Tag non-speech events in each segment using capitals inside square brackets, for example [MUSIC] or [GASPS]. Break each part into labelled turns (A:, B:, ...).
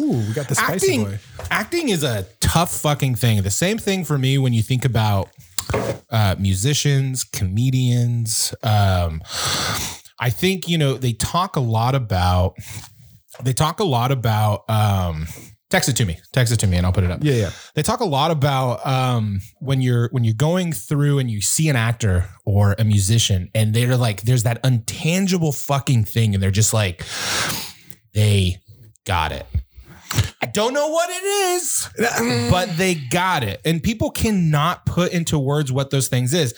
A: Ooh, we got the spicy
B: acting,
A: boy.
B: acting is a tough fucking thing. The same thing for me when you think about uh, musicians, comedians. Um, I think you know they talk a lot about they talk a lot about. Um, text it to me. Text it to me, and I'll put it up.
A: Yeah, yeah.
B: They talk a lot about um, when you're when you're going through and you see an actor or a musician, and they're like, there's that untangible fucking thing, and they're just like, they got it. I don't know what it is, but they got it. And people cannot put into words what those things is.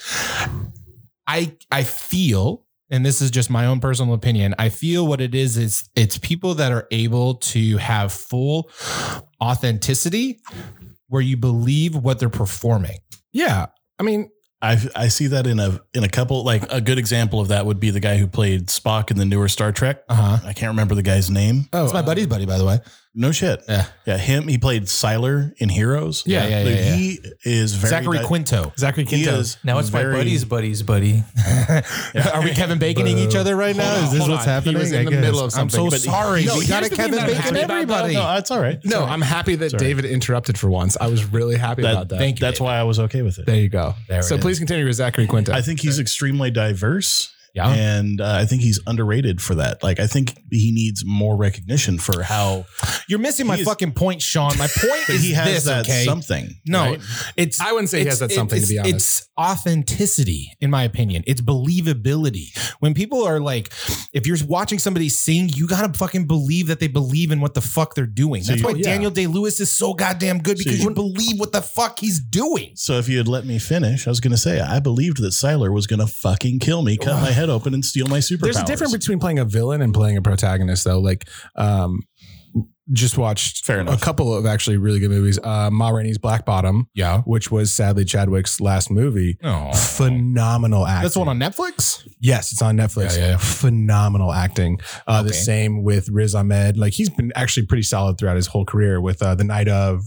B: I I feel, and this is just my own personal opinion, I feel what it is is it's people that are able to have full authenticity where you believe what they're performing.
A: Yeah. I mean,
C: I I see that in a in a couple like a good example of that would be the guy who played Spock in the newer Star Trek.
B: Uh-huh.
C: I can't remember the guy's name.
A: oh,
B: It's my
A: uh,
B: buddy's buddy, by the way.
C: No shit.
B: Yeah.
C: Yeah, him. He played Siler in Heroes.
B: Yeah, yeah, yeah,
C: Dude,
B: yeah.
C: He is very
B: Zachary
C: di-
A: [LAUGHS]
B: Quinto.
A: Zachary
C: He
A: Quinto.
C: is
D: Now it's
C: very-
D: my buddy's buddy's buddy.
B: Are we Kevin Baconing each other right now?
A: Hold on,
B: Is this
A: hold
B: what's
A: on. He
B: happening?
A: was in
B: I
A: the
B: guess.
A: middle of
B: I'm
A: something,
B: so
A: but he-
B: sorry.
A: No,
B: we got
A: here's
B: a
A: the
B: Kevin
A: thing that
B: Bacon
A: happened.
B: everybody.
C: No, that's all right.
A: No, I'm happy that David interrupted for once. I was really happy
C: That-
A: about that.
B: Thank you.
C: That's why I was okay with it.
A: There you go.
B: There
A: so
B: it
A: please continue with Zachary Quinto.
C: I think he's extremely diverse.
B: Yeah.
C: And uh, I think he's underrated for that. Like, I think he needs more recognition for how
B: You're missing my
C: He is-
B: fucking
A: [LAUGHS]
B: point, Sean. My point
C: but
B: is
C: he has
B: this,
C: that
B: okay?
C: something.
B: No,
C: right?
B: it's.
A: I wouldn't say he has
B: it's-
A: that something, to
B: it's-
A: be honest.
B: It's authenticity, in my opinion. It's believability. When people are like, if you're watching somebody sing, you gotta fucking believe that they believe in what the fuck they're doing.
C: So
B: That's
C: you-
B: why
A: Yeah.
B: Daniel Day Lewis is so goddamn good
C: So
B: because
C: you-
B: you believe what the fuck he's doing.
C: So if you had let me finish, I was going to say I believed that Siler was going to fucking kill me, cut my head open, and steal my superpowers.
A: There's a difference between playing a villain and playing a protagonist, though. Like, um, just watched
C: Fair
A: a
C: enough.
A: couple of actually really good movies. Uh, Ma Rainey's Black Bottom,
B: Yeah.
A: which was sadly Chadwick's last movie.
B: No.
A: Phenomenal acting.
B: That's one on Netflix.
A: Yes, it's on Netflix.
B: Yeah, yeah.
A: Phenomenal acting. Uh, The
B: Okay.
A: same with Riz Ahmed. Like he's been actually pretty solid throughout his whole career. With uh, the Night of,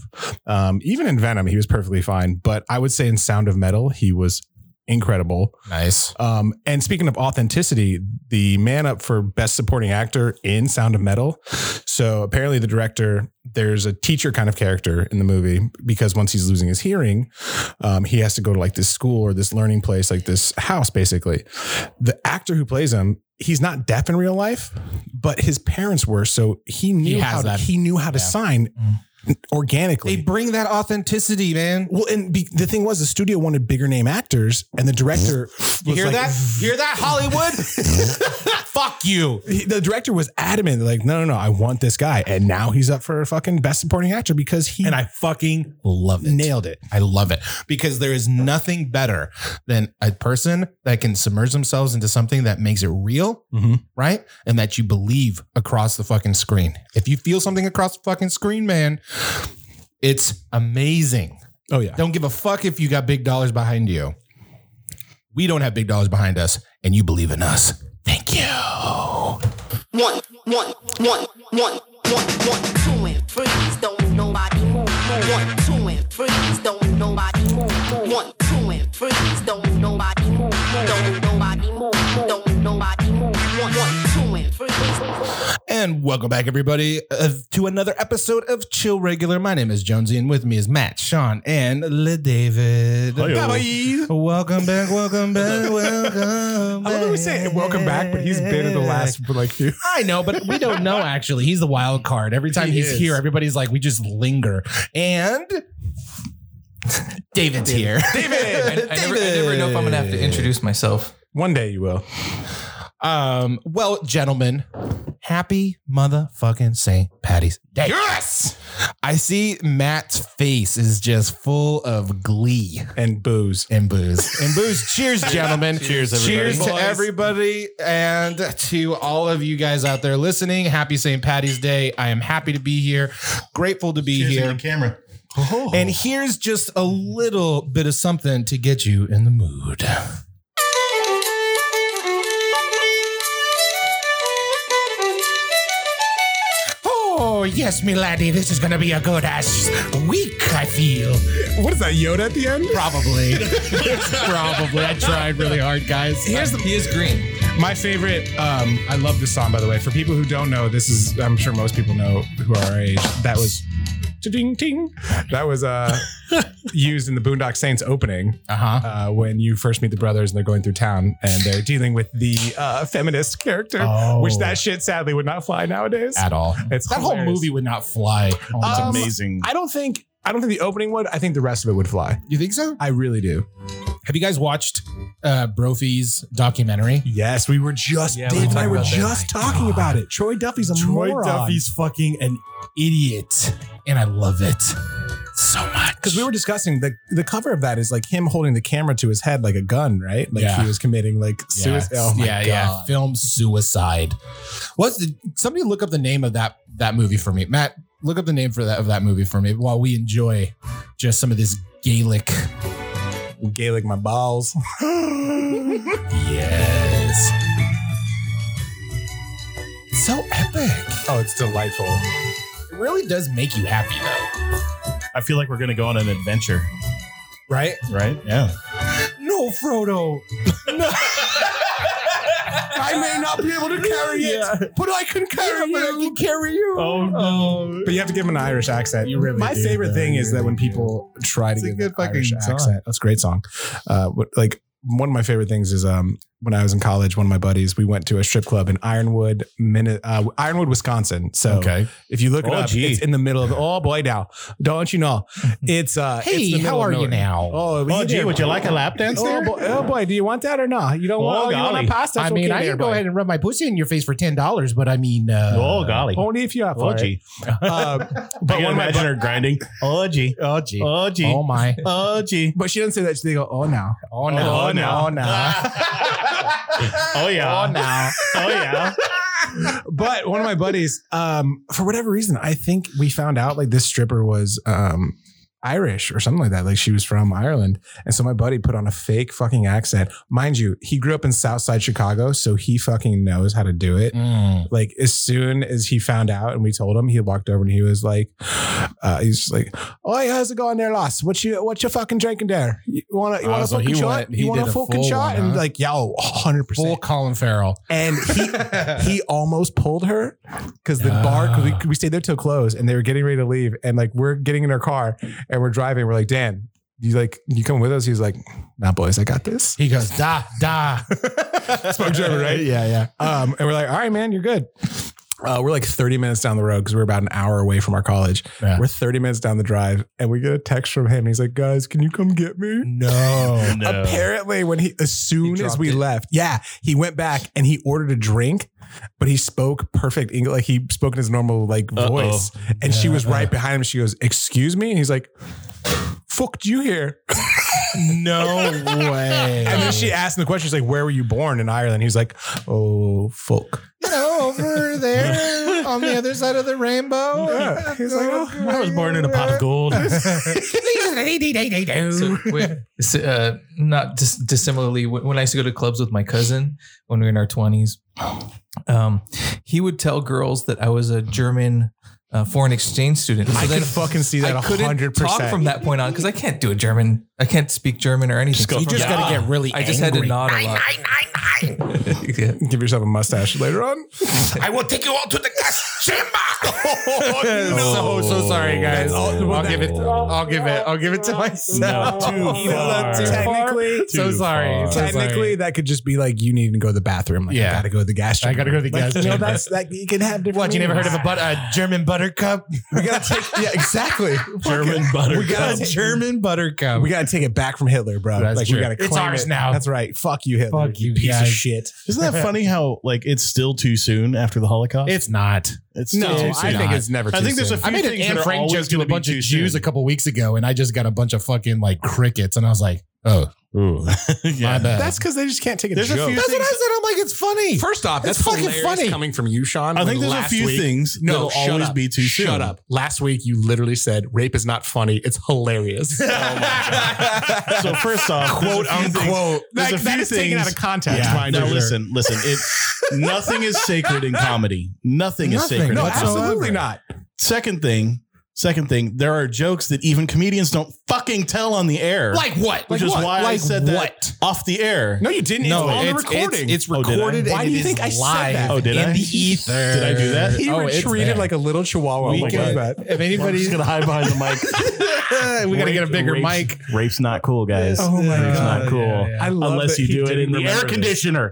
A: um, even in Venom, he was perfectly fine. But I would say in Sound of Metal, he was incredible.
B: Nice.
A: Um, and speaking of authenticity, the man up for best supporting actor in Sound of Metal. So apparently, the director, there's a teacher kind of character in the movie because once he's losing his hearing, um, he has to go to like this school or this learning place, like this house, basically. The actor who plays him, he's not deaf in real life, but his parents were, so he knew
B: has
A: how to,
B: that.
A: he knew how to
B: Yeah. Mm.
A: sign organically.
B: They bring that authenticity, man.
A: well, and be, the thing was, the studio wanted bigger name actors, and the director
B: You
A: was
B: hear
A: like,
B: that? hear [LAUGHS] that, Hollywood? fuck you.
A: he- the director was adamant like no no no i want this guy and now he's up for a fucking best supporting actor because he
B: And I fucking love it.
A: nailed it
B: I love it because there is nothing better than a person that can submerge themselves into something that makes it real,
A: Mhm.
B: right? And that you believe across the fucking screen. If you feel something across the fucking screen, man, it's amazing.
A: oh yeah
B: Don't give a fuck if you got big dollars behind you. We don't have big dollars behind us, and you believe in us. Thank you.
E: One, one, one, one, one, one, two and freeze, don't nobody move, move. One, two and freeze, don't nobody move, move. One, two and freeze, don't nobody move, move. Don't nobody move, move. Don't nobody move. One, one, two and freeze.
B: And welcome back, everybody, uh, to another episode of Chill Regular. My name is Jonesy, and with me is Matt, Sean, and Le David.
C: Hi-yo.
B: Welcome back, welcome
A: [LAUGHS]
B: back, welcome.
A: i love that we say welcome back but he's been in the last like few [LAUGHS]
B: [LAUGHS] I know, but we don't know actually. He's the wild card. Every time
A: He
B: he's
A: is.
B: here, everybody's like, we just linger.
A: [LAUGHS]
B: And David's here. [LAUGHS]
D: I, I never, I never know if I'm gonna have to introduce myself.
A: one day you will
B: Um, well, gentlemen, happy motherfucking St. Patty's Day. Yes! I see Matt's face is just full of glee
A: and booze
B: and booze. And booze. [LAUGHS] Cheers, gentlemen.
C: Cheers, everybody.
B: Cheers to
C: Boys.
B: everybody and to all of you guys out there listening. Happy St. Patty's Day. I am happy to be here. Grateful to be here.
C: camera.
B: And here's just a little bit of something to get you in the mood. Oh, yes, milady, this is going to be a good ass week, I feel.
A: What is that Yoda at the end?
B: Probably. Probably. I tried really hard, guys.
A: Here's the
D: He is green.
A: my favorite. Um, I love this song by the way. For people who don't know, this is I'm sure most people know who are our age. That was ding ting. That was [LAUGHS] uh, used in the Boondock Saints opening.
B: Uh-huh.
A: uh, when you first meet the brothers and they're going through town and they're dealing with the uh, feminist character,
B: Oh.
A: which that shit sadly would not fly nowadays.
B: At all.
A: It's
B: that whole
A: hilarious.
B: movie would not fly.
C: It's
A: Um,
C: amazing.
A: I don't think I don't think the opening would. I think the rest of it would fly.
B: you think so?
A: I really do.
B: Have you guys watched uh, Brophy's documentary?
A: Yes, we were just
D: Yeah, we
A: Dave and
D: talked
A: I were
D: about that.
A: just
B: My
A: talking
B: God.
A: about it. Troy Duffy's a
B: Troy
A: moron.
B: Duffy's fucking an idiot, and I love it so much.
A: because we were discussing the the cover of that is like him holding the camera to his head like a gun, right? Like
B: Yeah.
A: he was committing like
B: yeah,
A: suicide. Oh my
B: yeah,
A: god!
B: yeah. Film suicide. What's the, somebody look up the name of that that movie for me, Matt? Look up the name for that of that movie for me while we enjoy just some of this Gaelic.
A: Gaelic my balls. [LAUGHS] Oh,
B: Yes. So epic.
A: Oh, it's delightful.
B: It really does make you happy though,
C: I feel like we're going to go on an adventure,
B: right?
C: right? Yeah.
B: No, Frodo.
A: I may not be able to carry it, but I can carry you.
B: carry you.
C: Oh, no.
A: But you have to give him an Irish accent.
B: You really
A: My
B: do,
A: favorite
B: though.
A: thing
B: You
A: is that
B: really
A: when
B: do.
A: people try
C: It's
A: to
C: a
A: give
C: good
A: an
C: fucking
A: Irish
C: song.
A: accent, that's a great song. Uh, what- like one of my favorite things is um, when I was in college, one of my buddies, we went to a strip club in Ironwood, Min- uh, Ironwood, Wisconsin. So
B: Okay.
A: if you look it
C: Oh,
A: up,
C: gee.
A: it's in the middle of. Oh boy, now don't you
C: [LAUGHS]
A: know? It's uh, it's
B: Hey,
A: the
B: how
A: middle of
B: are you
A: nowhere.
B: now?
A: Oh,
C: Oh,
A: you
C: gee,
A: did.
C: would you like a lap dance
A: Oh
C: there?
A: boy, oh boy, do you want that or not? You don't
C: Oh,
A: want, you want
C: golly.
A: a pasta?
B: I
A: It's
B: mean,
A: okay
B: I
A: there,
B: can go
A: boy.
B: ahead and rub my pussy in your face for ten dollars, but I mean, uh,
C: oh, golly.
A: Only if you are
C: Oh,
A: for
C: gee.
A: it. [LAUGHS] Uh,
C: But
A: but
C: I
A: one
C: can
A: of my
C: imagine her grinding. Oh, gee.
B: oh gee,
C: Oh, gee.
B: oh [LAUGHS] my,
C: Oh, gee.
A: But she doesn't say that. They go, oh now,
B: oh no,
C: Oh, no.
A: oh [LAUGHS] now.
C: [LAUGHS] Oh,
B: oh
C: yeah.
B: no.
C: Oh, yeah.
A: [LAUGHS] but one of my buddies, um, for whatever reason, I think we found out like this stripper was um, Irish or something like that. Like she was from Ireland, and so my buddy put on a fake fucking accent. Mind you, he grew up in Southside Chicago, so he fucking knows how to do it.
B: Mm.
A: Like as soon as he found out and we told him, he walked over and he was like, uh, he's just like, "Oi, how's it going there, Loss? What you what you fucking drinking there? You want to you want
B: Oh,
A: a
B: so he
A: fucking shot?
B: went- he
A: you want
B: did
A: a
B: a
A: fucking
B: full
A: shot?"
B: one,
A: And
B: huh?
A: like, yo, hundred
B: Full
A: percent.
B: Colin Farrell.
A: And he
B: [LAUGHS]
A: he almost pulled her because the bar cause we, we stayed there till close and they were getting ready to leave and like we're getting in our car and we're driving we're like dan you like you come with us he's like nah boys i got this
B: He goes da
C: [LAUGHS]
B: da.
A: spoke german right Uh, yeah yeah um and we're like all right man you're good uh, we're like 30 minutes down the road because we're about an hour away from our college.
B: Yeah.
A: We're 30 minutes down the drive and we get a text from him. And he's like, guys, can you come get me?
B: No.
C: Oh, No.
A: Apparently, when he as soon as
D: dropped
A: we
D: it.
A: left, yeah, he went back and he ordered a drink, but he spoke perfect English, like he spoke in his normal like
C: Uh-oh.
A: voice. And she was right behind him. She goes, "Excuse me," and he's like, "Fucked you [LAUGHS] here."
B: No way.
A: And then she asked him the question. She's like, "Where were you born in Ireland?" He's like, "Oh, fuck." [LAUGHS]
B: over there on the other side of the rainbow.
A: Yeah. He's like, "Oh,
C: I was born in a pot
B: [LAUGHS]
C: of gold.
D: So, wait, so, uh, not dis- dissimilarly, wh- when I used to go to clubs with my cousin when we were in our 20s, um, he would tell girls that I was a German uh, foreign exchange student. So
A: I
D: then
A: can fucking see that
D: I couldn't
A: hundred
D: talk
A: percent
D: from that point on because I can't do a German. I can't speak German or anything.
C: go
D: So
B: You just
C: Yeah.
B: got to get really
D: I just had
B: [LAUGHS]
D: to
B: angry.
D: nod a lot. Yeah.
A: Give yourself a mustache later
B: [LAUGHS]
A: on.
B: I will take you all to the gas
C: [LAUGHS]
B: chamber.
A: Oh.
B: So so sorry, guys.
A: Oh.
B: I'll give it. I'll give it. I'll give it to myself.
C: No, too
A: Even though
C: far.
A: technically,
B: so
C: Too
B: sorry.
C: far.
B: So sorry.
A: Technically, that could just be like you need to go to the bathroom. Like,
B: Yeah.
A: I gotta go to the gas
B: I
A: chamber.
B: gotta go to the gas
A: You know,
B: chamber.
A: that's like you can have different.
B: What? You never heard of a
A: meanings.
B: but a German buttercup?
A: We gotta take. Yeah,
B: [LAUGHS]
A: exactly.
C: German butter.
A: We gotta take.
B: German buttercup.
A: We gotta take it back from Hitler, bro.
B: That's
A: like
B: true.
A: we gotta.
B: It's
A: claim
B: ours
A: it.
B: now.
A: That's right. Fuck you, Hitler.
B: Fuck you
A: piece of
B: guys.
A: shit.
C: Isn't that funny how like it's still too soon after the Holocaust?
B: It's not.
C: it's
B: No,
C: still too
B: I
C: soon.
B: think
A: it's never.
C: I think there's a few
B: I made an
C: things that
B: Anne
C: are
B: Frank joke
C: always
B: to
C: going
B: a
C: to be
B: bunch of
C: too
B: Jews a
C: soon.
B: couple weeks ago, and I just got a bunch of fucking like crickets, and I was like, oh, my
C: yeah.
B: bad.
A: That's because they just can't take a
C: There's a
A: joke.
C: few
B: That's what I
C: things-
B: said. I'm like, it's funny.
A: First off,
B: It's fucking
A: hilarious
B: funny.
A: coming from you, Sean.
C: I
A: when
C: think there's a
A: last
C: few
A: week-
C: things that'll
A: shut
C: always
A: up.
C: be too soon.
A: Shut up. Last week you literally said
C: [LAUGHS]
A: rape is not funny. It's hilarious.
C: So first off,
A: [LAUGHS]
C: quote
A: Unquote.
C: There's
A: That,
C: a
A: that
C: few
A: is taken
C: things-
A: out of context.
B: Yeah.
A: mind
C: Now
A: you.
C: listen, listen. It nothing is sacred in comedy. Nothing, is
B: Nothing.
C: sacred.
B: No,
A: No,
C: whatsoever.
A: absolutely not.
C: Second thing, second thing, there are jokes that even comedians don't fucking tell on the air.
B: Like what?
C: which
B: like
C: is
B: what?
C: why I
B: like
C: said
B: what?
C: that off the air. [LAUGHS]
A: No, you didn't.
B: No,
A: it's on
B: it's,
A: the recording.
B: It's, it's
C: Oh, did I?
B: recorded.
A: Why
B: and
A: do you
B: it
A: think
B: is
A: I said
B: live
A: that?
C: Oh, did
B: in
C: I?
B: the ether?
C: Did I do that?
A: he
B: oh, it's
A: retreated
B: there.
A: like a little chihuahua.
C: We
A: when he
C: can-
A: did that.
B: If anybody,
C: gonna hide behind the
B: [LAUGHS]
C: mic.
B: we got to get a bigger
C: Rape's-
B: mic.
C: Rape's not cool, guys.
A: Oh my
C: Rape's
A: God.
C: not cool.
A: I love
C: Unless
A: that
C: you
A: he
C: do it
A: didn't
C: in the
A: remember
C: air
A: this.
C: conditioner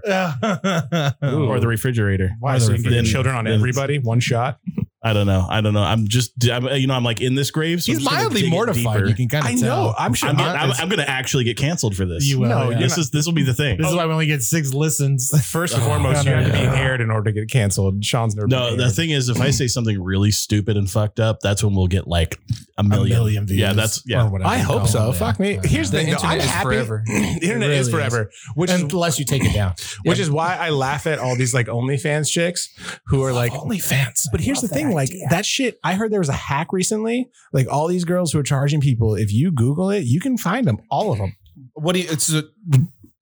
B: Oh.
C: or the refrigerator.
A: Why?
B: Or
A: So
B: the
A: you can get
C: refrigerator.
A: children on
C: Then-
A: everybody, one shot.
C: I don't know. I don't know. I'm just, I'm, you know, I'm like in this grave. So I'm
B: He's
C: just gonna
B: mildly
C: dig it
B: mortified.
C: deeper.
B: You can kind of
A: I know. I'm sure.
C: I'm,
A: I'm,
C: gonna- I'm, I'm going to actually get canceled for this.
B: You will, No, yeah.
C: This is this will be the
A: Oh.
C: thing.
B: This is why we only get six listens.
A: [LAUGHS] first and foremost, you have
B: [LAUGHS]
A: to be aired in order to get canceled. Sean's never.
C: No,
A: been
C: the
A: aired.
C: thing is, if I say something really stupid and fucked up, that's when we'll get like a million.
B: million views.
C: Yeah, that's yeah.
B: Or whatever
A: I
B: you
A: hope
B: call
A: so.
B: it, yeah.
A: Fuck me.
B: Yeah.
A: Here's the,
D: The
A: thing. Though.
D: internet
A: I'm
D: is
A: happy.
D: forever.
A: [LAUGHS] the internet
B: It
A: is
B: really
A: forever, which is
B: unless you take it down.
A: which is why I laugh at all these like OnlyFans chicks who are like
B: fans.
A: But here's the thing, like that shit. I heard there was a hack recently. Like all these girls who are charging people, if you Google it, you can find them, all of them.
B: what do you? It's a,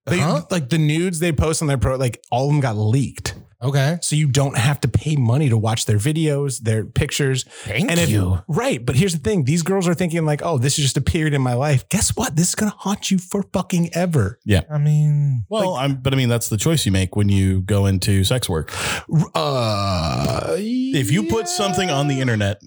A: They,
B: Huh?
A: Like the nudes they post on their pro, like all of them got leaked.
B: okay.
A: So you don't have to pay money to watch their videos, their pictures.
B: Thank
A: if right, but here's the thing: these girls are thinking like, "Oh, this is just a period in my life." Guess what? This is gonna haunt you for fucking ever.
B: I mean,
C: Well, I'm, but I mean, that's the choice you make when you go into sex work.
A: Uh,
C: If you put something on the internet,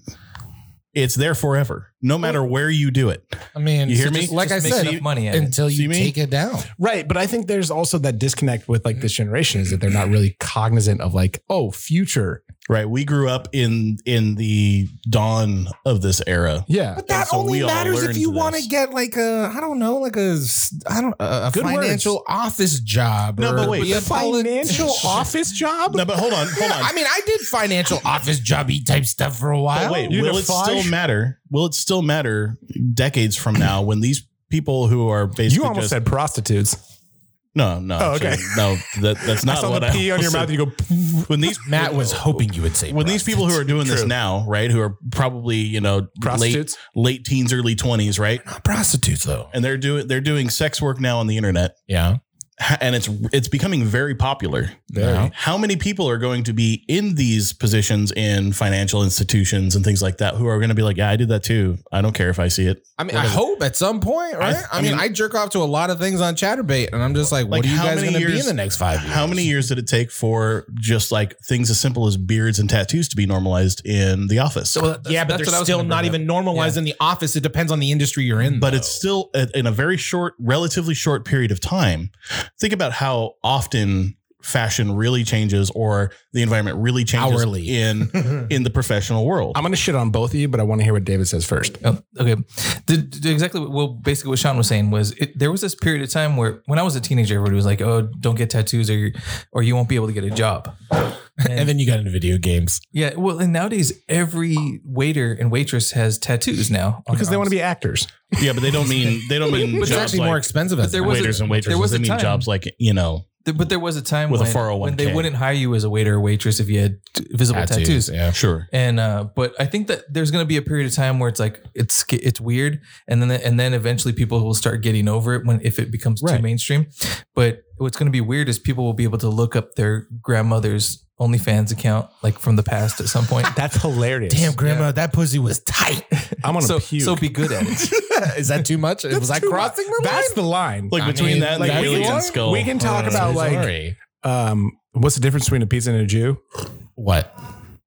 C: it's there forever, no matter where you do it.
B: I mean,
C: You hear me?
B: Like
D: Just
B: I
D: make
B: said,
D: enough money at it.
B: until
C: See
B: you
C: me?
B: take it down.
A: Right, but I think there's also that disconnect with like this generation is that they're not really cognizant of like, oh, future.
C: Right? We grew up in in the dawn of this era.
A: Yeah.
B: But that
C: so
B: only
C: we all
B: matters if
C: learned
B: you
C: this.
B: want to get like a I don't know like a s- I don't a a
A: Good
B: financial office job.
C: No,
B: or
C: but wait.
B: be a
A: Financial
B: [LAUGHS] politician.
A: office job?
C: No, but hold on, hold
B: Yeah,
C: on.
B: [LAUGHS] I mean, I did financial office jobby type stuff for a while.
C: But wait,
A: You
C: will it
A: defy-
C: still matter? Will it still matter decades from now when these people who are basically
A: You almost
C: just,
A: said prostitutes.
C: no, no,
A: Oh, okay.
C: actually, no, that, that's
A: [LAUGHS]
C: not
A: I saw
C: what
A: the
C: I
A: pee on your
C: almost
A: mouth.
C: said.
A: You go,
C: [LAUGHS]
A: [LAUGHS]
C: When these
B: Matt was hoping you would say
C: when these people who are doing this
A: True.
C: now, right, who are probably you know late
A: prostitutes.
C: late teens, early twenties, right,
B: not prostitutes though.
C: and they're doing they're doing sex work now on the internet,
B: Yeah,
C: and it's it's becoming very popular.
B: Very.
C: How many people are going to be in these positions in financial institutions and things like that who are going to be like, yeah, I did that too. I don't care if I see it.
B: I mean, I hope at some point, right? I,
C: I
B: mean,
C: mean-
B: I jerk off to a lot of things on ChatterBait, and I'm just like, what
C: Like,
B: are you
C: how
B: guys
C: many
B: going to be
C: years-
B: in the next five years?
C: How many years did it take for just like things as simple as beards and tattoos to be normalized in the office?
D: So that- that's-
B: yeah, but
D: that's what I
B: they're
D: was
B: still
D: gonna
B: not
D: bring up.
B: even normalized in the office. It depends on the industry you're in.
C: but
B: though.
C: it's still a- in a very short, relatively short period of time. Think about how often fashion really changes or the environment really changes
B: Hourly.
C: in in the professional world.
A: I'm going to shit on both of you, but I want to hear what David says first.
D: Oh, okay. The, the- exactly. what- Well, basically, what Sean was saying was it, there was this period of time where, when I was a teenager, everybody was like, "Oh, don't get tattoos, or you or you won't be able to get a job."
B: and then you got into video games.
D: Yeah. Well, and nowadays, every waiter and waitress has tattoos now on
A: Because
D: their
A: they
D: arms.
A: want to be actors.
C: yeah, but they don't mean they don't mean
B: But it's
C: jobs
B: actually
C: like
B: more expensive.
D: but
B: as
D: there
B: that.
D: was
C: waiters
D: a-
C: and waitresses.
D: there was
C: they
D: a
C: mean
D: time-
C: jobs like you know
D: There- But there was a time
C: With a
D: when,
C: 401k.
D: when they wouldn't hire you as a waiter or waitress if you had t- visible tattoos.
B: Yeah.
C: Sure.
D: And uh, but I think that there's going to be a period of time where it's like it's sca- it's weird, and then and then eventually people will start getting over it when if it becomes
C: Right.
D: too mainstream. But what's going to be weird is people will be able to look up their grandmother's OnlyFans account like from the past at some
A: [LAUGHS]
D: point.
A: That's hilarious.
B: Damn, grandma, that pussy was
C: [LAUGHS]
B: tight.
A: I'm on
D: so
A: a puke.
D: so be good at it.
B: Is that too much? was
A: [LAUGHS]
B: I
A: That's too
B: crossing
A: much.
B: the line?
A: That's the line.
C: Like
B: I
C: between
B: mean,
C: that and
B: like,
C: the
B: we
C: aliens
B: can-
C: and skull.
A: we can talk about like,
B: Sorry.
A: um, what's the difference between a pizza and a Jew?
B: what?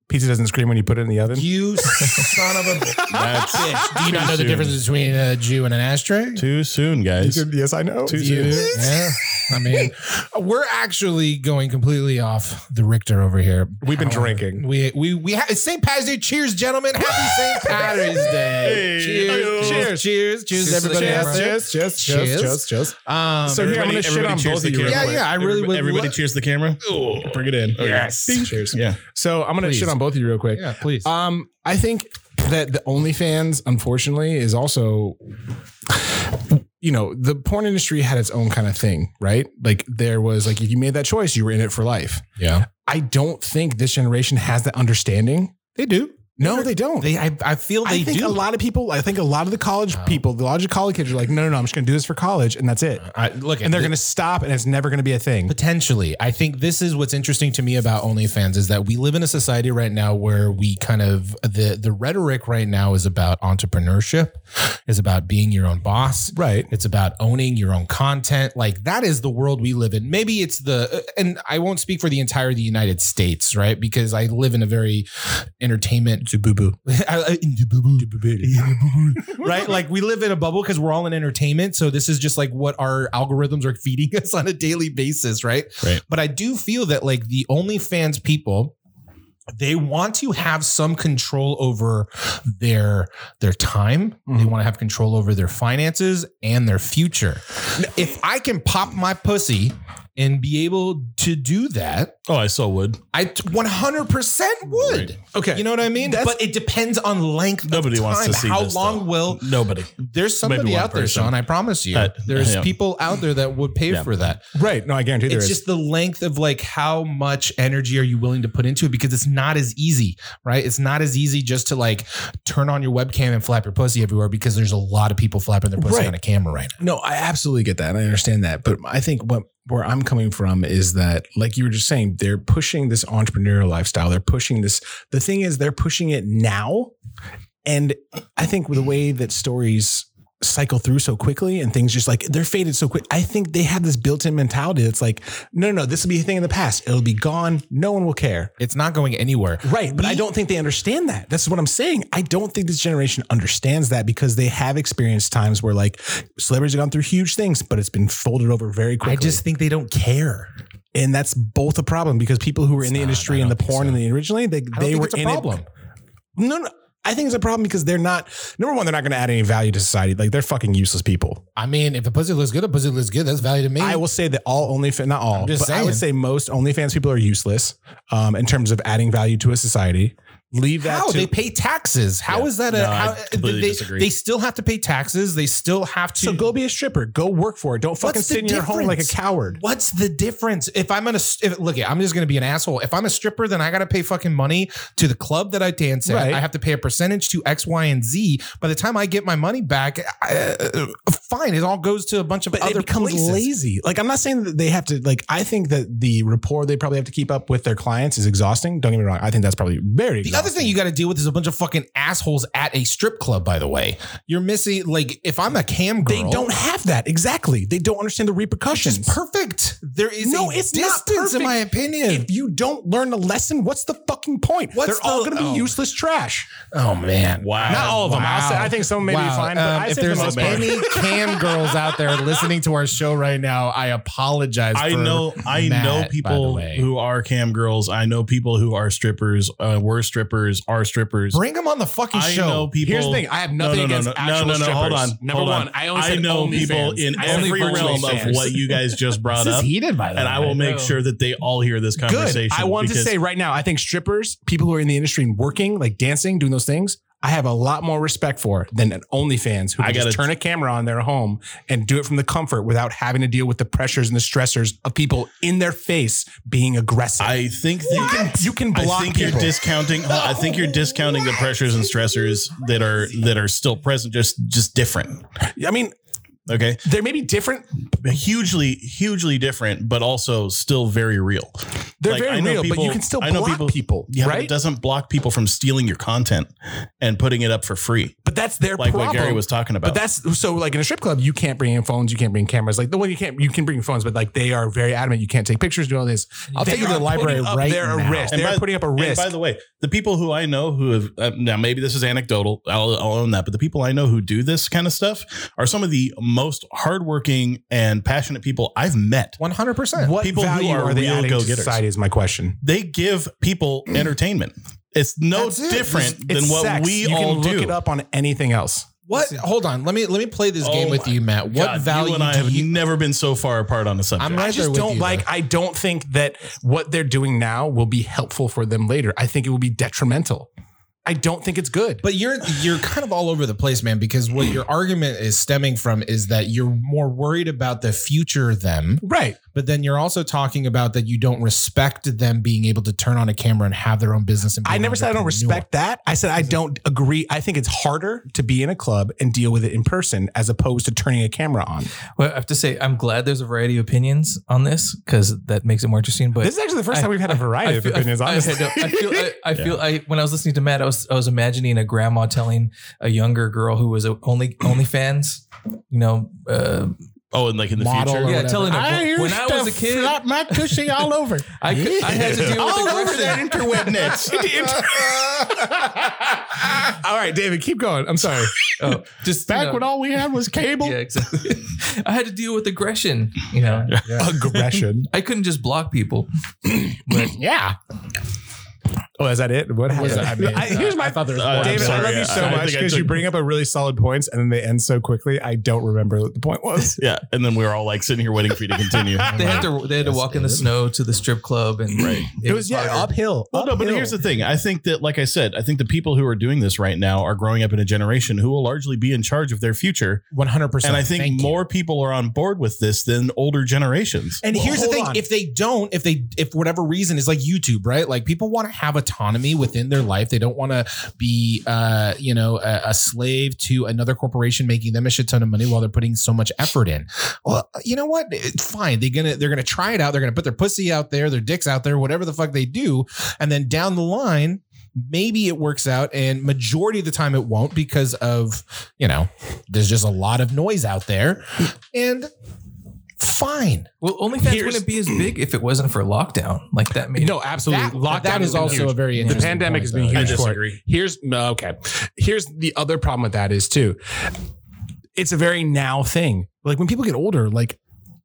A: Pizza doesn't scream when you put it in the oven.
B: You son of a
C: That's
B: bitch! Do you not know the difference between a Jew and an ashtray?
C: too soon, guys.
A: yes, I know.
B: You- yeah. I mean, we're actually going completely off the Richter over here.
A: We've been drinking.
B: We we we have it's St. Patty's Day. Cheers, gentlemen! Happy St. Patty's Day!
C: Hey.
B: Cheers, cheers, cheers, cheers,
D: Cheers to
B: everybody
D: the
B: out there.
A: Cheers, cheers,
B: Cheers.
A: cheers, cheers, cheers.
B: Um,
A: So here I'm going to
C: Everybody-
A: shit on
C: everybody cheers
A: both of
C: the
A: you.
C: camera.
B: yeah, yeah, I really
C: everybody,
B: would.
C: everybody
B: lo-
C: cheers the camera. Bring it in. Okay.
A: Cheers.
C: Yeah.
A: So I'm going to
B: Please.
A: shit on both of you real quick.
B: yeah, please.
A: Um, I think that the OnlyFans, unfortunately, is also, you know, the porn industry had its own kind of thing, right? Like there was like if you made that choice, you were in it for life.
B: yeah,
A: I don't think this generation has that understanding.
B: they do.
A: No, they don't.
B: They, I, I feel they
A: I think a
B: do.
A: lot of people. I think a lot of the college people, the lot of college kids, are like, no, no, no, I'm just going to do this for college, and that's it.
B: I, look,
A: and they're
B: th-
A: going to stop, and it's never going to be a thing.
B: Potentially. I think this is what's interesting to me about OnlyFans is that we live in a society right now where we kind of the the rhetoric right now is about entrepreneurship, is about being your own boss.
A: Right.
B: It's about owning your own content. Like that is the world we live in. Maybe it's the and I won't speak for the entire of the United States, right? Because I live in a very entertainment boo boo. [LAUGHS] right? Like we live in a bubble because we're all in entertainment. So this is just like what our algorithms are [LAUGHS] feeding us on a daily basis, right?
C: Right.
B: But I do feel that like the OnlyFans people, they want to have some control over their their time. They
C: Mm-hmm.
A: Mhm.
B: want to have control over their finances and their future. If I can pop my pussy and be able to do that,
C: Oh, I so would.
B: I t- 100% would.
C: Right.
A: Okay.
B: You know what I mean? but it depends on length.
C: Nobody
B: of time.
C: wants to see
B: how
C: this,
B: long
C: though.
B: will
C: Nobody.
B: there's
C: Maybe
B: somebody
C: one
B: out there,
C: person.
B: Sean. I promise you.
C: Uh,
B: there's
C: yeah.
B: people out there that would pay
C: Yeah.
B: for that.
A: right. No, I guarantee there
B: It's
A: is.
B: just the length of like how much energy are you willing to put into it because it's not as easy, right? It's not as easy just to like turn on your webcam and flap your pussy everywhere because there's a lot of people flapping their pussy
A: Right.
B: on a camera right now.
A: No, I absolutely get that. And I understand that. But I think what where I'm coming from is that, like you were just saying, they're pushing this entrepreneurial lifestyle. They're pushing this. The thing is, they're pushing it now. And I think the way that stories cycle through so quickly and things just like they're faded so quick. I think they have this built in mentality that's like, no, no, no, this will be a thing in the past. It'll be gone. No one will care.
B: It's not going anywhere.
A: Right. But I don't think they understand that. That's what I'm saying. I don't think this generation understands that because they have experienced times where like celebrities have gone through huge things, but it's been folded over very quickly.
B: I just think they don't care.
A: and that's both a problem because people who were in the
B: not.
A: industry
B: I
A: and the
B: don't think
A: porn
B: so.
A: and the originally, they,
B: I don't
A: they
B: think
A: were
B: it's a
A: in
B: problem.
A: it. No, no. I think it's a problem because they're not number one, they're not gonna add any value to society. Like they're fucking useless people.
B: I mean, if the pussy looks good, the pussy looks good. That's value to me.
A: I will say that all OnlyFans, not all,
B: I'm
A: but
B: just
A: I would say
B: saying.
A: most OnlyFans people are useless um, in terms of adding value to a society. Leave that
B: how
A: to
B: they pay taxes. How
C: Yeah.
B: is that a?
C: No, I
B: how,
C: completely
B: they,
C: disagree.
B: they still have to pay taxes. They still have to.
A: So go be a stripper. Go work for it. Don't fucking
B: What's the
A: sit in your home like a
B: difference?
A: coward.
B: What's the difference? If I'm gonna if, look, I'm just gonna be an asshole. If I'm a stripper, then I gotta pay fucking money to the club that I dance at.
A: Right.
B: I have to pay a percentage to X, Y, and Z. By the time I get my money back, I, uh, fine, it all goes to a bunch of
A: But
B: other
A: it becomes
B: places.
A: lazy. Like I'm not saying that they have to. Like I think that the rapport they probably have to keep up with their clients is exhausting. Don't get me wrong. I think that's probably very.
B: The other thing you got to deal with is a bunch of fucking assholes at a strip club. By the way, you're missing like if I'm a cam girl,
A: they don't have that exactly. They don't understand the repercussions.
B: It's perfect. There is
A: No,
B: a
A: it's not
B: distance in
A: perfect.
B: my opinion.
A: If you don't learn the lesson, what's the fucking point?
B: What's
A: They're all
B: the-
A: going to be
B: oh.
A: useless trash.
B: oh man, Um,
C: Wow.
A: Not all of them. I'll say- I think some may be fine, but I
B: if
A: say for the
B: there's
A: most part.
B: [LAUGHS] any cam girls out there listening to our show right now, I apologize.
C: I
B: for
C: know, I
B: Matt,
C: know
B: by the
C: people
B: way.
C: who are cam girls. I know people who are strippers, uh, were strippers, are strippers.
B: Bring them on the fucking
C: I
B: show.
C: know people.
A: Here's the thing. I have nothing against actual strippers.
C: Hold on.
A: Number
C: hold
A: one, I only said
C: know
A: only
C: people
A: fans.
C: in
A: I only
C: every
A: virtually
C: realm of
A: fans.
C: what you guys
A: [LAUGHS]
C: just brought
B: This is
C: up,
B: heated by the
C: and
B: way.
C: I will make
D: know.
C: sure that they all hear this
A: Good.
C: conversation.
A: I want to
C: because
A: say right now, I think strippers, people who are in the industry and working, like dancing, doing those things, I have a lot more respect for than an OnlyFans who
C: I
A: can just
C: gotta-
A: turn a camera on their home and do it from the comfort without having to deal with the pressures and the stressors of people in their face being aggressive.
C: I think that you can.
A: you can
C: I
A: block
C: think
A: people.
C: you're discounting. I think you're discounting the pressures and stressors that are that are still present. Just just different.
A: I mean,
C: Okay,
A: they may be different.
C: hugely hugely different, but also still very real.
A: They're
C: Like, I
A: very
C: know
A: real, but
C: people-
A: you can still
C: I know
A: block people,
C: people- Yeah, but
A: right?
C: it doesn't block people from stealing your content and putting it up for free,
A: but that's their
C: like
A: problem.
C: what Gary was talking about.
A: But that's so like in a strip club, you can't bring in phones, you can't bring cameras. Like the one you can't, you can bring phones, but like they are very adamant. You can't take pictures, do all this.
B: I'll
A: They
B: take you to the
A: are
B: library
A: putting up
B: right
A: their
B: now.
A: risk.
C: And
A: They're
C: by-
A: putting up a
C: And
A: risk.
C: by the way, the people who I know who have uh, now maybe this is anecdotal. I'll, I'll own that, but the people I know who do this kind of stuff are some of the most hardworking and passionate people I've met.
B: One hundred percent.
A: what
C: people who
A: value
C: are
A: are, they
C: real
A: adding to
C: go-getters.
A: society is my question.
C: They give
A: [CLEARS THROAT]
C: people entertainment. It's no
B: That's it.
C: different
A: It's
C: than what
A: sex.
C: we
A: you can
C: all
A: look
C: do.
A: it up on anything else.
B: What? Hold on. Let me let me play this
C: Oh
B: game with
C: my
B: you, Matt. What
C: God,
B: value
C: You and I
B: do
C: have
B: you?
C: never been so far apart on the subject.
B: I'm right
A: I
B: there
A: just
B: with
A: don't
B: you,
A: like.
B: though.
A: I don't think that what they're doing now will be helpful for them later. I think it will be detrimental. I don't think it's good.
B: But you're you're kind of all over the place, man, because what your argument is stemming from is that you're more worried about the future them,
A: right.
B: but then you're also talking about that you don't respect them being able to turn on a camera and have their own business. And be
A: I
B: an
A: never said Oh, I don't
B: entrepreneur.
A: respect that. I said I don't agree. I think it's harder to be in a club and deal with it in person as opposed to turning a camera on.
D: Well, I have to say, I'm glad there's a variety of opinions on this because that makes it more interesting. But
A: This is actually the first time we've had a variety
D: I
A: of
D: feel- I-
A: opinions,
D: I-
A: honestly.
D: I, know. I feel, I, I feel, I, when I was listening to Matt, I was, I was imagining a grandma telling a younger girl who was a only OnlyFans, you know, uh,
C: Oh, and like in the
B: Model
C: future,
B: or
D: yeah,
B: whatever.
D: telling her when, when
A: used
D: I
A: to
D: was a kid,
A: flop my cushy all
C: [LAUGHS]
A: over.
D: I, could, I had to deal
C: All
D: with
C: over that [LAUGHS]
D: aggression.
C: interweb nets.
A: [LAUGHS] all right, David, keep going. I'm sorry.
D: Oh, just you know,
A: all we had was cable.
D: yeah, exactly. [LAUGHS] I had to deal with aggression. You know,
A: [LAUGHS] Aggression.
D: I couldn't just block people.
A: Yeah. Oh, is that it? What happened?
B: that? I mean,
A: I- here's my
B: thought there was
C: Uh,
B: more.
C: I'm
A: David,
C: sorry.
A: I love you so much
C: I think I
A: because you
C: took-
A: bring up a really solid points and then they end so quickly. I don't remember what the point was.
C: Yeah, and then we were all like sitting here waiting for you to [LAUGHS] continue.
D: They had to they had to walk in the snow to the strip club and
C: Right.
A: It, was, yeah,
D: harder.
A: uphill.
C: Well, no, but
A: uphill.
C: here's the thing. I think that, like I said, I think the people who are doing this right now are growing up in a generation who will largely be in charge of their future.
B: One hundred percent.
C: and I think more people are on board with this than older generations.
B: And
A: Well,
B: here's the
A: hold
B: thing:
A: on.
B: if they don't, if they, if for whatever reason is like YouTube, right? Like people want to have autonomy within their life. They don't want to be, uh, you know, a, a slave to another corporation making them a shit ton of money while they're putting so much effort in. Well, you know what? It's fine. They're gonna they're gonna try it out. They're gonna put their pussy out there, their dicks out there, whatever the fuck they do, and then down the line. Maybe it works out, and majority of the time it won't because of you know there's just a lot of noise out there, and fine.
D: Well, OnlyFans
A: Here's-
D: wouldn't be as big if it wasn't for lockdown. Like that made
A: No, absolutely.
B: That- that is also a very
A: the
B: interesting
A: pandemic
B: point,
A: has been
B: though.
A: huge for it. Here's no, okay. Here's the other problem with that is too. It's a very now thing. Like when people get older, like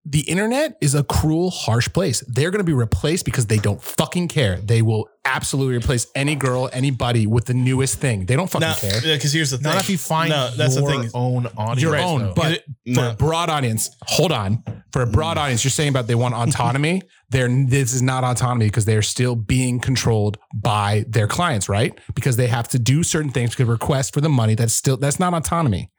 A: the internet is a cruel, harsh place. They're going to be replaced because they don't fucking care. They will absolutely replace any girl, anybody with the newest thing. They don't fucking
C: Now,
A: care.
C: because here's the thing.
B: Not if you find
C: No, that's the
B: your
C: thing.
B: own audience.
A: Your own,
B: though.
A: but for
C: No.
A: a broad audience, hold on. For a
C: Mm.
A: broad audience, you're saying about they want autonomy. [LAUGHS] They're this is not autonomy because they're still being controlled by their clients, right? Because they have to do certain things to request for the money. That's still that's not autonomy.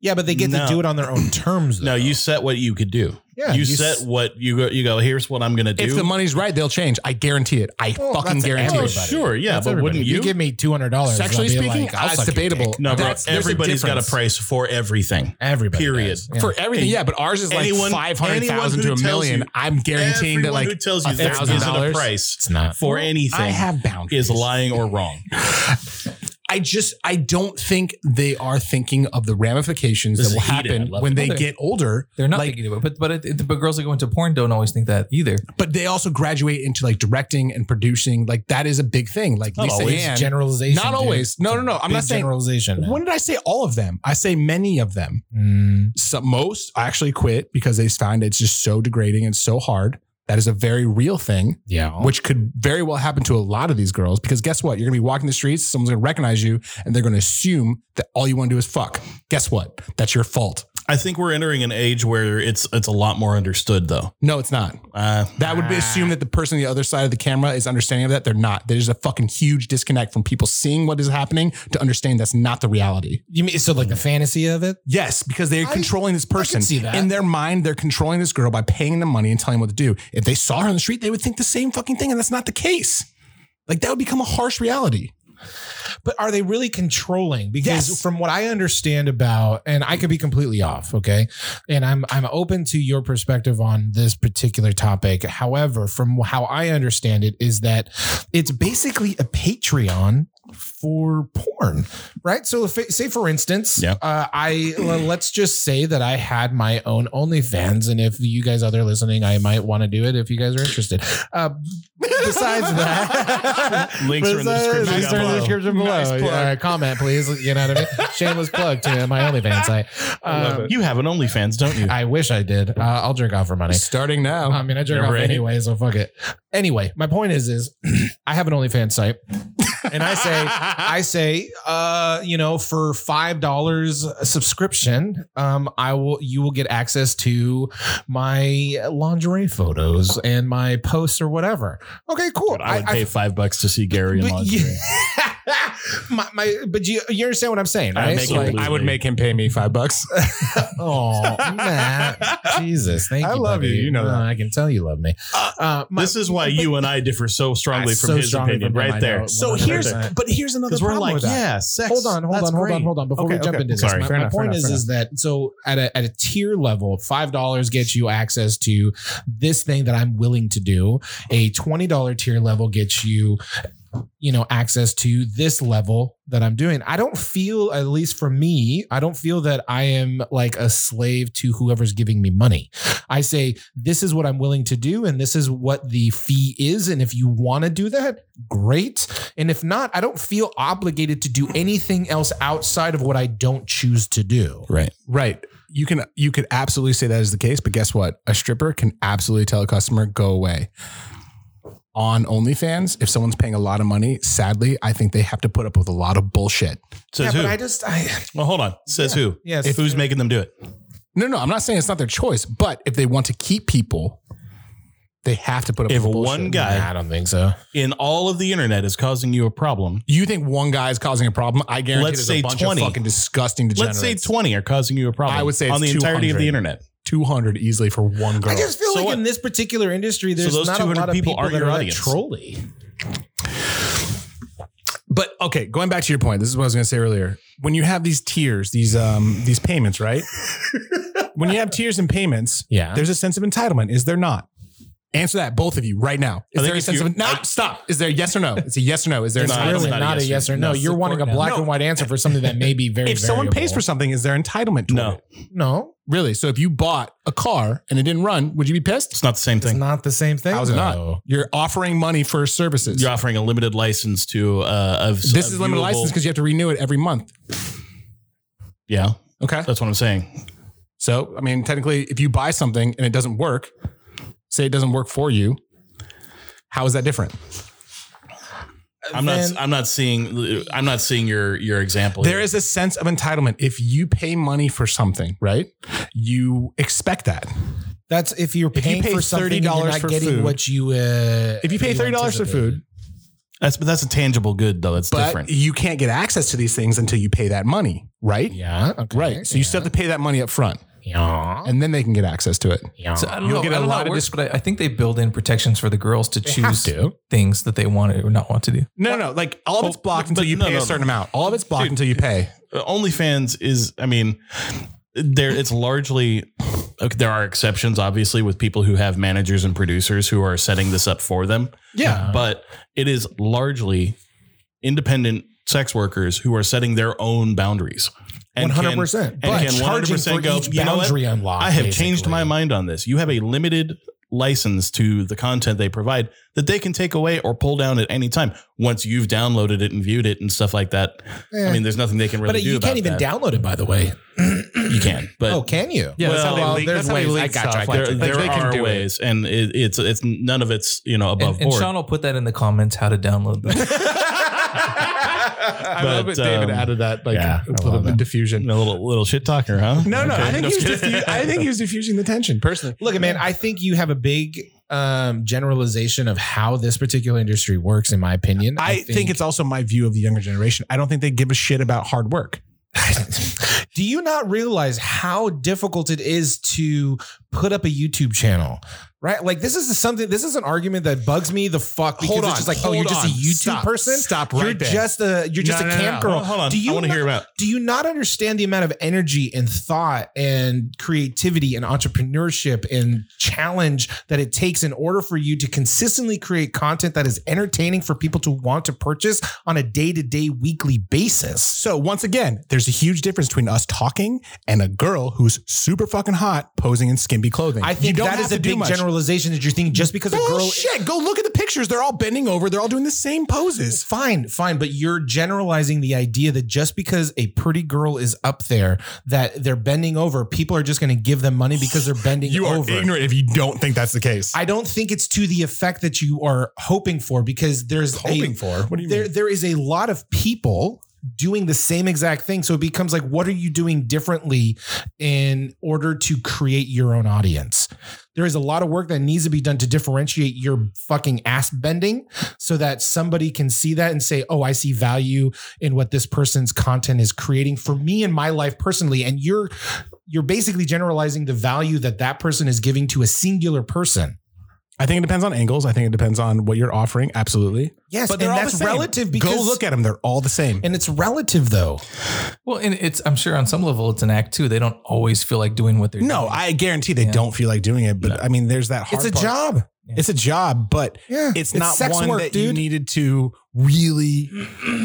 B: yeah, but they get
C: No.
B: to do it on their own terms.
C: No,
B: though.
C: you set what you could do.
B: Yeah,
C: you,
B: you
C: set
B: s-
C: what you go. You go. Here's what I'm going to do.
A: If the money's right, they'll change. I guarantee it. I
B: Well,
A: fucking
B: that's
A: guarantee
C: oh,
A: it.
B: everybody.
C: sure, yeah,
B: That's
C: but
B: everybody.
C: wouldn't you?
B: You give me two hundred dollars.
A: Sexually speaking, uh, it's debatable.
C: no, bro,
A: That's- there's a
C: everybody's got a
A: difference.
C: price for everything.
B: Everybody.
C: Period.
B: does. Yeah.
A: For everything, yeah, but ours is like
C: Anyone-
A: five hundred thousand to
C: anyone
A: a
C: who tells
A: million.
C: you-
A: I'm guaranteeing that
C: Everyone
A: like
C: who tells you
A: a
C: there
A: thousand
C: isn't a
A: dollars.
C: price
B: it's not.
C: for anything
A: I have boundaries.
C: is lying or wrong.
A: [LAUGHS] I just I don't think they are thinking of the ramifications
C: This
A: that will
C: is heated. I
A: happen
C: love
A: when
C: it.
A: they
D: Well, they-
A: get older.
D: They're not
A: Like-
D: thinking about, it. but but it, but girls that go into porn don't always think that either.
A: But they also graduate into like directing and producing. Like that is a big thing. Like
C: Not
A: Lisa
C: always.
A: Ann-
B: generalization.
A: Not
B: dude.
A: always. No,
B: It's
A: no, no.
B: a
A: I'm not
B: big
A: saying-
B: generalization. man.
A: When did I say all of them? I say many of them.
B: Mm.
A: Some, most actually quit because they find it's just so degrading and so hard. That is a very real thing,
B: Yeah.
A: which could very well happen to a lot of these girls. Because guess what? You're gonna be walking the streets, someone's gonna recognize you, and they're gonna assume that all you wanna do is fuck. Guess what? That's your fault.
C: I think we're entering an age where it's it's a lot more understood though.
A: No, it's not.
C: Uh,
A: That would be assume that the person on the other side of the camera is understanding of that. They're not. There's a fucking huge disconnect from people seeing what is happening to understand that's not the reality.
B: You mean so like the fantasy of it?
A: Yes, because they're
B: I-
A: controlling this person.
B: see that.
A: In their mind, they're controlling this girl by paying them money and telling them what to do. If they saw her on the street, they would think the same fucking thing, and that's not the case. Like that would become a harsh reality.
B: But are they really controlling? Because
A: Yes.
B: from what I understand about, and I could be completely off, okay, and I'm I'm open to your perspective on this particular topic. However, from how I understand it, is that it's basically a Patreon for porn, right? So, if, it- say for instance,
C: Yeah.
B: uh, I well, let's just say that I had my own OnlyFans, and if you guys out there listening, I might want to do it if you guys are interested. Uh, besides
C: [LAUGHS]
B: that, [LAUGHS]
C: Links are in the
B: Besides-
C: description
B: links
C: down
B: are in the
C: below.
B: description below. Uh, comment, please. You know what I mean? Shameless plug to my OnlyFans site. Um,
C: you have an OnlyFans, don't you?
B: [LAUGHS] I wish I did. Uh, I'll jerk off for money.
A: Starting now.
B: I mean, I jerk
C: Yeah,
B: off
C: right.
B: anyway, so fuck it. Anyway, my point is, is [CLEARS THROAT] I have an OnlyFans site, and I say, I say, uh, you know, for five dollars a subscription, um, I will, you will get access to my lingerie photos and my posts or whatever. Okay, cool.
C: I would pay five bucks to see Gary in
B: But
C: lingerie.
B: yeah- [LAUGHS] my, my, but you, you understand what I'm saying,
A: I
B: right?
A: would, make
B: Like,
A: him, I would make him pay me five bucks. [LAUGHS]
B: Oh, Matt. Jesus. Thank you.
A: I love
B: buddy.
A: you. You know that.
B: Uh, I can tell you love me. Uh, my-
C: this is why you and I differ so strongly from
B: so
C: his
B: strongly
C: opinion,
B: from him, I
C: right there.
B: know.
A: so
B: 100%.
A: here's, but here's another
C: Because we're
A: problem
C: like,
A: with that.
C: yeah, sex.
B: hold on, hold
C: that's
B: on, hold on,
C: great.
B: hold on. Before we
A: Okay,
B: jump
A: okay.
B: into this,
A: Sorry,
B: my,
A: fair
B: my
A: enough, fair
B: point
A: enough,
B: is,
A: fair
B: is that so at a, at a tier level, five dollars gets you access to this thing that I'm willing to do. A twenty dollar tier level gets you, you know, access to this level that I'm doing. I don't feel, at least for me, I don't feel that I am like a slave to whoever's giving me money. I say this is what I'm willing to do, and this is what the fee is. And if you want to do that, great. And if not, I don't feel obligated to
A: Hmm.
B: do anything else outside of what I don't choose to do.
C: Right.
A: Right. You can you could absolutely say that is the case, but guess what? A stripper can absolutely tell a customer go away. On OnlyFans, if someone's paying a lot of money, sadly, I think they have to put up with a lot of bullshit.
C: Says who?
B: just, I, [LAUGHS]
C: well, hold on. Says who?
B: yes.
C: If who's making them do it?
A: No, no, I'm not saying it's not their choice, but if they want to keep people, they have to put up
C: If
A: with the bullshit.
C: one guy
B: I don't think so.
C: in all of the internet is causing you a problem,
A: you think one guy is causing a problem, I guarantee
C: Let's
A: there's
C: say
A: a bunch
C: 20.
A: of fucking disgusting
C: let's
A: degenerates.
C: say 20 are causing you a problem.
A: I would say
C: on the
A: it's
C: entirety of the
A: 200.
C: internet.
A: 200 easily for one girl.
B: I just feel
C: So
B: like
C: what?
B: in this particular industry, there's
C: those
B: not a
C: 200
B: lot of
C: people
B: people,
C: aren't
B: that
C: your
B: are
C: audience.
B: audience. trolly.
A: But okay, going back to your point, this is what I was going to say earlier. When you have these tiers, these um these payments, [LAUGHS] right? when you have tiers and payments,
B: Yeah.
A: there's a sense of entitlement. Is there not? Answer that, both of you, right now. Is
C: I think
A: there a
C: if
A: sense
C: you-
A: of no? stop. Is there yes or no? It's a yes or no. Is there
C: It's
A: an
C: not-
A: entitlement?
C: it's
B: Really,
C: not
B: not,
C: a
B: a
C: yes
B: yes,
C: or
B: or no.
C: no.
B: You're wanting a black
A: No.
B: and white answer for something that may be very.
A: If someone pays for
B: variable.
A: something, is there entitlement? To
C: No.
A: it?
B: no,
A: really. So if you bought a car and it didn't run, would you be pissed?
C: It's not the same
B: it's
C: thing.
B: not the same thing.
A: How's it not?
B: though.
A: You're offering money for services.
C: You're offering a limited license to uh, of
A: This is
C: a
A: limited
C: viewable-
A: license because you have to renew it every month.
C: yeah,
A: Okay.
C: that's what I'm saying.
A: So, I mean, technically, if you buy something and it doesn't work, say it doesn't work for you, how is that different?
C: I'm
B: Then-
C: not. I'm not seeing. I'm not seeing your your example.
A: There
C: here.
A: is a sense of entitlement. If you pay money for something, right? You expect that.
B: That's if you're
A: If you
B: paying
A: pay
B: for something, and
A: $30
B: you're not
A: for
B: getting
A: food-
B: what you. Uh,
A: If you pay $30 for
B: anticipated.
A: food,
C: That's but that's a tangible good though. That's
A: but
C: different.
A: you can't get access to these things until you pay that money, right?
B: yeah, okay.
A: Right. So you still have to pay that money up front
B: Yeah.
A: and then they can get access to it.
B: Yeah.
D: So I don't
A: You'll
D: know.
A: get
D: I
A: a
D: don't know
A: lot
D: how it
A: of
D: works,
A: dis-
D: but I, I think they build in protections for the girls to choose
B: to.
D: things that they want or not want to do.
A: No, no, no. Like all of it's
C: Well,
A: blocked
C: but-
A: until you
C: no,
A: pay
C: no,
A: a
C: no.
A: certain amount. All of it's blocked
C: Dude.
A: until you pay.
C: Uh, OnlyFans is. I mean, there. It's largely. Okay, there are exceptions, obviously, with people who have managers and producers who are setting this up for them.
A: Yeah.
B: Uh-huh.
C: But it is largely independent sex workers who are setting their own boundaries.
B: One
C: And can-
B: hundred percent.
C: and
B: But
C: can
B: charging
C: 100%
B: for
C: go,
B: each
C: "You know what?
B: boundary unlock.
C: I have
B: basically.
C: changed my mind on this. You have a limited license to the content they provide that they can take away or pull down at any time once you've downloaded it and viewed it and stuff like that. I
B: Eh.
C: mean, there's nothing they can really
B: but
C: do
B: you
C: about
B: can't even
C: that.
B: download it, by the way.
C: you can, but
B: oh, can you?
D: Yeah,
C: that's how they
A: leak-
B: there's
A: that's how they
B: ways.
A: leak
B: I got you. I
A: stuff.
B: got
C: there,
B: you.
A: Like,
C: there
A: they can
C: are
A: do it.
C: ways, and it, it's it's none of it's you know above
D: And, and
C: board.
D: Sean will put that in the comments how to download them.
A: [LAUGHS]
C: [LAUGHS]
A: I
C: love But, that David um, added
A: that like
B: yeah, I little love bit that.
A: diffusion.
C: a little little shit talker, huh?
A: No, no,
C: Okay,
A: I think
C: no,
A: he was
C: just kidding.
A: diffu- I think he was diffusing the tension personally.
B: Look, man, I think you have a big um, generalization of how this particular industry works. In my opinion,
A: I think, it's also my view of the younger generation. I don't think they give a shit about hard work.
B: [LAUGHS] Do you not realize how difficult it is to put up a YouTube channel? Right? Like this is something this is an argument that bugs me the fuck because
A: Hold
B: it's
A: on,
B: just like, oh,
A: hold
B: you're just
A: on.
B: a YouTube
A: Stop,
B: person?
A: stop
B: You're
A: right there.
B: just a you're just
A: No,
B: a
A: no, no, no.
B: camp girl.
C: Hold on, hold on.
B: Do you
C: I want to
B: not-
C: hear about.
B: do you not understand the amount of energy and thought and creativity and entrepreneurship and challenge that it takes in order for you to consistently create content that is entertaining for people to want to purchase on a day-to-day weekly basis
A: So once again, there's a huge difference between us talking and a girl who's super fucking hot posing in skimpy clothing.
B: i think that
A: have
B: is a
A: to do
B: big
A: much.
B: generalization that you're thinking just because a girl
A: Bullshit. Go look at the pictures. They're all bending over. They're all doing the same poses.
B: fine fine but you're generalizing the idea that just because a pretty girl is up there that they're bending over people are just going to give them money because they're bending over
A: if you don't think that's the case.
B: I don't think it's to the effect that you are hoping for because there's a,
A: for. What do you
B: there
A: mean?
B: there is a lot of people doing the same exact thing. So it becomes like, what are you doing differently in order to create your own audience? There is a lot of work that needs to be done to differentiate your fucking ass bending so that somebody can see that and say, oh, I see value in what this person's content is creating for me in my life personally. And you're, you're basically generalizing the value that that person is giving to a singular person.
A: I think it depends on angles. I think it depends on what you're offering. Absolutely.
B: Yes,
A: But
B: and
A: they're all
B: that's
A: the same.
B: relative because
A: Go look at them. They're all the same.
B: and it's relative though.
D: Well, and it's I'm sure on some level it's an act too. They don't always feel like doing what they're
A: No,
D: doing.
A: I guarantee they
D: Yeah.
A: don't feel like doing it. But I mean, there's that hard
B: It's a
A: part.
B: job.
A: It's a job, but
B: Yeah.
A: it's not
B: sex
A: one
B: work,
A: that you
B: dude.
A: needed to
C: [CLEARS THROAT]
A: really.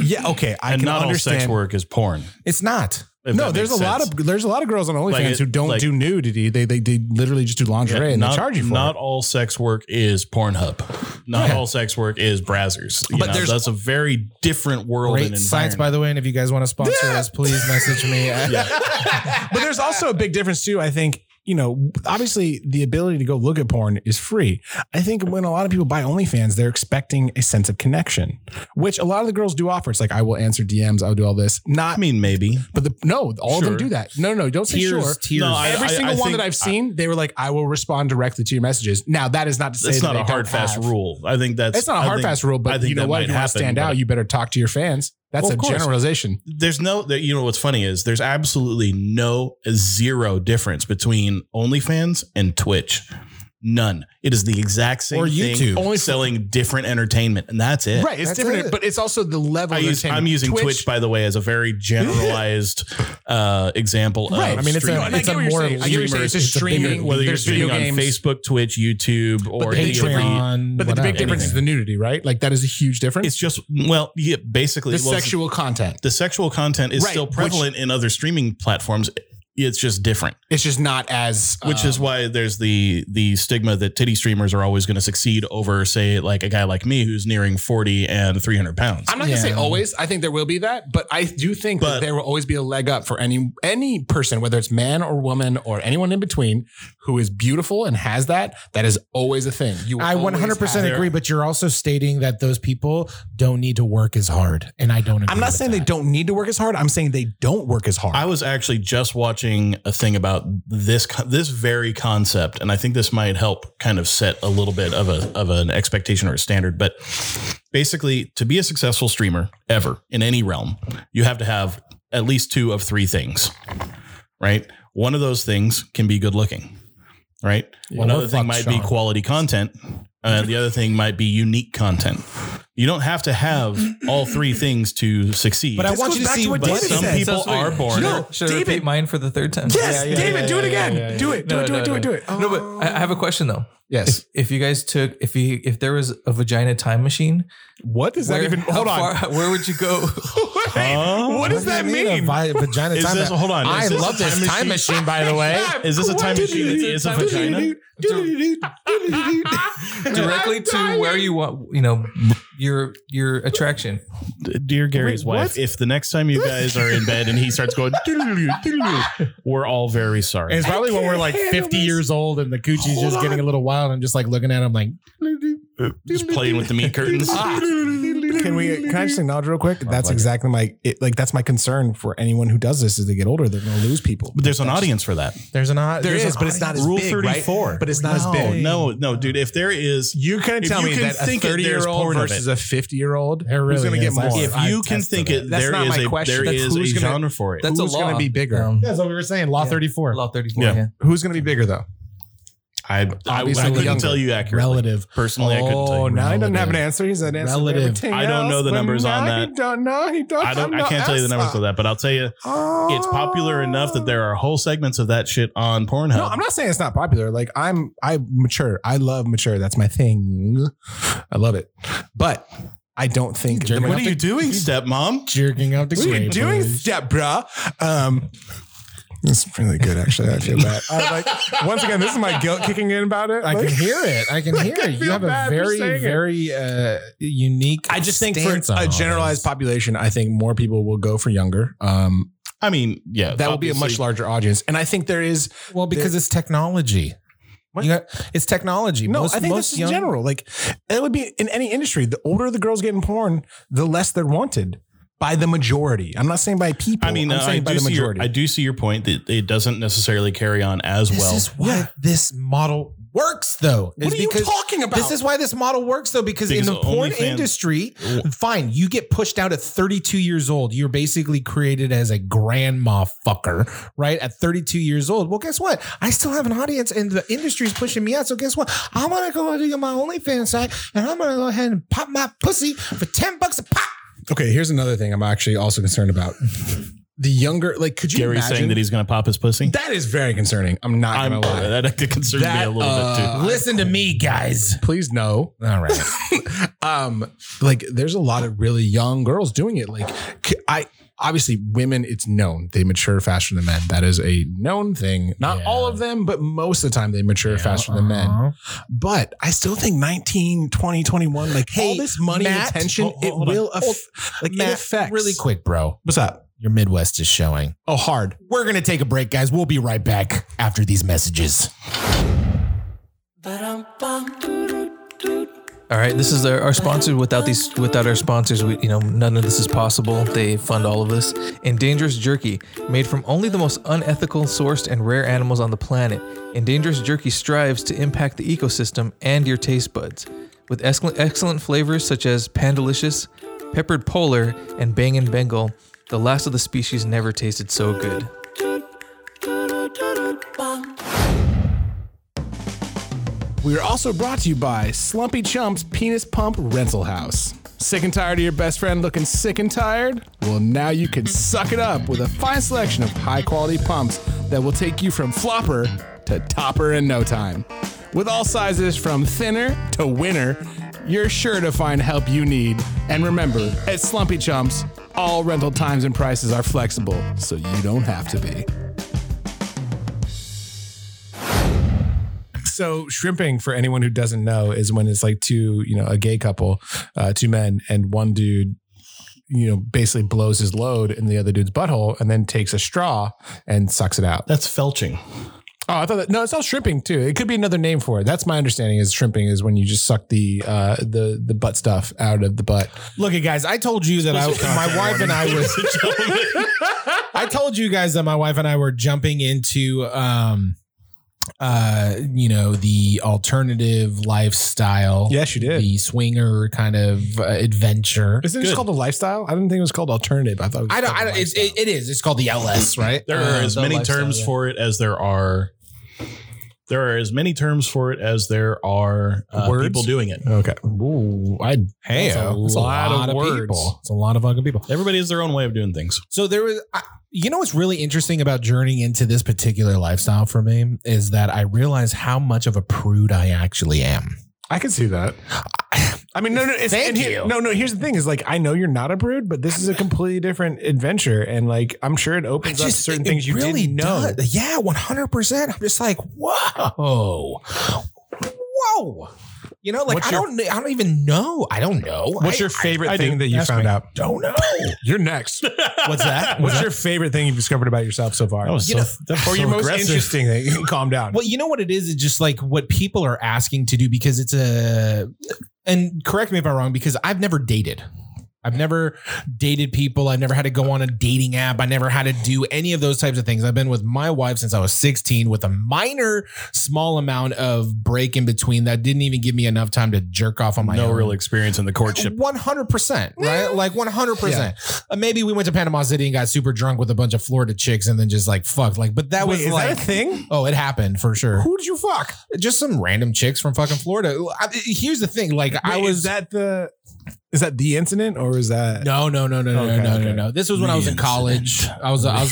A: Yeah. Okay. I
C: and
A: can
C: not
A: understand.
C: all sex work is porn.
B: it's not.
C: if
A: no,
C: that
A: there's a
C: makes
A: lot
C: sense.
A: of there's a lot of girls on OnlyFans
C: Like it-
A: who don't
C: like-
A: do nudity. They, they they literally just do
C: Yeah,
A: lingerie and
C: not,
A: they charge you for
C: Not
A: it.
C: all sex work is Pornhub. Not
B: Yeah.
C: all sex work is Brazzers. You
B: But
C: know,
B: there's-
C: that's a very different world
B: Great
C: and
B: sites,
C: environment.
B: by the way. And if you guys want to sponsor us, please
A: [LAUGHS]
B: message me.
A: But there's also a big difference too. I think you know, obviously, the ability to go look at porn is free. I think when a lot of people buy OnlyFans, they're expecting a sense of connection, which a lot of the girls do offer. It's like I will answer DMs, I will do all this. Not
C: I mean, maybe.
A: But the, no, all of them
C: Sure.
A: do that. No, no, don't say
B: Tears,
A: sure.
B: tears.
C: No, I-
A: Every
C: I-
A: single
C: I
A: one
C: think-
A: that I've seen, they were like, "I will respond directly to your messages." Now, that is not to say
C: That's
A: that
C: not
A: they
C: a hard
A: don't
C: fast
A: have-
C: rule. I think that's
A: It's not a
C: I
A: hard
C: think-
A: fast rule,
C: I
A: but
C: think
A: you know
C: that
A: what?
C: might
A: If you want to
C: happen,
A: stand
C: but-
A: out, you better talk to your fans. That's
C: Well,
A: a
C: of course.
A: generalization.
C: there's no that you know what's funny is there's absolutely no zero difference between OnlyFans and Twitch. None. It is the exact same
B: Or YouTube.
C: thing, only selling different entertainment, and that's it.
A: Right, it's
B: That's
A: different,
B: it.
A: but it's also the level.
C: I
A: of
C: use, I'm
A: entertainment.
C: using Twitch, by the way, as a very generalized
A: [LAUGHS]
C: uh, example
A: Right.
C: of
A: I mean, it's a-
C: streaming.
A: No, and I
B: it's
A: get
B: a
A: what you're
B: more
A: saying. I get what you're saying. It's
B: lemurs.
A: just
B: It's a bigger-
A: streaming.
C: whether you're
A: There's video
C: streaming on
A: games.
C: Facebook, Twitch, YouTube, or
A: the
C: any of the,
B: Patreon.
A: But the big
B: whatever.
A: difference is the nudity, right? Like that is a huge difference.
C: it's just well, yeah, basically
A: the
C: well,
A: sexual content.
C: the sexual content is
A: Right,
C: still
A: which-
C: prevalent in other streaming platforms. It's just different.
A: It's just not as
C: which is
A: um,
C: why there's the the stigma that titty streamers are always going to succeed over say like a guy like me who's nearing 40 and 300 pounds
A: I'm not gonna say
B: Yeah.
A: always. I think there will be that, but I do think that
C: But-
A: there will always be a leg up for any any person, whether it's man or woman or anyone in between, who is beautiful and has that. That is always a thing. You will
B: I
A: always
B: 100%
A: have-
B: agree, but you're also stating that those people don't need to work as hard. And I don't agree.
A: I'm not
B: with
A: saying they
B: that.
A: don't need to work as hard. I'm saying they don't work as hard.
C: i was actually just watching a thing about this co- this very concept and i think this might help kind of set a little bit of a of an expectation or a standard but basically to be a successful streamer ever in any realm you have to have at least two of three things right one of those things can be good looking right
B: Well,
C: Another
B: we're
C: thing
B: fucked,
C: might
B: Sean.
C: be quality content. Uh, the other thing might be unique content. You don't have to have all three things to succeed.
B: But I
A: This
B: want
A: goes
B: you to
A: back
B: see
A: to what
B: what
C: David
B: it
C: said.
B: says.
C: Some people are born-
D: Should,
A: No,
D: I- should I
A: David.
D: repeat mine for the third time?
A: yes,
B: Yeah, yeah,
A: David,
B: yeah,
A: do it
B: yeah,
A: again.
B: yeah, yeah.
A: Do it. Do
D: No,
A: it. Do
D: no,
A: it. Do
D: no.
A: it. Do it. Oh.
D: No, but I I have a question though.
A: yes.
D: If you guys took if you if there was a vagina time machine,
A: What is that
D: where-
A: even?
D: how
A: Hold on.
D: far- [LAUGHS] where would
A: [LAUGHS]
D: you go?
B: [LAUGHS]
C: Huh?
A: What does that
B: do you a
A: mean?
B: vi- vagina
C: Is
B: time
C: this-
B: ma-
C: hold on,
B: I
C: is this
B: love
C: a
B: this
C: time
B: time machine, by the way.
C: Is this a time machine that is a vagina?
D: Directly to where you want, you know, your your attraction.
C: Dear Gary's
A: Wait, what?
C: wife, if the next time you guys are in bed and he starts
A: [LAUGHS]
C: going, "Doodle-doo, doodle-doo," we're all very sorry.
B: It's probably when we're like 50 years old and the coochie's just getting a little wild. I'm just like looking at him like,
C: Uh, Just playing with the
A: [LAUGHS]
C: meat curtains.
A: Ah. Can we? Can I just acknowledge real quick? That's exactly my it, like. That's my concern for anyone who does this: is they get older, they're going to lose people.
C: But there's an audience for that.
B: there's an odd.
A: There
B: there's
A: is,
B: an
A: but it's not
B: audience.
A: as
C: Rule
A: big, right?
C: 34.
A: But it's not as
C: No,
A: big.
C: no, no, dude. If there is,
A: You couldn't
C: If
A: tell
C: you
A: me
C: can
A: that a
C: think it, there's
A: 30 year old
C: porn of
A: versus a 50 year old
B: There
A: who's going to
B: really
A: get
B: is. I-
A: more.
C: if you can think it,
D: That's
C: there
D: not
C: is
D: my
C: a
D: question.
C: there
D: That's
C: is a
D: who's gonna-
C: genre for it.
D: That's
A: Who's
D: a law.
A: gonna be bigger?
D: Um,
B: That's what we were saying. Law
D: Yeah.
B: 34.
D: law thirty four.
C: Yeah.
D: Yeah.
A: who's going to be bigger though?
C: I, I, I
B: Obviously
C: couldn't
B: younger.
C: tell you accurately.
B: Relative.
C: Personally, I couldn't tell you.
A: Oh, now he doesn't have an
B: Relative.
A: answer. He's an answer. for
B: Relative.
A: everything
C: I don't know the
A: but
C: numbers on
A: now he
C: that.
A: Don't know. He don't.
C: I don't. I can't tell you the numbers of that, but I'll tell you, it's popular enough that there are whole segments of that shit on Pornhub.
A: No, I'm not saying it's not popular. Like I'm, I mature. I love mature. That's my thing. I love it, but I don't think.
B: Jeremy,
C: what are you doing, stepmom?
B: Jerking out the
A: What are you
B: grape.
A: doing, step bruh? Um, it's really good, actually. I feel bad. I, like, once again, this is my guilt kicking in about it.
B: I
A: Like,
B: can hear it. I can hear
A: [LAUGHS] I
B: it. You
A: feel
B: have a
A: bad for
B: very,
A: saying it.
B: very uh, unique.
A: I just think for
B: stance on all
A: a
B: this.
A: generalized population, I think more people will go for younger. Um,
C: I mean, yeah,
A: that will be a much
C: obviously.
A: larger audience, and I think there is
B: Well, because it's technology.
A: What?
B: You got, it's technology.
A: no.
B: Most-
A: I think
B: most
A: this is
B: young-
A: general. Like, it would be in any industry. The older the girls get in porn, the less they're wanted. by the majority. I'm not saying by people.
C: I mean,
A: I'm
C: uh, I
A: saying by
C: do
A: the
C: see your,
A: majority.
C: I do see your point that it doesn't necessarily carry on as
B: This
C: well.
B: is why this model works, though.
A: What
B: is
A: are you talking about?
B: This is why this model works, though, because,
C: Because
B: in the porn
C: OnlyFans-
B: industry, fine, you get pushed out at 32 years old. You're basically created as a grandma fucker, right? At 32 years old. Well, guess what? I still have an audience, and the industry is pushing me out. So guess what? I'm gonna go to my OnlyFans site, and I'm gonna go ahead and pop my pussy for 10 bucks a pop.
A: okay, here's another thing I'm actually also concerned about. The younger, like, could you
C: Gary's
A: imagine?
C: saying that he's going to pop his pussy.
A: that is very concerning. I'm not
C: I'm
A: gonna lie.
C: that concerns me a little bit
A: uh,
C: too.
B: Listen to me, guys.
A: Please no.
B: All right.
A: [LAUGHS] um, like there's a lot of really young girls doing it. Like c- I obviously women, it's known they mature faster than men. That is a known thing. Not
B: Yeah.
A: all of them, but most of the time they mature faster than men.
B: Uh-huh.
A: But I still think 19, 20, 21, like
B: Hey,
A: all this money
B: Matt,
A: and attention,
B: hold- hold- hold
A: it
B: on.
A: will
B: Hold-
A: aff- like
B: Matt,
A: it affects
B: really quick, bro.
A: What's up?
B: Your Midwest is showing.
A: Oh, hard.
B: We're going to take a break, guys. We'll be right back after these messages.
D: All right, this is our, our sponsor. Without these, without our sponsors, we, you know, none of this is possible. They fund all of this. And Dangerous Jerky, made from only the most unethical sourced and rare animals on the planet. And Dangerous Jerky strives to impact the ecosystem and your taste buds, with excellent, excellent flavors such as Pandalicious, Peppered Polar, and Bangin' Bengal. The last of the species never tasted so good.
A: We are also brought to you by Slumpy Chump's Penis Pump Rental House. Sick and tired of your best friend looking sick and tired? Well, now you can suck it up with a fine selection of high quality pumps that will take you from flopper to topper in no time. With all sizes from thinner to winner, you're sure to find help you need. And remember, at Slumpy Chumps, all rental times and prices are flexible, so you don't have to be. so shrimping for anyone who doesn't know is when it's like two you know a gay couple uh, two men and one dude you know basically blows his load in the other dude's butthole and then takes a straw and sucks it out
C: That's felching.
A: oh i thought that no it's all shrimping too it could be another name for it that's my understanding is shrimping is when you just suck the uh the the butt stuff out of the butt
B: Look, at guys, I told you that I, my wife and I was. I told you guys that my wife and I were jumping into, um, uh, you know, the alternative lifestyle.
A: yes you
B: The swinger kind of uh, adventure.
A: isn't it just
C: Good.
A: called a lifestyle i didn't think it was called alternative i thought it was
B: I don't.
A: called
B: I don't it's, it, it is. It's called the LS, right?
C: There are
D: Uh,
C: as
D: the
C: many
D: lifestyle,
C: terms
D: yeah.
C: for it as there are. There are as many terms for it as there are uh,
A: Words?
C: people doing it.
A: okay Ooh, i
B: Hey,
A: That's a lot of words.
B: people. It's a lot of fucking people.
C: Everybody has their own way of doing things.
B: So there was, I, you know, what's really interesting about journeying into this particular lifestyle for me is that I realize how much of a prude I actually am.
A: I can see that. I mean, no, no, it's,
B: Thank
A: and here-
B: you.
A: No, no. Here's the thing: is like I know you're not a brood, but this is a completely different adventure, and like I'm sure it opens up certain
B: it
A: things you didn't know.
B: does. Yeah, one hundred percent. I'm just like, whoa, whoa. You know, like
A: What's
B: I
A: your-
B: don't, I don't even know. I don't know.
A: What's
B: I-
A: your favorite
C: I
A: thing
C: do.
A: that you
C: Ask
A: found
C: me.
A: out?
B: I don't know.
A: You're [LAUGHS] next.
B: What's that?
A: What's your favorite thing you've discovered about yourself so far?
C: That was
B: You
C: so,
B: know-
C: that's
A: or
C: so
A: your most
C: aggressive.
A: interesting thing? [LAUGHS] Calm down.
B: Well, you know what it is? It's just like what people are asking to do because it's a, and correct me if I'm wrong, because I've never dated. I've never dated people. I've never had to go on a dating app. I never had to do any of those types of things. I've been with my wife since I was 16 with a minor, small amount of break in between that didn't even give me enough time to jerk off on my
C: no
B: own.
C: real experience in the courtship.
B: One hundred percent, right?
A: Mm.
B: Like one hundred percent. Uh, Maybe we went to Panama City and got super drunk with a bunch of Florida chicks, and then just like fucked. Like, but that
A: Wait,
B: was
A: is
B: like
A: that a thing?
B: Oh, it happened for sure.
A: Who did you fuck?
B: Just some random chicks from fucking Florida. I- here's the thing, like I
A: Wait,
B: was.
A: Is that the? Is that the incident, or is that?
B: no, no, no, no, no,
A: Okay,
B: no,
A: okay.
B: no, no. This was when I was in
C: The
B: college. I was. I was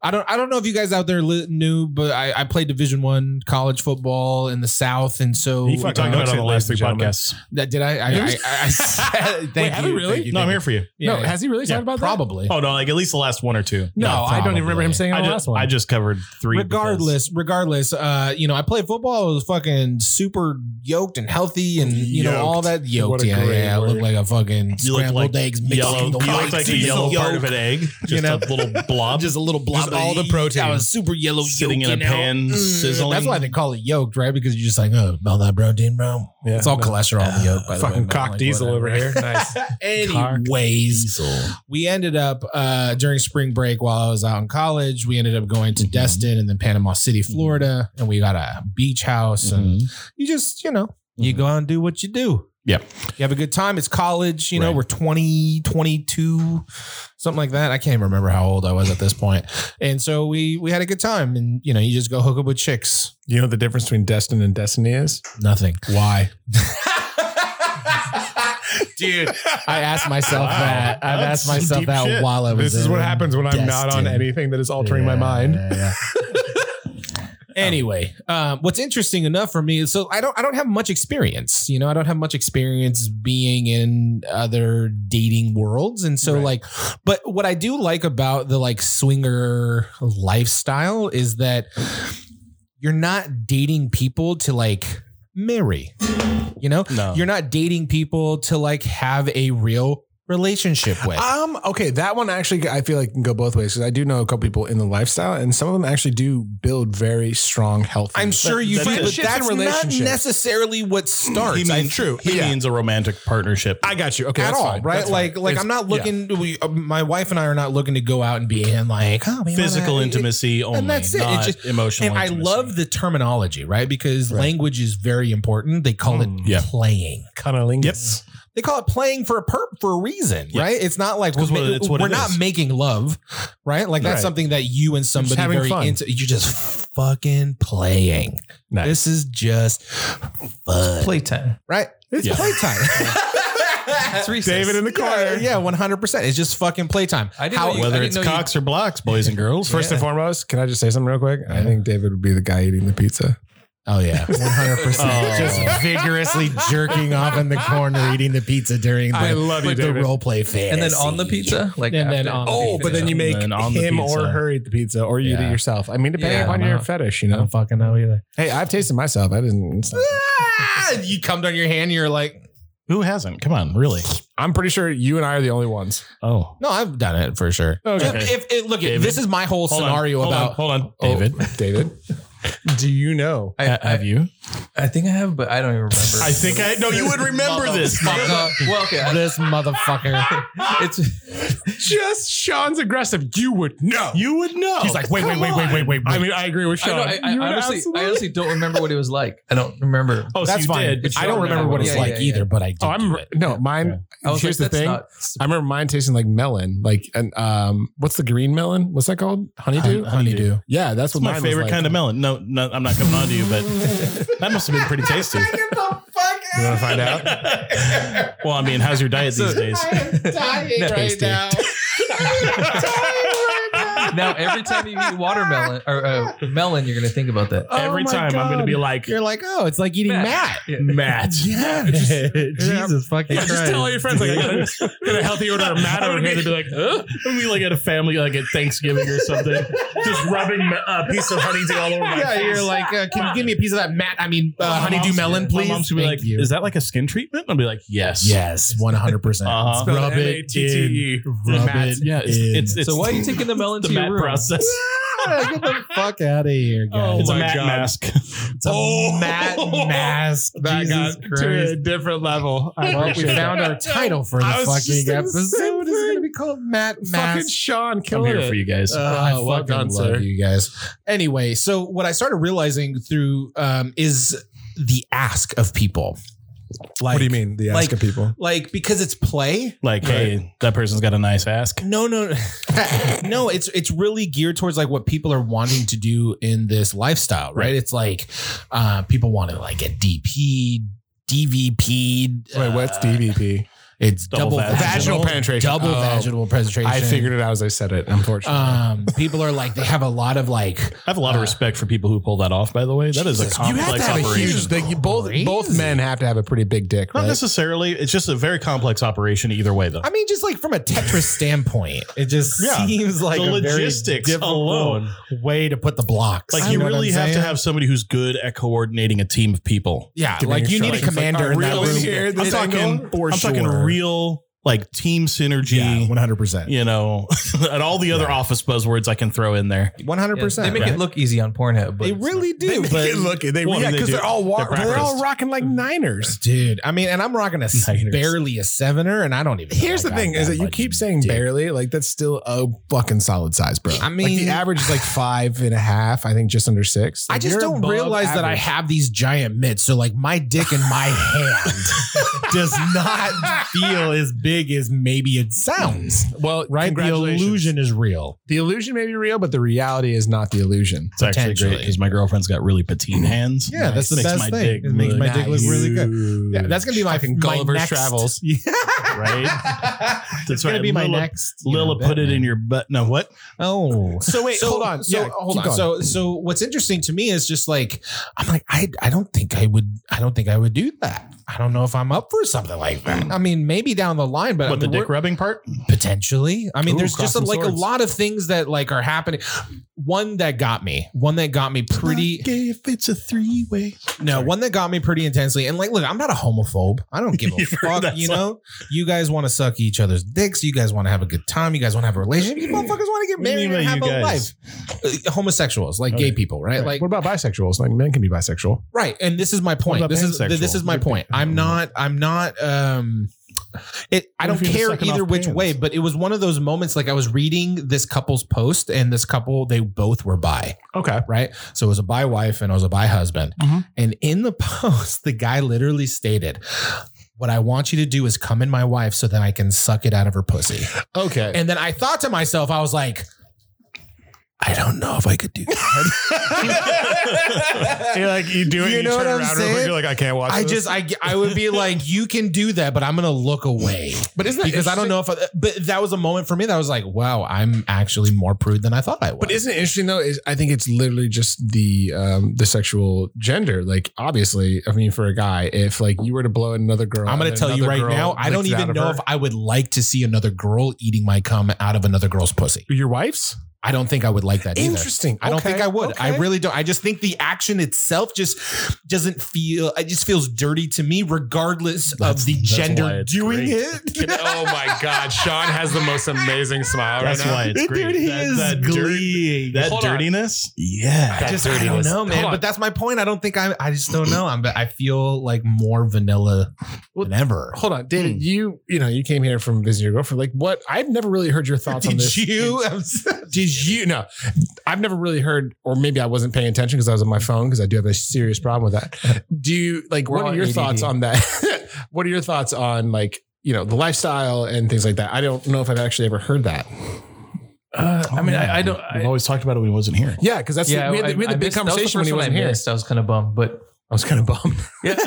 B: I don't. I don't know if you guys out there li- knew, but I, I played Division One college football in the South, and so
A: He
C: We
A: fucking
C: talked about it on the last three
A: Ladies and gentlemen.
C: podcasts.
B: that did I. I, I, I, I thank
A: Wait,
B: you.
A: have we really?
B: Thank you,
C: No, I'm
B: thank
C: here for you.
B: you. Yeah,
A: no.
B: yeah.
A: Has he really
C: Yeah,
A: talking about that?
B: probably.
C: Oh no, like at least the last one or two.
A: No,
B: No,
A: I don't even remember him
B: probably.
A: saying it
C: I
A: on the
C: just,
A: last one.
C: I just covered three. because-
B: regardless regardless uh you know i played football i was fucking super yoked and healthy and you know all
A: Yoked.
B: that yoked
A: What a
B: yeah
A: great
B: yeah i looked
A: word.
B: like a fucking
C: You look
B: scrambled
C: like
B: eggs mixed
C: yellow.
B: with [LAUGHS]
C: You look like a
B: whites.
C: yolk. part of
B: Yolk.
C: an egg. Just
B: know?
C: a little blob.
B: just a little blob
C: Just the-
B: I was super yellow,
C: Sitting
B: yolk,
C: in a
B: you know?
C: pan, sizzling.
B: That's why they call it yolk, right? Because you're just like, oh, smell that protein, bro.
A: Yeah.
B: it's all cholesterol in the yolk. By the way,
A: fucking
B: man.
A: cock
B: Like,
A: diesel
B: whatever.
A: over here. [LAUGHS]
D: Nice.
B: Anyways, we ended up uh, during spring break while I was out in college. We ended up going
C: Mm-hmm.
B: to Destin and then Panama City, Florida, and we got a beach house. And you just, you know, you go out and do what you do.
C: Mm-hmm. Yep.
B: You have a good time. It's college, you know,
C: Right.
B: we're 20, 22, something like that. I can't even remember how old I was at this point. And so we we had a good time and you know, you just go hook up with chicks.
A: You know what the difference between Destin and Destiny is?
B: Nothing.
A: Why?
B: [LAUGHS] Dude, I asked myself
C: Wow.
B: that. I've
C: That's
B: asked myself
C: deep
B: that
C: shit.
B: while I was
A: This is what
B: in
A: happens when I'm not on
B: Destin.
A: anything that is altering my
B: Yeah,
A: mind. [LAUGHS]
B: yeah, yeah. anyway, um, what's interesting enough for me is so I don't I don't have much experience. You know, I don't have much experience being in other dating worlds, and so
A: Right.
B: like, but what I do like about the like swinger lifestyle is that you're not dating people to like marry. You know,
C: No.
B: you're not dating people to like have a real relationship with.
A: Um. Okay, that one actually I feel like can go both ways because I do know a couple people in the lifestyle, and some of them actually do build very strong, healthy.
B: I'm sure you
C: that-
B: do,
C: that-
B: but
A: Friendships
B: that's
A: and
B: not
A: relationships.
B: necessarily what starts.
C: He
B: I-
C: means
A: true.
C: He
A: Yeah.
C: means a romantic partnership.
A: I got you. Okay,
B: at
A: that's
B: all, right?
A: fine. That's
B: Like,
A: fine.
B: like
A: It's-
B: I'm not looking. We, uh, my wife and I are not looking to go out and be in like oh, we
C: Physical
B: wanna-
C: intimacy only,
B: that's it. It
C: not
B: just-
C: emotional.
B: And I
C: intimacy.
B: love the terminology, right? Because language is very important. They call it
C: Yeah.
B: playing.
A: Cunnilingus.
B: They call it playing for a per- for a reason,
C: Yeah.
B: right? It's not like we're,
C: 'Cause what-
B: ma-
C: it's what it
B: we're not
C: is.
B: making love, right? Like that's
A: Right.
B: something that you and somebody
A: having
B: very
A: fun.
B: into. You're just fucking playing.
A: Nice.
B: This is just fun,
D: Playtime.
B: right? It's
C: Yeah.
B: playtime.
D: It's recess.
A: David in the corner.
B: Yeah, one hundred percent. It's just fucking playtime.
D: I didn't
B: How-
D: know you- I
C: whether
D: didn't
C: it's
D: know you-
C: cocks or blocks, boys and girls.
A: First and foremost, can I just say something real quick? I think David would be the guy eating the pizza. [LAUGHS]
B: Oh yeah, one hundred percent. Just
D: [LAUGHS]
B: vigorously jerking off in the corner, eating the pizza during the,
A: I love you,
B: the
A: David.
B: role play fan.
D: and then on the pizza, like
B: And then
D: after-
B: on the
A: Oh, but then you make
C: And on the
A: him
C: pizza.
A: or her eat the pizza, or you eat
B: Yeah.
A: it yourself. I mean, depending
D: Yeah,
A: upon
B: I
A: your
B: know.
A: fetish, you
B: I
A: know.
B: don't fucking know either.
A: Hey, I've tasted myself. I didn't. it's not-
B: Ah, you come down your hand, and you're like,
C: Who hasn't? Come on, really?
A: I'm pretty sure you and I are the only ones.
C: Oh,
B: no, I've done it for sure.
A: Okay.
B: If, if- look,
C: David.
B: this is my whole
C: Hold on,
B: scenario
C: hold on,
B: about.
C: hold on,
A: Oh,
C: David.
A: David, do you know?
D: I,
C: Ha- have
D: I,
C: you?
D: I think I have, but I don't even remember.
C: I think I. No, you would remember this.
B: Mother-
D: well, okay. I-
B: this motherfucker.
D: It's
A: Just Sean's aggressive. You would know.
C: You would know.
B: He's like, wait, wait, wait, wait, wait, wait,
A: I
B: wait.
A: mean, I agree with
D: I,
A: Sean.
D: don't- I, I
A: You would
D: honestly, I
A: absolutely-
D: honestly don't remember what it was like. I don't remember.
C: Oh, so
B: That's
C: you
B: fine.
C: did, but
D: It's
B: I
D: you
B: don't
D: don't
B: remember
D: remember
B: what it's
D: what- yeah,
B: like
D: yeah,
B: either,
D: yeah.
B: but I do.
A: Oh, I'm
B: do it.
A: no mine.
D: I was
A: Here's
D: like,
A: the
D: that's
A: thing.
D: not.
A: I remember mine tasting like melon, like an um, what's the green melon? What's that called? Honeydew.
C: Hon- honeydew.
A: Yeah, that's
C: It's
A: what
C: my
A: mine was
C: favorite
A: like.
C: kind of melon. No, no, I'm not coming on to you, but that must have been pretty tasty.
A: You want to find out?
C: well, I mean, how's your diet these days?
B: dying
A: Tasty.
D: Now every time you eat watermelon or uh, melon, you're gonna think about that.
A: oh
C: Every time I'm going to be like,
B: Oh You're like, oh, it's like eating
D: Matt.
B: Matt.
C: Matt.
B: Yeah.
A: Jesus
B: fucking
A: Yeah, just tell all your friends like I got a, got a healthy order of Matt over here. They'd be like, huh?
C: When we like at a family like at Thanksgiving or something, just rubbing a piece of honeydew all over my
B: Yeah, you're like, uh, can you give me a piece of that Matt? I mean, uh, honeydew melon, please.
C: My mom's gonna be
B: Thank
C: like,
B: you.
C: "Is that like a skin treatment?" I'll be like, "Yes,
B: [LAUGHS] yes, one hundred percent.
C: Uh-huh.
B: Rub it
F: [LAUGHS]
B: in.
A: M-A-T-T-E.
B: Rub
C: Matt,
B: it
C: yeah, it's,
B: in.
C: it's, it's
D: so why are you taking the melon
C: the
D: to
C: Matt
D: your
C: [LAUGHS]
D: room?
C: process?
B: Ah, Get the fuck out of here, guys.
C: it's a
A: my
C: Matt
A: God.
C: [LAUGHS] mask.
B: It's a Matt mask.
A: That
B: Jesus
A: got to a
B: Christ.
A: different level. I
B: Well, we
F: [LAUGHS]
A: appreciate
B: found
A: that.
B: our title for the
A: I was just
B: fucking
A: thinking the same
B: episode. It's going to be called Matt
A: Fucking
B: Mask.
A: Sean
C: I'm
A: killing
C: here
A: it.
C: for you guys.
B: Oh,
A: Uh,
B: I
A: well
B: fucking
A: done,
B: love
A: sir.
B: you guys. Anyway, so what I started realizing through um, is the ask of people. Like,
A: what do you mean? The
B: like-
A: ask of people.
B: Like because it's play.
C: like, hey, that person's got a nice ass.
B: No, no, [LAUGHS] no. It's it's really geared towards like what people are wanting to do in this lifestyle, right?
C: Right.
B: It's like uh, people want to like get DP, DVP.
A: Wait, what's DVP?
B: uh, It's double,
C: Double
B: vaginal,
C: vaginal
A: penetration.
B: Double
A: Oh,
B: vaginal penetration.
A: I figured it out as I said it. Unfortunately,
B: Um, people are like they have a lot of like
C: I have a lot of respect for people who pull that off. By the way, that is a
B: Jesus. You have to
C: complex operation.
A: They, you- both both
B: Crazy.
A: men have to have a pretty big dick,
C: Not
A: right?
C: necessarily. It's just a very complex operation either way, though.
B: I mean, just like from a Tetris standpoint, it just
C: Yeah.
B: seems like
C: The
B: a very
C: logistics
B: difficult
C: alone.
B: way to put the blocks.
C: Like you
B: know what
C: really
B: I'm
C: have to
B: saying?
C: have somebody who's good at coordinating a team of people.
B: yeah,
A: Give me your
B: like you need a
A: instructions.
B: commander
A: Like,
B: in
A: are we
B: that
A: in
B: room.
A: here?
B: I'm
A: This
B: talking
A: angle?
B: for
C: I'm talking
B: sure.
C: real, like team synergy.
A: Yeah, one hundred percent.
C: you know, [LAUGHS] and all the other office buzzwords I can throw in there.
A: One hundred
D: Yeah, they
A: percent.
D: make it look easy on Pornhub, but
A: They
D: it's
A: really do. They make
C: but-
A: it look they
C: Well,
A: yeah,
C: they
A: because
C: do.
A: they're all walk,
C: They're
A: they're, Mm-hmm. all
C: practiced.
A: rocking like Niners.
B: dude. I mean, and I'm rocking
A: [LAUGHS]
B: a s-
C: Niners.
B: barely a sevener, and I don't even.
A: Here's the
B: like,
A: thing:
B: I'm
A: is that you
B: much
A: keep saying
B: dick.
A: barely, like that's still a fucking solid size, bro.
B: I
A: Like,
B: mean-
A: the average
B: [SIGHS]
A: is like five and a half. I think just under six.
B: I
A: Like,
B: just
A: you're
B: don't
A: above
B: realize that I
A: average.
B: have these giant mitts. So like my dick in [LAUGHS] my hand does not feel as big as maybe it sounds.
A: Well,
B: Right? The
A: congratulations.
B: illusion is real.
A: The illusion may be real, but the reality is not the illusion.
C: It's actually great
B: Potentially.
C: because my girlfriend's got really petite hands.
B: Yeah, that's the
C: Makes
B: best
C: my
B: thing.
C: dick
B: It makes
C: look
B: my dick look really good. Yeah, that's gonna be my,
A: Fucking
B: my
A: Gulliver's
B: next-
A: Travels.
B: [LAUGHS] Yeah.
C: right.
B: That's
C: That's
B: gonna
C: right.
B: be my
C: Lilla-
B: next. you know,
C: Lila put it
B: Batman.
C: in your butt. No, what?
B: Oh.
A: So wait,
B: So-
A: hold on.
B: So
A: Yeah,
B: hold
A: keep going.
B: on. So so what's interesting to me is just like I'm like I I don't think I would I don't think I would do that. I don't know if I'm up for something like that. I mean, maybe down the line, but I
C: What the
B: mean,
C: dick
B: we're-
C: rubbing part?
B: potentially. I mean,
A: Ooh,
B: there's just a,
A: crossing
B: like
A: swords.
B: a lot of things that like are happening. One that got me. One that got me pretty.
C: If it's a three way,
B: No, one that got me pretty intensely. And like, look, I'm not a homophobe. I don't give a
C: [LAUGHS] You've heard
B: fuck.
C: that
B: You
C: song.
B: know, you guys want to suck each other's dicks. You guys want to have a good time. You guys want to have a relationship.
C: [LAUGHS]
B: You motherfuckers want to get
C: What do you
B: married
C: mean
B: and have
C: by
B: a
C: you guys?
B: life. Uh, homosexuals, like
A: Okay.
B: gay people, right? Like,
A: what about bisexuals? Like men can be bisexual.
B: right. And this is my point.
C: about
B: This is
C: pansexual?
B: this is my point. I'm not. I'm not. um it, I
C: What
B: don't
C: if you're just
B: care
C: sucking
B: either
C: off
B: which
C: pans?
B: way, but it was one of those moments. Like I was reading this couple's post, and this couple, they both were bi
A: Okay.
B: right? So it was a bi wife and I was a bi husband.
C: Mhm.
B: And in the [LAUGHS] post, the guy literally stated, What I want you to do is come in my wife so that I can suck it out of her pussy.
A: Okay.
B: And then I thought to myself, I was like, I don't know if I could do that. [LAUGHS]
A: you're like you do it.
B: You
A: You,
B: know
A: turn
B: what I'm
A: around real quick.
B: saying?
A: You're like I can't watch.
B: I
A: this. [LAUGHS]
B: just, I, I would be like, you can do that, but I'm gonna look away.
A: but isn't
B: Because I don't know if, I, but that was a moment for me that I was like, wow, I'm actually more prude than I thought I was.
A: But isn't it interesting though? Is I think it's literally just the um the sexual gender. Like obviously, I mean, for a guy, if like you were to blow another girl,
B: I'm going
A: and
B: to
A: then
B: tell you
A: another
B: right
A: girl
B: now, I don't
A: licks it out
B: even
A: of
B: know
A: her-
B: if I would like to see another girl eating my cum out of another girl's pussy.
A: your wife's.
B: I don't think I would like that either.
A: Interesting.
B: I don't
A: Okay.
B: think I would. I
A: Okay.
B: really don't. I just think the action itself just doesn't feel. It just feels dirty to me, regardless of the
C: that's why
B: gender
C: it's
B: doing
C: great.
A: [LAUGHS]
B: it.
A: oh my God, Sean has the most amazing smile
C: that's why it's
B: Dude,
C: great.
B: he
C: that,
B: is
C: that,
B: glee.
C: that
A: Hold on.
C: dirtiness, yeah.
B: I just I don't know, man. But that's my point. I don't think I. I just don't know. I'm. I feel like more vanilla than ever.
A: Hold on, David.
B: Hmm.
A: You you know you came here from visiting your girlfriend. Like what? I've never really heard your thoughts
B: [LAUGHS]
A: on this.
B: you?
A: Did you? No, I've never really heard, or maybe I wasn't paying attention because I was on my phone because I do have a serious problem with [LAUGHS] that. Do you like?
D: We're
A: what
D: all
A: are your
D: ADD.
A: thoughts on that? [LAUGHS] what are your thoughts on like you know the lifestyle and things like that? I don't know if I've actually ever heard that.
D: Uh, I mean, I, I don't.
C: We've
D: I,
C: always talked about it when he wasn't [LAUGHS] here.
A: Yeah, because that's
D: yeah,
A: we had
D: I-
A: the, we had the
D: I
A: big
D: missed- that was the
A: conversation when
D: first
A: he
D: one
A: wasn't
D: I
A: here.
D: missed. I was kind of bummed, but
A: I was kind of bummed.
D: [LAUGHS] yeah,
C: [LAUGHS]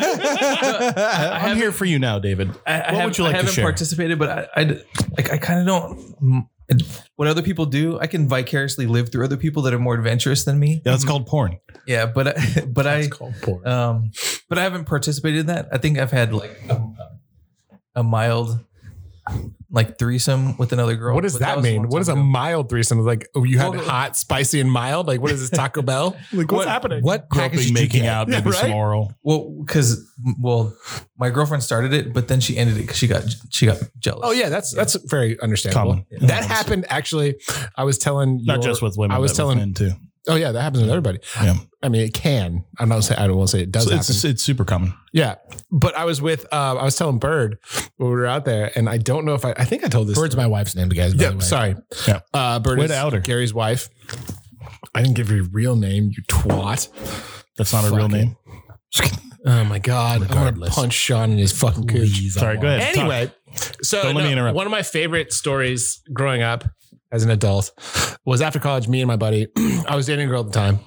D: I,
C: I'm here for you now, David.
D: I, I
C: What
D: have,
C: would you like to
D: I haven't
C: share?
D: participated, but I, I d- like I kind of don't. What other people do, I can vicariously live through other people that are more adventurous than me.
C: Yeah, that's called porn.
D: Yeah, but I, [LAUGHS] but I um but I haven't participated in that. I think I've had like a, a mild like threesome with another girl.
A: What does
D: but
A: that,
D: was
A: mean?
D: long
A: What is a
D: time ago.
A: mild threesome? Like oh, you had
D: Well,
A: hot, spicy, and mild. Like
D: [LAUGHS]
A: what is this Taco Bell? Like what's
D: What-
A: happening?
B: What package
C: Groping,
B: did you
C: making
B: get?
C: out, maybe
A: Yeah,
C: some
A: right?
C: oral.
D: Well, because well, my girlfriend started it, but then she ended it because she got she got jealous.
A: Oh yeah, that's that's very understandable.
C: Common.
A: That happened actually. I was telling
C: Not
A: your-
C: just with women.
A: I was
C: but with
A: telling-
C: men too.
A: Oh yeah, that happens with everybody.
C: Yeah.
A: I mean, it can. I'm not saying I don't want to say it does.
C: So
A: happen.
C: it's it's super common.
A: yeah, but I was with um, I was telling Bird when we were out there, and I don't know if I. I think I told this.
B: Bird's my wife's name, guys. By
A: Yeah,
B: the way.
A: sorry.
C: Yeah.
A: Uh, Bird
C: Way
A: is
C: to out her.
A: Gary's wife. I didn't give your real name, you twat.
C: That's not a real
A: Fucking-
C: name.
A: Oh my god! I'm gonna
B: Regardless.
A: punch Sean in his fucking cooch.
C: Sorry, go ahead. Talk.
A: Anyway, so
C: Don't let
A: no,
C: me interrupt.
A: One of my favorite stories growing up as an adult was after college. Me and my buddy, [CLEARS THROAT] I was dating a girl at the time,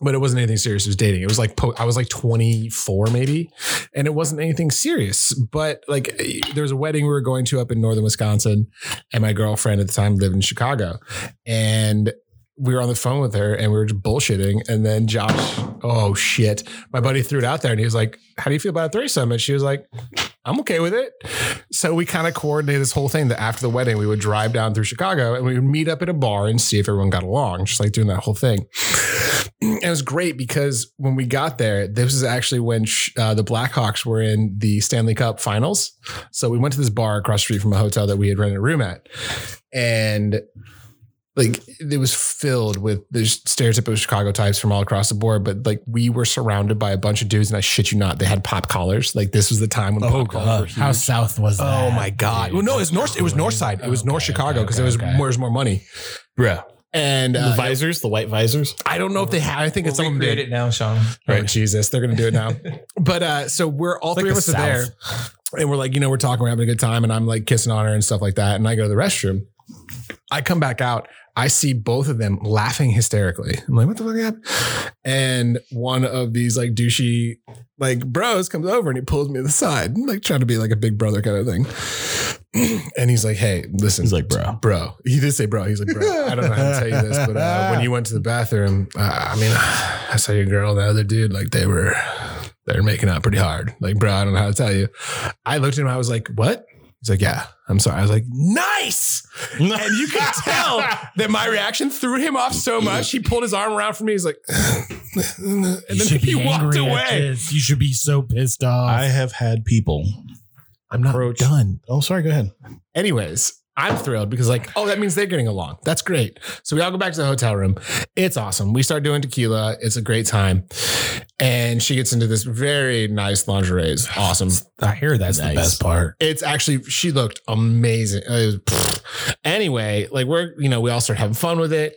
A: but it wasn't anything serious. It was dating. It was like po- I was like 24 maybe, and it wasn't anything serious. But like eh, there was a wedding we were going to up in northern Wisconsin, and my girlfriend at the time lived in Chicago, and. We were on the phone with her and we were just bullshitting. And then Josh, oh shit. My buddy threw it out there and he was like, How do you feel about a threesome? And she was like, I'm okay with it. So we kind of coordinated this whole thing that after the wedding, we would drive down through Chicago and we would meet up at a bar and see if everyone got along, just like doing that whole thing. And it was great because when we got there, this is actually when sh- uh, the Blackhawks were in the Stanley Cup finals. So we went to this bar across the street from a hotel that we had rented a room at. And like it was filled with the stereotypical Chicago types from all across the board, but like we were surrounded by a bunch of dudes, and I shit you not, they had pop collars. Like this was the time when pop collars were huge.
B: Oh, How south was that?
A: Oh my god! Well, no, it was north. It was north side. It was north
B: Okay,
A: Chicago because
B: okay,
A: there was
B: okay.
A: more, there was more money.
C: Yeah.
A: And
C: The
A: uh,
C: visors, the white [LAUGHS] visors.
A: I don't know if they had. I think
D: We'll
A: it's some of them
D: recreate
A: did.
D: it now, Sean.
A: Oh, Jesus, they're gonna do
B: [LAUGHS]
A: it now. but uh, so we're all three
B: like
A: of
B: the
A: us are there, and we're like, you know, we're talking, we're having a good time, and I'm like kissing on her and stuff like that. And I go to the restroom. I come back out. I see both of them laughing hysterically. I'm like, what the fuck happened? And one of these like douchey like bros comes over and he pulls me to the side, like trying to be like a big brother kind of thing. [CLEARS THROAT] and he's like, hey, listen.
C: He's like, bro.
A: Bro, he did say bro. He's like, bro, I don't know how to tell you this, but uh, when you went to the bathroom, uh, I mean, I saw your girl and the other dude, like they were, they were making out pretty hard. Like, bro, I don't know how to tell you. I looked at him, I was like, what? He's like, yeah, I'm sorry. I was like, nice. And you could tell that my reaction threw him off so much. He pulled his arm around for me. He's like, [LAUGHS] and
B: You
A: then
B: should
A: he
B: be
A: walked
B: angry at
A: away.
B: this. You should be so pissed off.
C: I have had people.
A: I'm not
C: Approach.
A: done.
C: Oh, sorry. Go ahead.
A: Anyways, I'm thrilled because like, oh, that means they're getting along. That's great. So we all go back to the hotel room. It's awesome. We start doing tequila. It's a great time. And she gets into this very nice lingerie. It's awesome.
B: I hear that's the
C: Nice.
B: best part.
A: It's actually she looked amazing. Uh, pfft. anyway, like we're you know we all start having fun with it,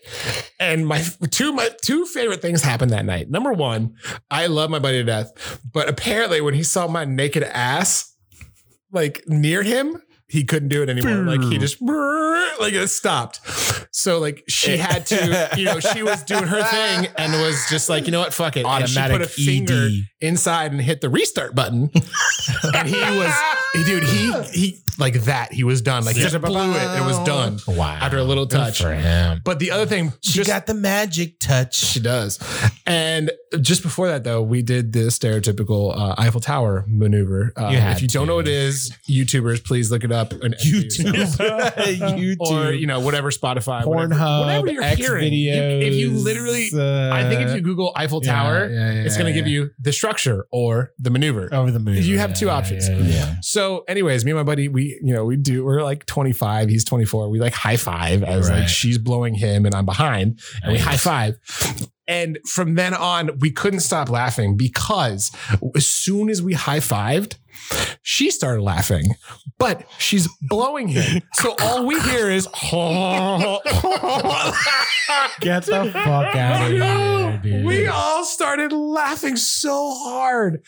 A: and my two my two favorite things happened that night. Number one, I love my buddy to death, but apparently when he saw my naked ass, like near him. He couldn't do it anymore. Like he just like it stopped. So like she had to, you know, she was doing her thing and was just like, you know what, fuck it. And she put a
B: Automatic
A: finger
B: ED.
A: inside and hit the restart button and he was dude he he like that he was done like he just blew it it was done
B: Wow.
A: after a little
B: Good
A: touch
B: for him.
A: but the other thing
B: She
A: just-
B: got the magic touch. [LAUGHS]
A: she does and just before that though we did the stereotypical uh, eiffel tower maneuver uh,
B: You had
A: if you don't
B: to.
A: know what it is youtubers please look it up [LAUGHS] and
B: YouTube. [LAUGHS] YouTube.
A: or you know whatever spotify whatever-
B: Pornhub,
A: whatever you're
B: X
A: hearing You-
B: videos.
A: if you literally
B: uh,
A: i think if you google eiffel
B: yeah,
A: tower
B: yeah, yeah,
A: it's going to
B: yeah.
A: give you the structure or the maneuver
B: over the moon.
A: You have two options.
B: yeah.
A: So, anyways, me and my buddy, we, you know, we do, we're like 25, he's 24. We like high five as like
B: Right.
A: she's blowing him and I'm behind and we
B: Nice.
A: high five. And from then on, we couldn't stop laughing because as soon as we high fived, she started laughing, but she's blowing him. So all we hear
B: [LAUGHS]
A: is, [LAUGHS]
B: Get the fuck out
A: No,
B: of here, dude.
A: we all started laughing so hard,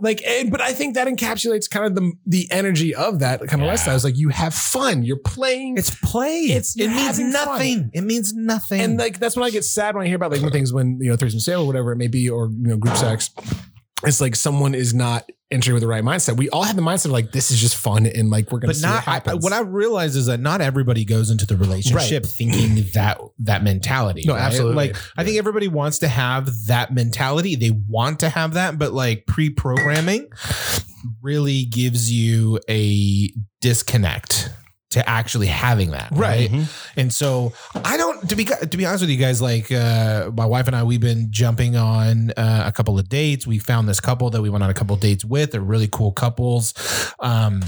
A: like. And, but I think that encapsulates kind of the the energy of that kind of
B: Yeah.
A: lifestyle. It's like you have fun, you're playing,
B: It's play.
A: It's-
B: it
A: you're
B: means
A: having fun.
B: nothing. It means nothing.
A: and like that's when I get sad when I hear about like when things when you know threesome sale or whatever it may be or you know group sex. It's like someone is not entering with the right mindset. We all have the mindset of like this is just fun and like we're gonna.
B: but
A: see
B: not I, I-
A: happens.
B: what I realize is that not everybody goes into the relationship thinking that that mentality.
A: No,
B: right?
A: absolutely.
B: Like I think everybody wants to have that mentality. They want to have that, but like pre-programming really gives you a disconnect to actually having that.
A: Right. Mm-hmm.
B: And so I don't to be to be honest with you guys, like uh, my wife and I, we've been jumping on uh, a couple of dates. We found this couple that we went on a couple of dates with. They're really cool couples. Um,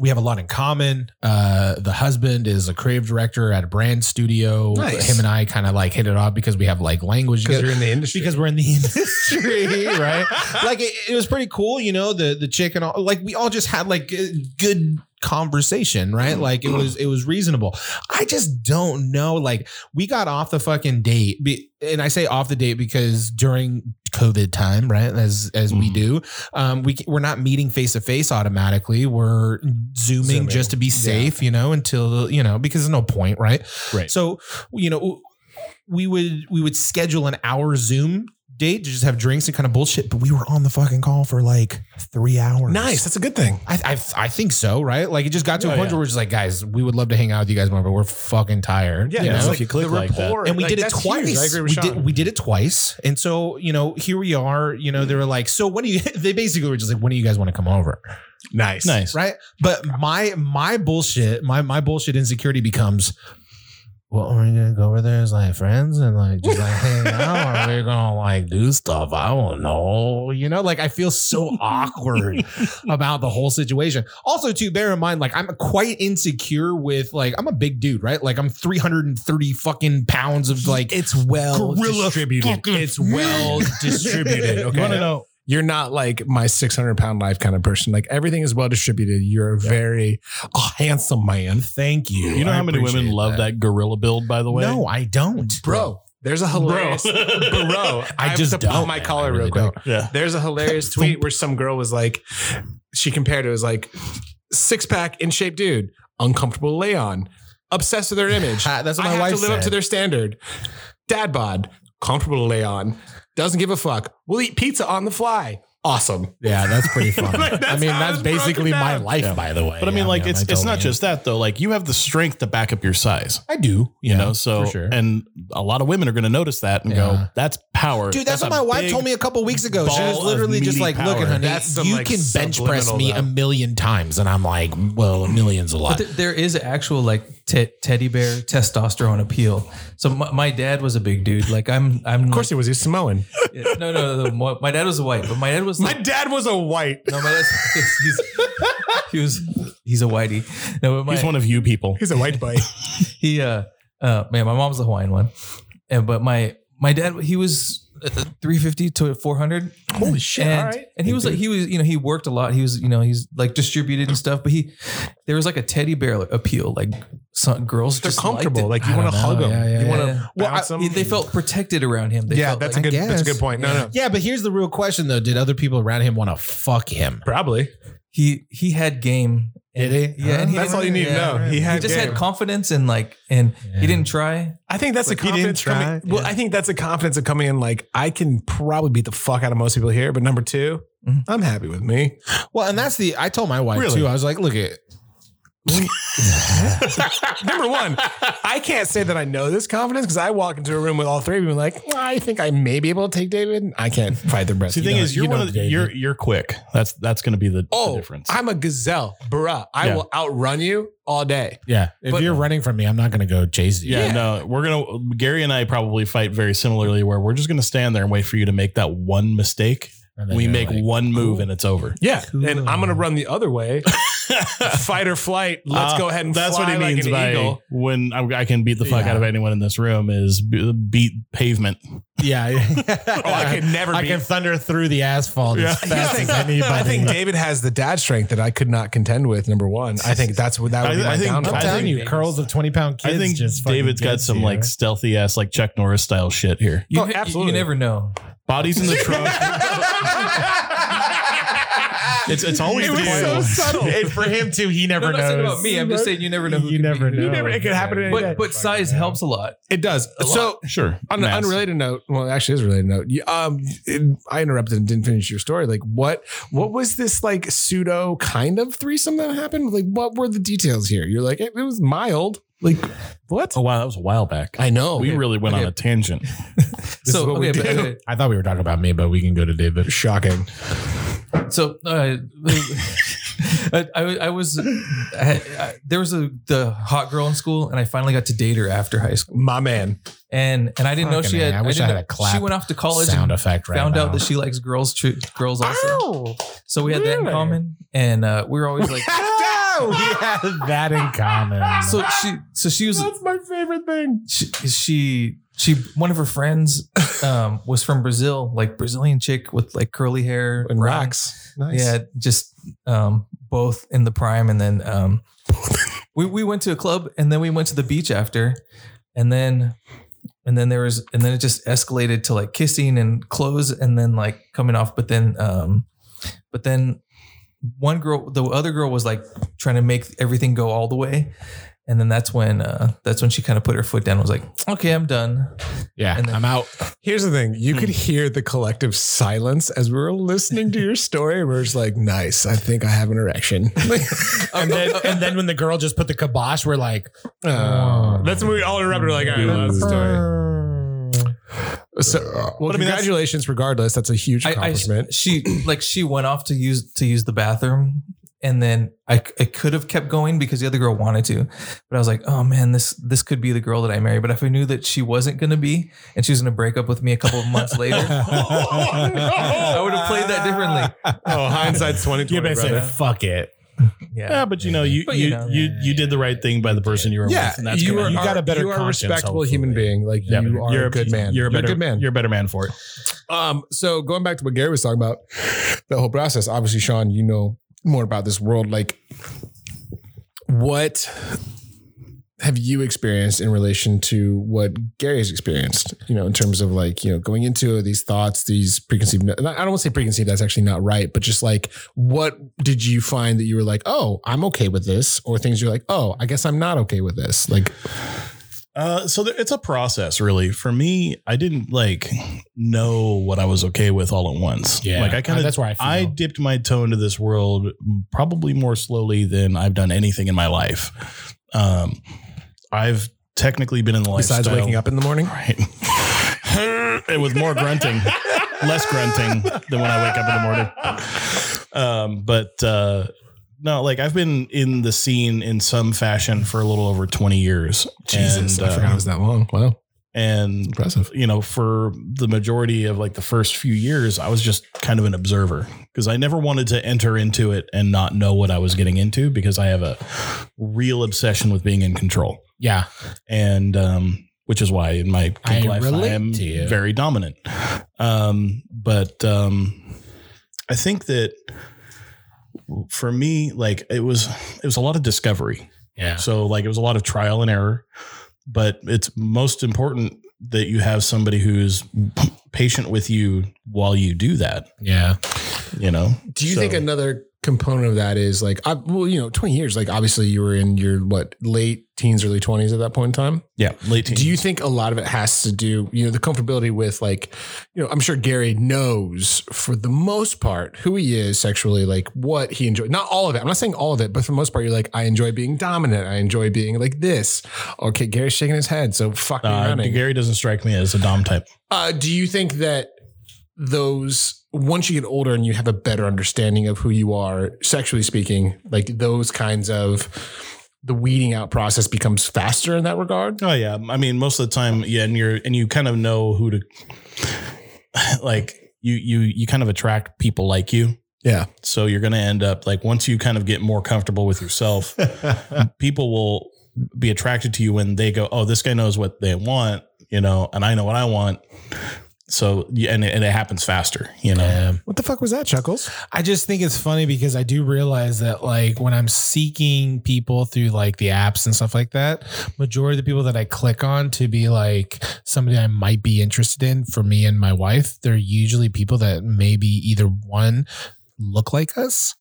B: we have a lot in common. Uh, the husband is a creative director at a brand studio.
A: Nice.
B: Him and I kind of like hit it off because we have like language
A: you're in the industry.
B: because we're in the [LAUGHS] industry, right? [LAUGHS] like it, it was pretty cool, you know. The the chick and all, like we all just had like a good conversation, right? Like it was it was reasonable. I just don't know. Like we got off the fucking date, be- and I say off the date because during COVID time, right? As as we
C: Mhm.
B: do, um, we c- we're not meeting face to face automatically. We're zooming,
A: Zooming.
B: just to be safe, you know, until you know because there's no point, right?
C: Right.
B: So you know we would we would schedule an hour Zoom date to just have drinks and kind of bullshit, but we were on the fucking call for like three hours.
A: nice. That's a good thing.
B: I, I, I think so, right? Like it just got to a
C: Oh,
B: point
C: yeah.
B: where we're just like, guys, we would love to hang out with you guys more, but we're fucking tired.
A: Yeah,
B: you
A: that's
B: know?
A: like
C: if you click like that,
B: and we
A: Like,
B: did it
A: that's huge.
B: twice.
A: I agree with
B: we
A: Sean.
B: did we did it twice, and so you know here we are. You know they were like, so when do you? [LAUGHS] They basically were just like, when do you guys want to come over?
A: nice.
C: nice.
B: Right? But my my bullshit, my my bullshit insecurity becomes well, are we gonna go over there as like friends and like just like hang out? Or are we gonna like do stuff? I don't know. You know, like I
A: [LAUGHS]
B: feel so awkward about the whole situation. Also, too, bear in mind, like I'm quite insecure with like I'm a big dude, right? Like I'm 330 fucking pounds of like
A: Oh, it's well
B: Gorilla
A: distributed.
B: fucking-
A: It's well [LAUGHS] distributed.
C: You want to
A: Okay.
C: know?
A: You're not like my 600 pound life kind of person. Like everything is well distributed. You're a very oh, handsome man. Thank you.
C: You know
A: I
C: how many women
A: appreciate
C: love that. gorilla build? By the way,
B: no, I don't,
A: Bro, there's a [LAUGHS] hilarious. bro, I, have
B: just
A: to blow
B: don't,
A: my
B: man.
A: collar
B: I really
A: real quick.
C: [LAUGHS] yeah.
A: There's a [LAUGHS] hilarious tweet where some girl was like, she compared it was like six pack in shape dude, uncomfortable lay on, obsessed with their image.
B: Ha, that's what
A: I
B: my
A: have
B: wife
A: to live up to
B: said.
A: their standard. Dad bod, comfortable to lay on, doesn't give a fuck. We'll eat pizza on the fly. Awesome.
B: Yeah, that's pretty
A: [LAUGHS]
B: funny.
A: Like,
B: I
A: that's
B: mean,
A: how
B: that's
A: it's broken
B: basically my
A: down.
B: life, by the way.
C: But I mean,
B: Yeah,
C: like,
B: man,
C: it's
B: I
C: it's not
B: totally
C: just that though. Like, you have the strength to back up your size.
B: am. I do.
C: You know, so
B: for sure.
C: and a lot of women are going to notice that and go,
B: Yeah.
C: "That's power,
B: Dude, that's, what
C: a
B: my wife
C: big-
B: told me a couple weeks ago. She
C: ball
B: was literally
C: of
B: just
C: meaty
B: like,
C: power.
B: "Look, honey,
A: That's some,
B: you
A: like,
B: can bench press
A: subliminal,
B: me
A: though.
B: a million times," and I'm like, "Well, a million's a lot."
D: But th- there is actual like te- teddy bear testosterone appeal. So my, my dad was a big dude. Like I'm, I'm.
A: Of course he was. He's Samoan.
D: no, [LAUGHS] no, no, no. My- My dad was a white, but my dad was
A: My
D: like,
A: dad was a white.
D: no, my dad's [LAUGHS] he's, he was he's a whitey. No, but my,
C: He's one of you people.
A: He's a white [LAUGHS] boy.
D: he uh uh man my mom's the hawaiian one and but my my dad he was uh, 350 to 400 holy shit and,
A: all right.
D: and he was like he was you know he worked a lot he was you know he's like distributed and stuff but he there was like a teddy bear appeal like some girls
A: They're
D: just
A: comfortable.
D: liked
A: Like you want to hug them.
B: Yeah, yeah,
A: you
D: it.
A: want
D: Yeah.
A: to bounce
D: Well,
A: them.
D: I- they felt protected around him they
A: yeah,
D: felt
A: that's
D: like,
A: a good. That's a
B: guess.
A: good point. No, no,
B: yeah, but here's the real question, though: Did other people around him want to fuck him?
A: probably.
D: he he had game
B: Did he?
D: yeah and he
A: That's
D: didn't-
A: all you need
D: yeah.
A: to know. He
D: he
A: had
D: just
A: game.
D: had confidence and like and
B: Yeah.
D: he didn't try
A: I think that's
D: Like,
A: a
D: he didn't
A: confidence coming. Well, I think that's a confidence of coming in like I can probably beat the fuck out of most people here, but number 2
B: Mm-hmm.
D: Mhm.
A: i I'm happy with me.
B: Well, and that's the. I told my wife
C: Really?
B: too. I was like, "Look, it.
A: number one, I can't say that I know this confidence because I walk into a room with all three of you and like I think I may be able to take David. I can't fight the rest.
C: See,
A: You
C: the thing
A: know-
C: is, you're
A: you know
C: one of the,
A: David.
C: you're you're quick. That's that's going to be the, the
A: oh,
C: difference.
A: I'm a gazelle, bruh. I
C: Yeah.
A: will outrun you all day.
B: Yeah, if
A: But-
B: you're running from me, I'm not going to go chase you.
C: yeah, no, we're gonna Gary and I probably fight very similarly, where we're just gonna stand there and wait for you to make that one mistake.
B: And then
C: We
B: you're
C: make
B: like,
C: one move and it's over.
A: Yeah, and I'm gonna run the other [LAUGHS] way, fight or flight. Let's
B: Ah,
C: Uh,
A: go ahead and
C: That's
A: fly
C: what he
A: like
C: means
A: an
C: by
A: eagle.
C: when I, I can beat the fuck
B: Yeah.
C: out of anyone in this room is b- beat pavement. [LAUGHS]
B: Yeah, yeah.
A: Oh, I
B: [LAUGHS]
A: could never
B: I
A: beat-
B: can thunder through the asphalt as
C: [LAUGHS]
A: Yeah, [LAUGHS]
B: fast
A: I think-
B: as anybody.
A: I think David has the dad strength that I could not contend with. Number one, I think that's what that would
C: I-
A: be my
C: I think-
A: downfall.
B: I'm
C: I
B: telling
C: think-
B: you, curls of twenty pound kids.
C: I think
B: just fucking
C: David's got
B: gets
C: some
B: you.
C: like stealthy ass like Chuck Norris style shit here.
D: you,
A: Oh,
D: ne- you-
A: absolutely.
D: you never know
C: Bodies in the trunk. it's it's always
A: It
C: the
A: was
C: point.
A: so subtle.
B: And for him too, he
D: No,
B: never
D: I'm not saying
B: knows.
D: about me. I'm just saying you never know. Who
B: You
D: could
B: never
D: be who.
B: know.
A: You never- it could happen to any day.
D: But but size helps a lot.
A: It does. So
C: [LAUGHS] Sure.
A: on an
C: Mass.
A: unrelated note, well, actually, it is a related note. You- Um, it- I interrupted and didn't finish your story. Like, what? What was this like pseudo kind of threesome that happened? Like, what were the details here? You're like, it, it was mild. Like, what?
C: Oh wow, that was a while back.
A: I know.
C: we really went
D: Okay.
C: on a tangent.
A: This
D: so
A: is what we
D: okay,
A: do.
D: but, okay,
B: I thought we were talking about me, but we can go to David.
A: Shocking.
D: so uh, I, I I was I, had- I, there was a the hot girl in school, and I finally got to date her after high school,
A: My man.
D: and and I didn't know she
B: Fucking A,
D: had.
B: I wish
D: didn't
B: I had
D: know-
B: a clap
D: She went off to college
B: Sound
D: and
B: effect. Right
D: found
B: now.
D: out that she likes girls. Tr- girls also.
A: Ow! [LAUGHS]
D: So we had that in
A: Really?
D: common, and uh, we were
A: [LAUGHS]
D: always like.
B: Oh, we had that in common.
D: So she so she was
A: That's my favorite thing.
D: she she she one of her friends um was from Brazil, like Brazilian chick with like curly hair
A: And
D: brown.
A: rocks. Nice.
D: Yeah, just um both in the prime and then um we we went to a club and then we went to the beach after and then and then there was and then it just escalated to like kissing and clothes and then like coming off but then um but then one girl the other girl was like trying to make everything go all the way and then that's when uh that's when she kind of put her foot down and was like okay i'm done
B: yeah,
D: and then-
B: I'm out.
A: [LAUGHS] Here's the thing: you could hear the collective silence as we were listening to your story. We're just like, "Nice, I think I have an erection."
D: uh,
B: And then, and then when the girl just put the kibosh, we're like,
A: Uh, that's when we all interrupted. We're like, "All right, that's the story." So, uh, well,
C: But I mean, that's-
D: [LAUGHS]
A: congratulations, regardless. That's a huge
D: I- I, [CLEARS THROAT]
A: accomplishment.
D: she like she went off to use to use the bathroom And then I, I could have kept going because the other girl wanted to, but I was like, oh man, this this could be the girl that I marry. But if I knew that she wasn't gonna be, and she was gonna break up with me a couple of months
A: [LAUGHS]
D: later, I would have played that differently.
A: Oh, hindsight's twenty
G: You
A: twenty,
G: better
A: brother.
G: say, fuck it.
D: Yeah,
C: Yeah, but you know, you
D: But you
C: you
D: know.
C: you, you did the right thing by the person you were
A: Yeah,
C: with, and that's
A: you,
C: gonna-
G: you
A: are,
G: got a better
A: You are a
G: conscience,
A: respectable
G: hopefully.
A: human being. Like
G: Yeah,
A: you
G: but
A: are a good man.
C: You're a better
A: good man.
C: You're a better man for it.
A: Um, so going back to what Gary was talking about, the whole process. Obviously, Sean, you know more about this world. Like, what have you experienced in relation to what Gary has experienced? You know, in terms of like you know going into these thoughts, these preconceived. and I don't want to say preconceived. That's actually not right. But just like, what did you find that you were like, oh, I'm okay with this, or things you're like, oh, I guess I'm not okay with this. Like,
C: Uh, so there, it's a process, really. For me, I didn't like know what I was okay with all at once.
G: Yeah.
C: like I kind of
A: that's where I feel.
C: I dipped my toe into this world probably more slowly than I've done anything in my life. Um, I've technically been in the
G: Besides
C: lifestyle.
G: waking up in the morning,
C: right? [LAUGHS] it was more grunting, less grunting than when I wake up in the morning. Um, but uh, no, like I've been in the scene in some fashion for a little over twenty years.
A: Jesus,
C: and,
A: I forgot
C: um,
A: it was that long. Wow,
C: and
A: impressive.
C: you know, for the majority of like the first few years, I was just kind of an observer because I never wanted to enter into it and not know what I was getting into because I have a real obsession with being in control.
B: Yeah.
C: And, um, which is why in my kid
B: I
C: life,
B: relate
C: I am
B: to you.
C: very dominant. Um, but, um, I think that for me, like it was, it was a lot of discovery.
B: Yeah.
C: So like it was a lot of trial and error, but it's most important that you have somebody who's patient with you while you do that.
B: Yeah.
C: You know.
A: Do you
C: So-
A: think another component of that is like, I, well, you know, 20 years, like obviously you were in your what late teens, early 20s at that point in time.
C: Yeah, late teens.
A: Do you think a lot of it has to do, you know, the comfortability with like, you know, I'm sure Gary knows for the most part who he is sexually, like what he enjoys. Not all of it. I'm not saying all of it, but for the most part, you're like, I enjoy being dominant. I enjoy being like this. Okay, Gary's shaking his head. So fuck me
C: Uh,
A: running.
C: Gary doesn't strike me as a dom type.
A: Uh, do you think that those once you get older and you have a better understanding of who you are sexually speaking, like those kinds of the weeding out process becomes faster in that regard?
C: Oh yeah, I mean most of the time, yeah, and you're and you kind of know who to [SIGHS] like. You you you kind of attract people like you.
A: Yeah.
C: So you're going to end up like once you kind of get more comfortable
B: [LAUGHS]
C: with yourself, people will be attracted to you when they go, "Oh, this guy knows what they want," you know, and I know what I want. So yeah, and it, and it happens faster, you know.
G: what the fuck was that, Chuckles?
B: I just think it's funny because I do realize that like when I'm seeking people through like the apps and stuff like that, majority of the people that I click on to be like somebody I might be interested in for me and my wife, they're usually people that maybe either one look
G: [LAUGHS]
B: like us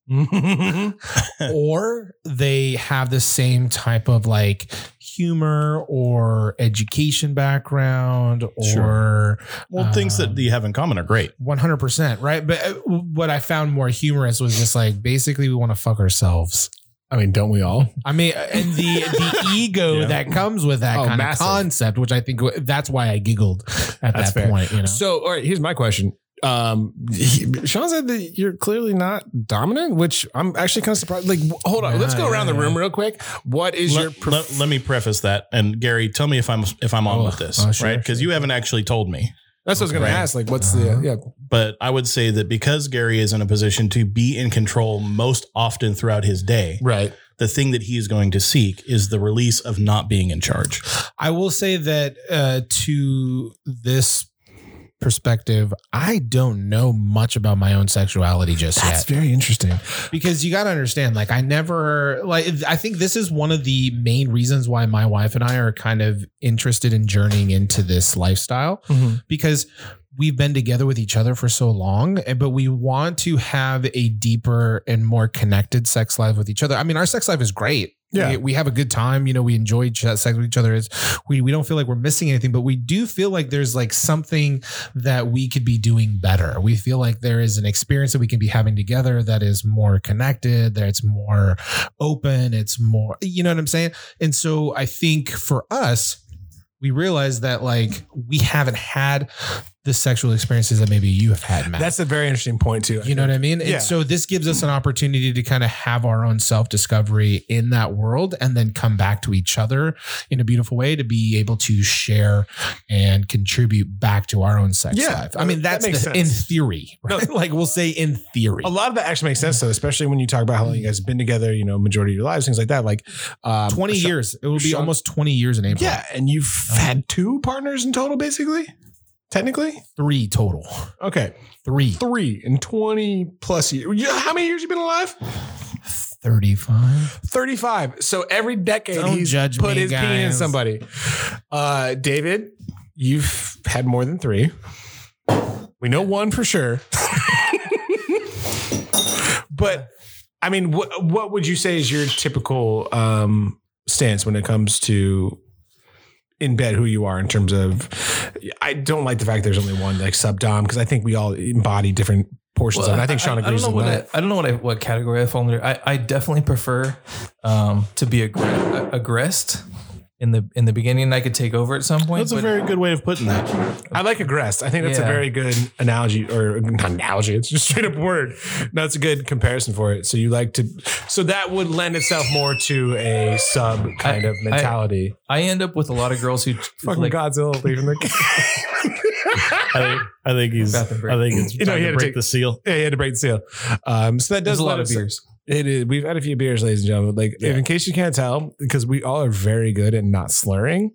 B: or they have the same type of like humor or education background or
C: Well, things that
B: Um,
C: you have in common are great.
B: One hundred percent, right? But uh, what I found more humorous was just like basically we want to fuck ourselves.
A: I mean, don't we all?
B: I mean, uh, and the [LAUGHS] the ego
C: Yeah.
B: that comes with that
A: Oh,
B: kind
A: massive.
B: of concept, which I think w- that's why I giggled at
A: That's
B: that
A: fair.
B: point. You know,
A: So, all right, here's my question. Um, he- Sean said that you're clearly not dominant, which I'm actually kind of surprised. Like, w- hold on,
B: Yeah,
A: let's go around the
B: yeah,
A: room real quick. What is your
C: Let,
A: pref-
C: let- let me preface that, and Gary, tell me if I'm if I'm on
B: Oh,
C: with this,
B: oh, sure,
C: right? Because you haven't actually told me.
A: That's what I was going
C: Right.
A: to ask. Like, what's
B: Uh-huh.
A: the yeah?
C: But I would say that because Gary is in a position to be in control most often throughout his day,
A: Right.
C: the thing that he is going to seek is the release of not being in charge.
B: I will say that uh, to this perspective, I don't know much about my own sexuality just yet.
A: very interesting.
B: [LAUGHS] because you got to understand like i never like i think this is one of the main reasons why my wife and i are kind of interested in journeying into this lifestyle
A: Mhm.
B: because we've been together with each other for so long and- but we want to have a deeper and more connected sex life with each other i mean our sex life is great
G: Yeah.
B: we, we have a good time you know we enjoy each- sex with each other it's we, we don't feel like we're missing anything but we do feel like there's like something that we could be doing better. We feel like there is an experience that we can be having together that is more connected, that it's more open, it's more, you know what I'm saying? And so I think for us, we realize that like we haven't had the sexual experiences that maybe you have had, Matt.
A: That's a very interesting point too.
B: you know what I mean?
A: Yeah.
B: And so this gives us an opportunity to kind of have our own self discovery in that world and then come back to each other in a beautiful way to be able to share and contribute back to our own sex
A: Yeah,
B: life. I mean,
A: that
B: that's
A: makes
B: the,
A: sense.
B: in theory,
A: No.
B: right? [LAUGHS] like we'll say in theory.
A: A lot of that actually makes sense though, especially when you talk about how long you guys have been together, you know, majority of your lives, things like that. Like um,
B: 20
A: Sean-
B: years. It will be
A: Sean-
B: almost 20 years in April.
A: Yeah, and you've had two partners in total, basically. Technically,
B: Three total.
A: okay,
B: Three.
A: three in twenty plus years. How many years you been alive?
B: 35.
A: Thirty-five. So every decade
B: Don't
A: he's
B: judge
A: put
B: me,
A: his pee in
B: guys.
A: somebody. Uh, David, you've had more than three. We know one for sure. [LAUGHS] but I mean, what what would you say is your typical um, stance when it comes to in bed who you are in terms of? I don't like the fact there's only one like sub dom because I think we all embody different portions
D: Well,
A: of it. I think Sean agrees
D: I don't know
A: with
D: what
A: that.
D: I, I don't know what I, what category I fall under. I, I definitely prefer um, to be aggr- aggressed in the in the beginning. I could take over at some point.
C: That's a
D: but-
C: very good way of
A: [LAUGHS]
C: putting that.
A: I like aggressed. I think that's a
D: Yeah.
A: very good analogy or not analogy. It's just straight up word. No, it's a good comparison for it. So you like to, so that would lend itself more to a sub kind of mentality.
D: I end up with a lot of girls who
A: Fucking
D: like,
A: Godzilla leaving the.
C: I think, I think he's. I
D: Bathroom break.
C: think it's
A: You know,
C: time
A: he
C: to
A: had to
C: break
A: take-
C: the seal.
A: yeah, you had to break the seal. Um, so that does
D: There's a lot
A: let
D: of
A: us-
D: beers.
A: It is. We've had a few beers, ladies and gentlemen. Like, if in case you can't tell, because we all are very good at not slurring.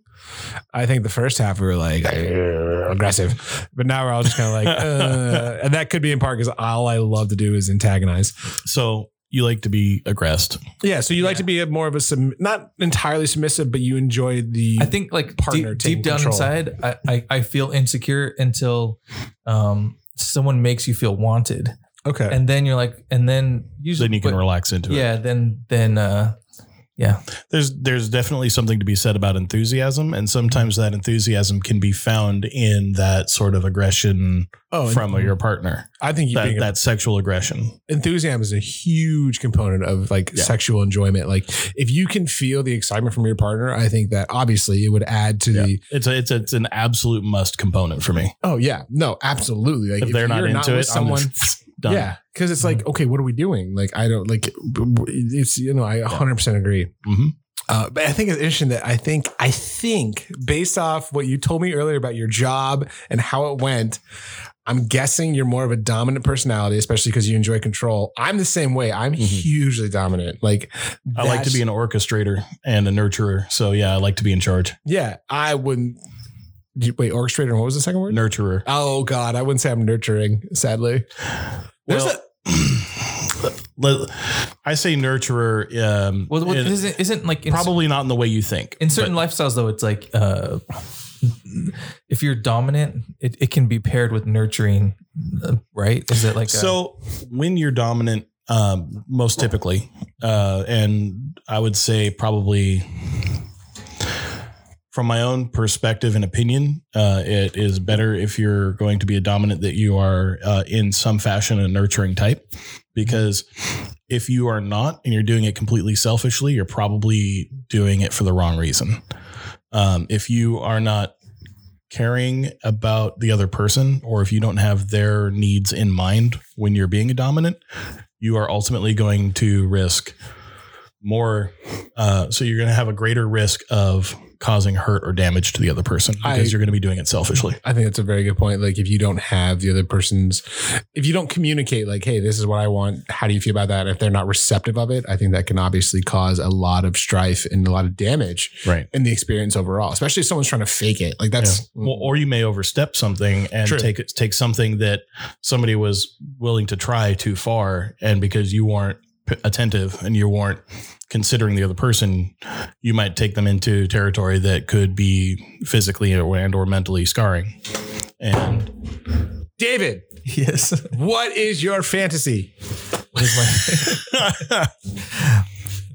A: I think the first half we were like "Argh," aggressive, but now we're all just
D: [LAUGHS]
A: kind of like, uh, and that could be in part because all I love to do is antagonize.
C: So you like to be aggressed.
A: Yeah, so you like to be a, more of a sub, not entirely submissive, but you enjoy the.
D: I think like
A: Partner
D: deep,
A: taking
D: deep down
A: control.
D: inside, I, I I feel insecure until um, someone makes you feel wanted,
A: okay,
D: and then you're like, and then usually
C: Then you can
D: but-
C: relax into it.
D: Yeah, then then uh,
C: There's there's definitely something to be said about enthusiasm, and sometimes that enthusiasm can be found in that sort of aggression
A: oh, and
C: from your partner.
A: I think you
C: That,
A: being
C: that sexual aggression.
A: enthusiasm is a huge component of like
C: Yeah.
A: sexual enjoyment. Like if you can feel the excitement from your partner, I think that obviously it would add to the.
C: It's a, it's a, it's an absolute must component for me.
A: Oh yeah, no, absolutely. Like
C: If, they're not
A: you're
C: into
A: with
C: it, someone I'm just [LAUGHS] done. Mm-hmm.
A: Yeah, because it's like, okay, what are we doing? Like, I don't like. It's you know, I 100 percent agree.
C: Mhm.
A: Uh, but I think it's interesting that I think I think based off what you told me earlier about your job and how it went, I'm guessing you're more of a dominant personality, especially because you enjoy control. I'm the same way. I'm hugely dominant. Like,
C: Mm-hmm. I like to
A: that's-
C: be an orchestrator and a nurturer. So yeah, I like to be in charge.
A: Yeah, I wouldn't. you- Wait, orchestrator. and What was the second word?
C: Nurturer.
A: Oh God, I wouldn't say I'm nurturing. Sadly, There's
C: Well, [CLEARS THROAT] let- I say nurturer. Um,
D: well, well
C: in-
D: isn't isn't like in-
C: probably not in the way you think.
D: in certain lifestyles though it's like uh if you're dominant it, it can be paired with nurturing uh, right is it like a-
C: So when you're dominant, um, most typically, uh, and I would say probably from my own perspective and opinion, uh, it is better if you're going to be a dominant that you are uh, in some fashion a nurturing type, because if you are not and you're doing it completely selfishly, you're probably doing it for the wrong reason. Um, if you are not caring about the other person or if you don't have their needs in mind when you're being a dominant you are ultimately going to risk more uh, so you're going to have a greater risk of causing hurt or damage to the other person because
A: I-
C: you're going to be doing it selfishly
A: I think that's a very good point. Like, if you don't have the other person's, if you don't communicate, like, hey, this is what I want. How do you feel about that? If they're not receptive of it, I think that can obviously cause a lot of strife and a lot of damage
C: right
A: in the experience overall, especially if someone's trying to fake it. Like, that's
C: well, or you may overstep something and
A: True.
C: take take something that somebody was willing to try too far, and because you weren't p- attentive and you weren't considering the other person, you might take them into territory that could be physically or and or mentally
A: [LAUGHS]
C: scarring. And
A: David,
D: yes
C: [LAUGHS]
A: what is your fantasy?
D: What is
C: [LAUGHS]
D: my- [LAUGHS]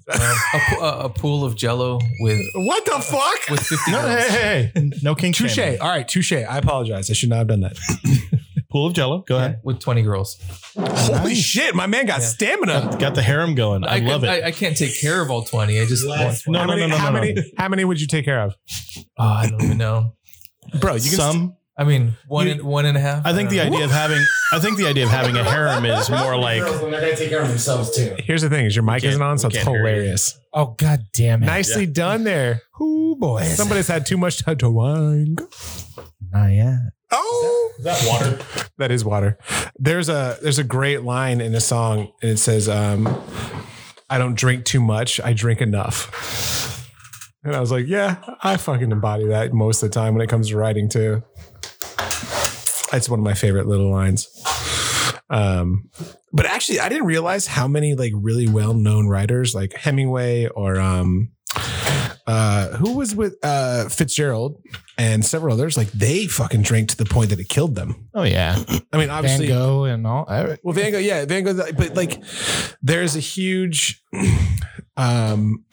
D: Um, a, po- a, a pool of jello with
A: What the fuck?
D: with 50 girls.
C: hey, hey, no king
A: Touche.
C: shaming.
A: All right, touche. I apologize. I should not have done that.
C: Pool of Jello. Go
D: Yeah,
C: ahead.
D: with 20 girls
A: Holy shit, my man got
D: Yeah.
A: stamina.
C: Got the harem going. I,
D: can-
C: love it.
D: I, I can't take care of all 20 i just want ah, 20.
C: no,
A: how
C: no,
A: many,
C: no, no,
A: how
C: no, no.
A: many? How many would you take care of,
D: Oh, i don't even know
A: bro? You can
C: Some
D: I mean, one
C: You-
D: and, one and a half.
C: I think the
D: don't know.
C: idea of having I think the idea of having a harem is more
A: [LAUGHS]
C: like
H: they're gonna take care of themselves too.
A: Here's the thing: is your mic
C: can't-
A: isn't on, so
C: we
A: it's
C: can't hear you.
A: hilarious.
B: Oh god damn it!
A: Nicely done there.
B: Ooh, boys.
A: Somebody's had too much to wine.
B: Not yet.
A: Oh,
C: that water.
A: [LAUGHS] that is water. There's a there's a great line in a song, and it says, um, "I don't drink too much. I drink enough." And I was like, "Yeah, I fucking embody that most of the time when it comes to writing too." It's one of my favorite little lines. Um, but actually, I didn't realize how many like really well known writers, like Hemingway or um, uh, who was with uh, Fitzgerald and several others, like they fucking drank to the point that it killed them.
B: Oh yeah,
A: I mean,
B: Van
A: obviously,
B: Gogh and all. Uh, I-
A: well, Van Gogh, yeah, Van Gogh, but like, there's a huge, um,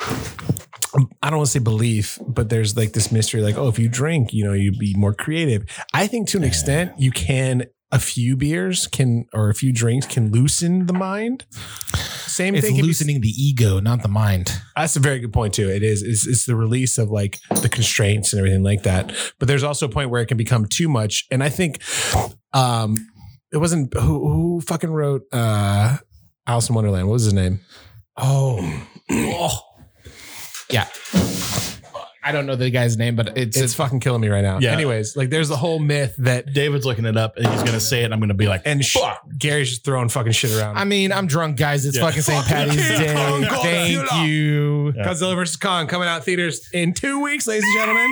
A: I don't want to say belief, but there's like this mystery, like, oh, if you drink, you know, you'd be more creative. I think to an extent, you can. A few beers can, or a few drinks can loosen the mind. Same
B: It's
A: thing. can be-
B: loosening the ego, not the mind.
A: that's a very good point too. It is. It's, it's the release of like the constraints and everything like that. But there's also a point where it can become too much. And I think, um, it wasn't who, who fucking wrote uh, Alice in Wonderland. What was his name?
B: Oh. Yeah. I don't know the guy's name, but it's,
A: It's, fucking killing me right now.
C: Yeah.
A: Anyways, like there's the whole myth that
C: David's looking it up and he's gonna say it. I'm gonna be like,
A: and sh-
C: Fuck.
A: Gary's just throwing fucking shit around.
B: I mean, I'm drunk, guys. It's
C: Yeah.
B: [LAUGHS] fucking St. Patty's Day. Thank you.
C: Yeah.
A: Godzilla vs Kong coming out theaters in two weeks, ladies and gentlemen.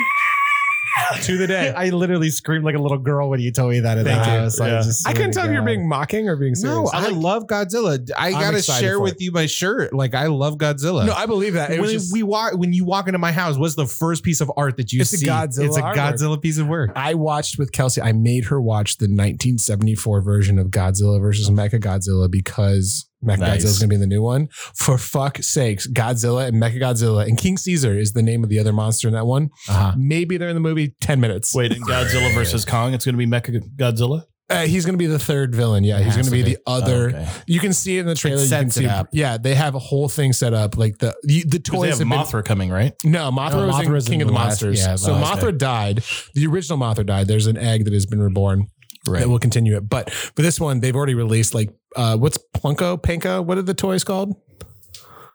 A: to the day.
B: I literally screamed like a little girl when you told me that. At
A: Thank
B: the
A: you.
B: house.
C: Yeah.
B: just
A: I
B: swear
A: couldn't
B: to
A: tell if you're
B: God.
A: being mocking or being serious.
B: No, I love Godzilla. I gotta
A: excited
B: share
A: for
B: with you my shirt. Like I love Godzilla.
A: no, I believe that. It was
B: when
A: just,
B: we walk, when you walk into my house, what's the first piece of art that you
A: It's a
B: see?
A: Godzilla
B: it's a
A: artwork.
B: Godzilla piece of work.
A: I watched with Kelsey. I made her watch the 1974 version of Godzilla versus Mecha Godzilla because Mecha
C: Nice.
A: Godzilla is going to be the new one. For fuck's sakes, Godzilla and Mecha Godzilla and King Caesar is the name of the other monster in that one.
B: Uh-huh.
A: Maybe they're in the movie 10 minutes.
C: Wait, in Godzilla versus Kong, it's gonna be Mecha Godzilla.
A: Uh, he's going to be the third villain. Yeah, he's
B: has
A: going to
B: to
A: be
B: be. Oh,
A: the other.
C: Oh, Okay.
A: You can see it in the trailer. you
B: It
A: can
B: sets it
A: see,
B: up.
A: Yeah, they have a whole thing set up. Like the you, the
C: 'Cause They
A: toys
C: have
A: have been-
C: Mothra coming, right?
A: No, Mothra
B: No,
A: was in
B: Mothra's in
A: King of
B: the
A: the
B: last-
A: Monsters.
B: yeah, the
A: so
B: last
A: Mothra died. The original Mothra died. There's an egg that has been reborn. That will continue it. But for this one, they've already released like uh, what's Plunko, Panko? What are the toys called?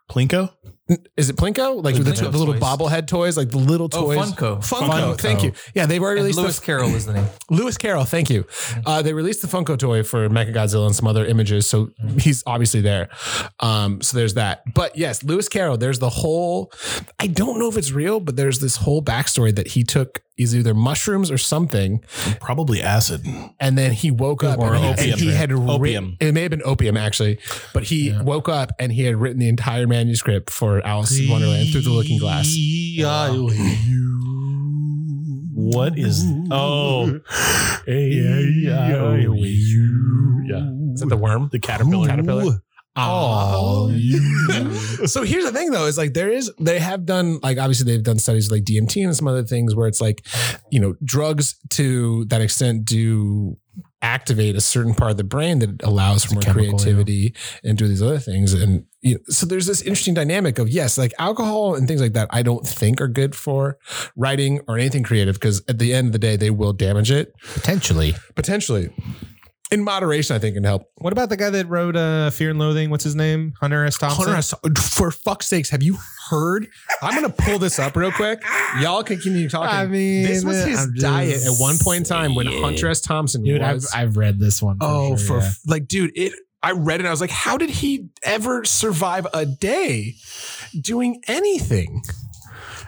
C: Plinko.
A: Is it Plinko? Like
D: The
A: the,
D: Plinko
A: the little
D: toys.
A: bobblehead toys, like the little
D: Oh,
A: toys.
D: Funko.
A: Funko, thank you. Yeah, they've already
D: And
A: released
D: Lewis
A: Lewis,
D: Carroll is the name.
A: the, Lewis Carroll. Thank you. Uh, they released the Funko toy for Mechagodzilla and some other images, so he's obviously there. Um, so there's that. But yes, Lewis Carroll. There's the whole. I don't know if it's real, but there's this whole backstory that he took is either mushrooms or something,
C: Probably acid.
A: and then he woke up
C: Or
A: and,
C: opium.
A: and he had writ-
C: Opium.
A: it may have been opium actually, but he woke up and he had written the entire manuscript for Alice in Wonderland through the Looking Glass.
C: What is? Oh,
A: Yeah. Is that the worm?
C: the caterpillar.
A: Caterpillar.
B: Oh,
A: [LAUGHS] so here's the thing though, is like there is they have done like obviously they've done studies like DMT and some other things where it's like, you know, drugs to that extent do activate a certain part of the brain that allows for more
B: chemical,
A: creativity and do these other things. And you know, so there's this interesting dynamic of yes, like alcohol and things like that, I don't think are good for writing or anything creative because at the end of the day, they will damage it
B: Potentially.
A: potentially. In moderation, I think can help.
B: What about the guy that wrote uh, Fear and Loathing? What's his name? Hunter S. Thompson.
A: Hunter, S- for fuck's sakes, have you heard? I'm gonna pull this up real quick. Y'all can continue talking.
B: I mean,
A: this was his
B: I'm just
A: diet at one point in time when Hunter S. Thompson
B: Dude, I've,
A: was.
B: I've read this one.
A: oh,
B: sure,
A: for
B: yeah.
A: f- like, dude, it. I read it. and I was like, how did he ever survive a day doing anything?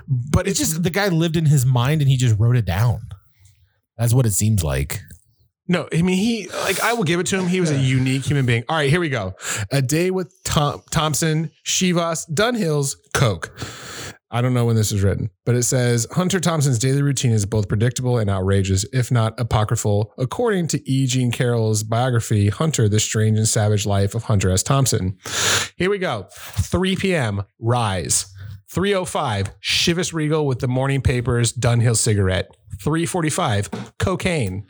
A: But
B: it's just the guy lived in his mind and he just wrote it down. That's what it seems like.
A: No, I mean he like I will give it to him. He was a unique human being. All right, here we go. A day with Tom Thompson, Shivas, Dunhills, Coke. I don't know when this was written, but it says Hunter Thompson's daily routine is both predictable and outrageous, if not apocryphal, according to E. Jean Carroll's biography, Hunter: The Strange and Savage Life of Hunter S. Thompson. Here we go. 3 p.m. Rise. 305 Shivas Regal with the morning papers, Dunhill cigarette. 345 cocaine.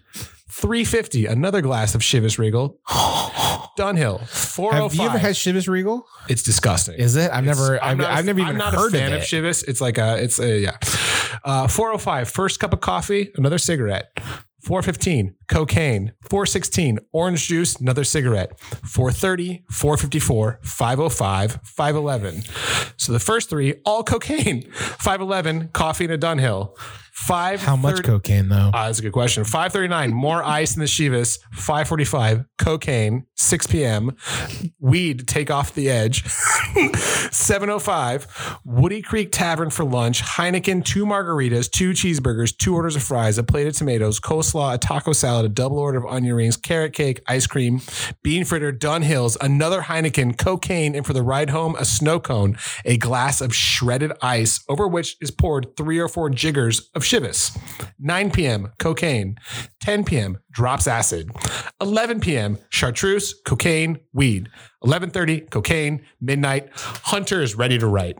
A: 350 another glass of Shivas Regal.
B: [GASPS]
A: Dunhill. 405
B: Have you ever had Shivas Regal?
A: It's disgusting.
B: Is it? I've
A: It's-
B: never.
A: I'm
B: I've,
A: not a-
B: I've never even
A: I'm not
B: heard
A: a fan
B: of
A: of,
B: it.
A: oh Shivas. It's like a, it's a, yeah. Uh, 405, first cup of coffee, another cigarette. 415, cocaine. 416, orange juice, another cigarette. 430, 454, 505, 511. So the first three, all cocaine. [LAUGHS] 511, coffee and a Dunhill. Five.
B: How much cocaine though?
A: Ah, that's a good question. 539, more ice in the Shivas. 545, cocaine, 6 p.m. Weed, take off the edge. [LAUGHS] 705, Woody Creek Tavern for lunch. Heineken, two margaritas, two cheeseburgers, two orders of fries, a plate of tomatoes, coleslaw, a taco salad, a double order of onion rings, carrot cake, ice cream, bean fritter, Dunhills, another Heineken, cocaine, and for the ride home, a snow cone, a glass of shredded ice, over which is poured three or four jiggers of Shivas. 9 p.m., cocaine. 10 p.m., drops acid. 11 p.m., chartreuse, cocaine, weed. 11.30, cocaine, midnight. Hunter is ready to [LAUGHS] write.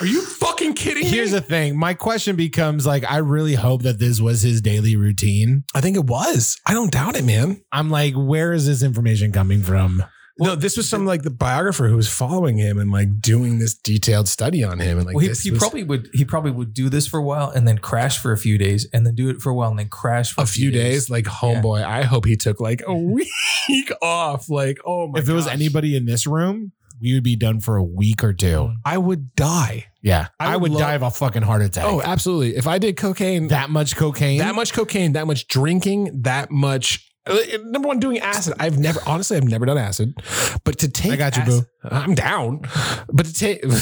A: Are you fucking kidding
B: Here's
A: me?
B: the thing. My question becomes like, I really hope that this was his daily routine.
A: I think it was. I don't doubt it, man.
B: I'm like, where is this information coming
A: Oh
B: from?
A: no, this was some like the biographer who was following him and like doing this detailed study on him and like
D: well, he,
A: this
D: he
A: was
D: probably would. He probably would do this for a while and then crash for a few days, and then do it for a while and then crash for
A: a few days. Like homeboy, I hope he took like a [LAUGHS] week off. Like oh my,
B: if it was
A: gosh.
B: anybody in this room, we would be done for a week or two.
A: I would die.
B: Yeah.
A: Mm. I
B: I,
A: would
B: would,
A: love-
B: die of a fucking heart attack.
A: Oh, absolutely. If I did cocaine, that,
B: that much cocaine?
A: much cocaine, that much drinking, that much. uh, Number one, doing acid. I've never, honestly, I've never done acid, but to take,
B: I got you,
A: acid- I'm down, but to take. [LAUGHS]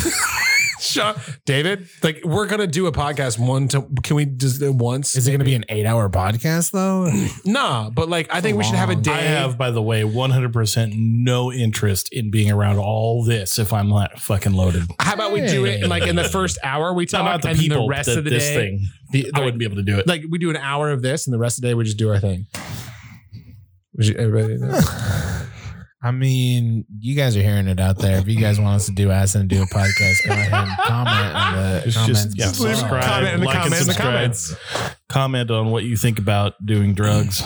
A: Sean, David, like we're gonna do a podcast one. To, can we just do once?
B: Is it going to be an eight hour podcast though?
A: [CLEARS THROAT] Nah, but like I think we should have a day.
C: [LAUGHS] I have, by the way, 100% no interest in being around all this if I'm not fucking loaded.
A: How about we do it like in the first hour we
C: It's not
A: talk
C: about the
A: and then
C: people,
A: the rest
C: that
A: of the
C: this
A: day
C: thing.
A: the-
C: I wouldn't be able to do it.
A: like we do an hour of this and the rest of the day we just do our thing. Would you- everybody
B: [LAUGHS] I mean, you guys are hearing it out there. If you guys want us to do acid and do a podcast, go ahead and comment on the
C: Just-
B: comments.
C: just, yeah,
A: Just leave a
C: subscribe,
A: comment in the
C: like and
A: comment in the
C: subscribe.
A: comments.
C: Comment on what you think about doing drugs.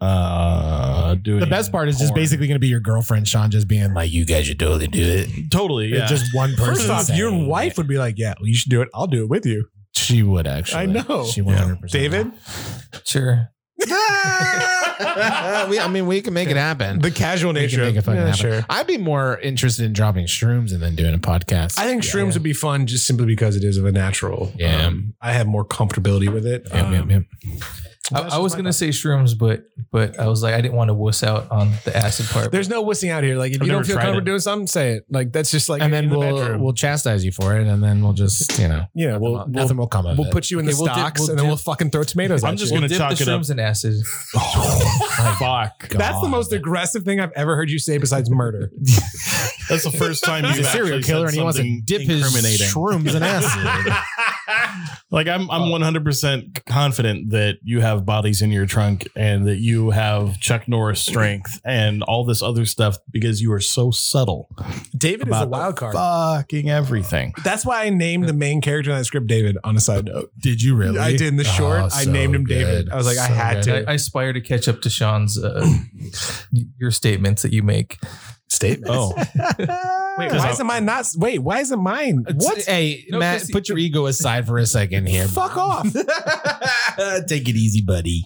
C: Uh, doing
B: The best part is just
C: porn.
B: basically going to be your girlfriend, Sean, just being like, "You guys should totally do it."
C: Totally, yeah.
B: Just one person.
A: First off, your
B: saying
A: wife
B: it.
A: would be like, "Yeah, well, you should do it. I'll do it with you."
B: She would actually.
A: I know.
B: She one hundred percent.
A: David,
D: days. Sure.
B: Uh, we, I mean, we can make it happen.
A: [LAUGHS] the casual
B: We can
A: nature.
B: make
A: of-
B: it fucking
A: Yeah,
B: happen.
A: sure.
B: I'd be more interested in dropping shrooms and then doing a podcast.
A: I think shrooms would be fun just simply because it is of a natural.
B: Yeah.
A: Um, I have more comfortability with it.
B: Yep, yep,
A: Um,
B: yep.
D: I, I was gonna say shrooms, but but I was like, I didn't want to wuss out on the acid part.
A: There's no wussing out here. Like if
C: I've
A: you don't
C: never
A: feel
C: tried
A: comfortable
C: it.
A: doing something, say it. Like that's just like
B: and then
A: in the
B: we'll
A: bedroom.
B: we'll chastise you for it, and then we'll just you know
A: yeah, we'll,
B: nothing
A: we'll
B: will come of
A: We'll
B: it.
A: put you in
D: Okay,
A: the
D: we'll dip-
A: stocks
D: we'll
A: and then
D: dip-
A: we'll fucking throw
B: [LAUGHS]
A: tomatoes
C: I'm
A: at
C: just
A: you.
C: gonna
D: dip
C: chalk
D: the
C: it up.
D: shrooms in acid.
C: Fuck.
A: That's the most aggressive thing I've ever heard you say besides murder.
C: That's the first time
B: [LAUGHS]
C: you've
B: He's a serial
C: actually
B: killer, and
C: said
B: he wants to
C: something
B: dip his
C: incriminating.
A: [LAUGHS]
B: shrooms in acid.
C: Like I'm, I'm 100% confident that you have bodies in your trunk and that you have Chuck Norris strength and all this other stuff because you are so subtle.
A: David is a
C: About
A: wild card.
B: [LAUGHS]
C: Fucking everything.
A: That's why I named the main character in that script David on a side note.
B: Did you really?
A: I did in the
B: Oh,
A: short. I
B: so
A: named him
B: good.
A: David. I was like, I
B: So
A: had
B: good.
A: to.
D: I, I aspire to catch up to Sean's uh, your statements that you make.
A: Statement.
C: Oh,
A: Wait,
C: Because
A: why
C: I-
A: isn't mine not? Wait, why isn't mine?
B: What? Hey,
D: No,
B: Matt,
D: 'cause he-
B: put your ego aside for a second here.
A: Fuck off.
B: [LAUGHS] Take it easy, buddy.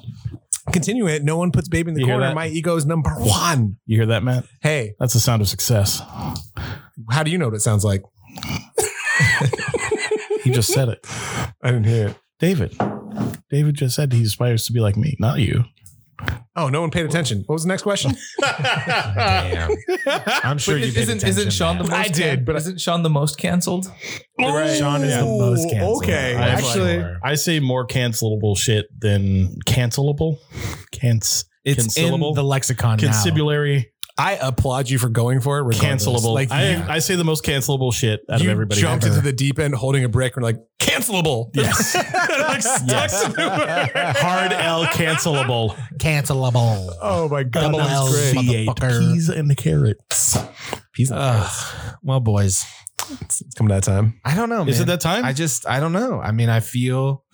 A: Continue it. No one puts baby in the
C: You hear
A: corner.
C: that?
A: My ego is number one.
C: you hear that, Matt?
A: Hey,
C: That's the sound of success.
A: how do you know what it sounds like?
C: He just said it.
A: I didn't hear it.
C: David. David just said he aspires to be like me, not you.
A: Oh, no one paid attention. What was the next question?
B: Damn. I'm sure
D: But
B: you
D: is-
B: paid
D: isn't isn't
B: attention,
D: Sean the
B: Matt.
D: most?
A: I did, but I-
D: isn't Sean the most canceled?
B: Sean is the most
A: Ooh,
B: canceled.
A: Oh, Okay,
B: I'm
A: actually,
B: sure.
C: I say more cancelable shit than cancelable. Cance.
B: It's in
C: Concealable?
B: the lexicon now.
C: Concibulary.
A: I applaud you for going for it. Regardless.
C: Cancelable.
A: Like
C: I,
A: you-
C: I say the most cancelable shit out
A: you
C: of everybody.
A: jumped
C: ever.
A: into the deep end holding a brick and were like cancelable.
C: Yes. [LAUGHS]
A: like stuck
C: Yes.
A: to the word.
C: hard L cancelable.
B: Cancelable.
A: [LAUGHS] Oh my god,
B: Double
A: that was
B: L's.
A: great.
B: Motherfucker.
C: and the carrots.
A: Peas and carrots.
B: Ugh. well, boys,
A: It's coming that time.
B: I don't know.
C: Is it
B: man.
C: that time?
B: I just I don't know. I mean, I feel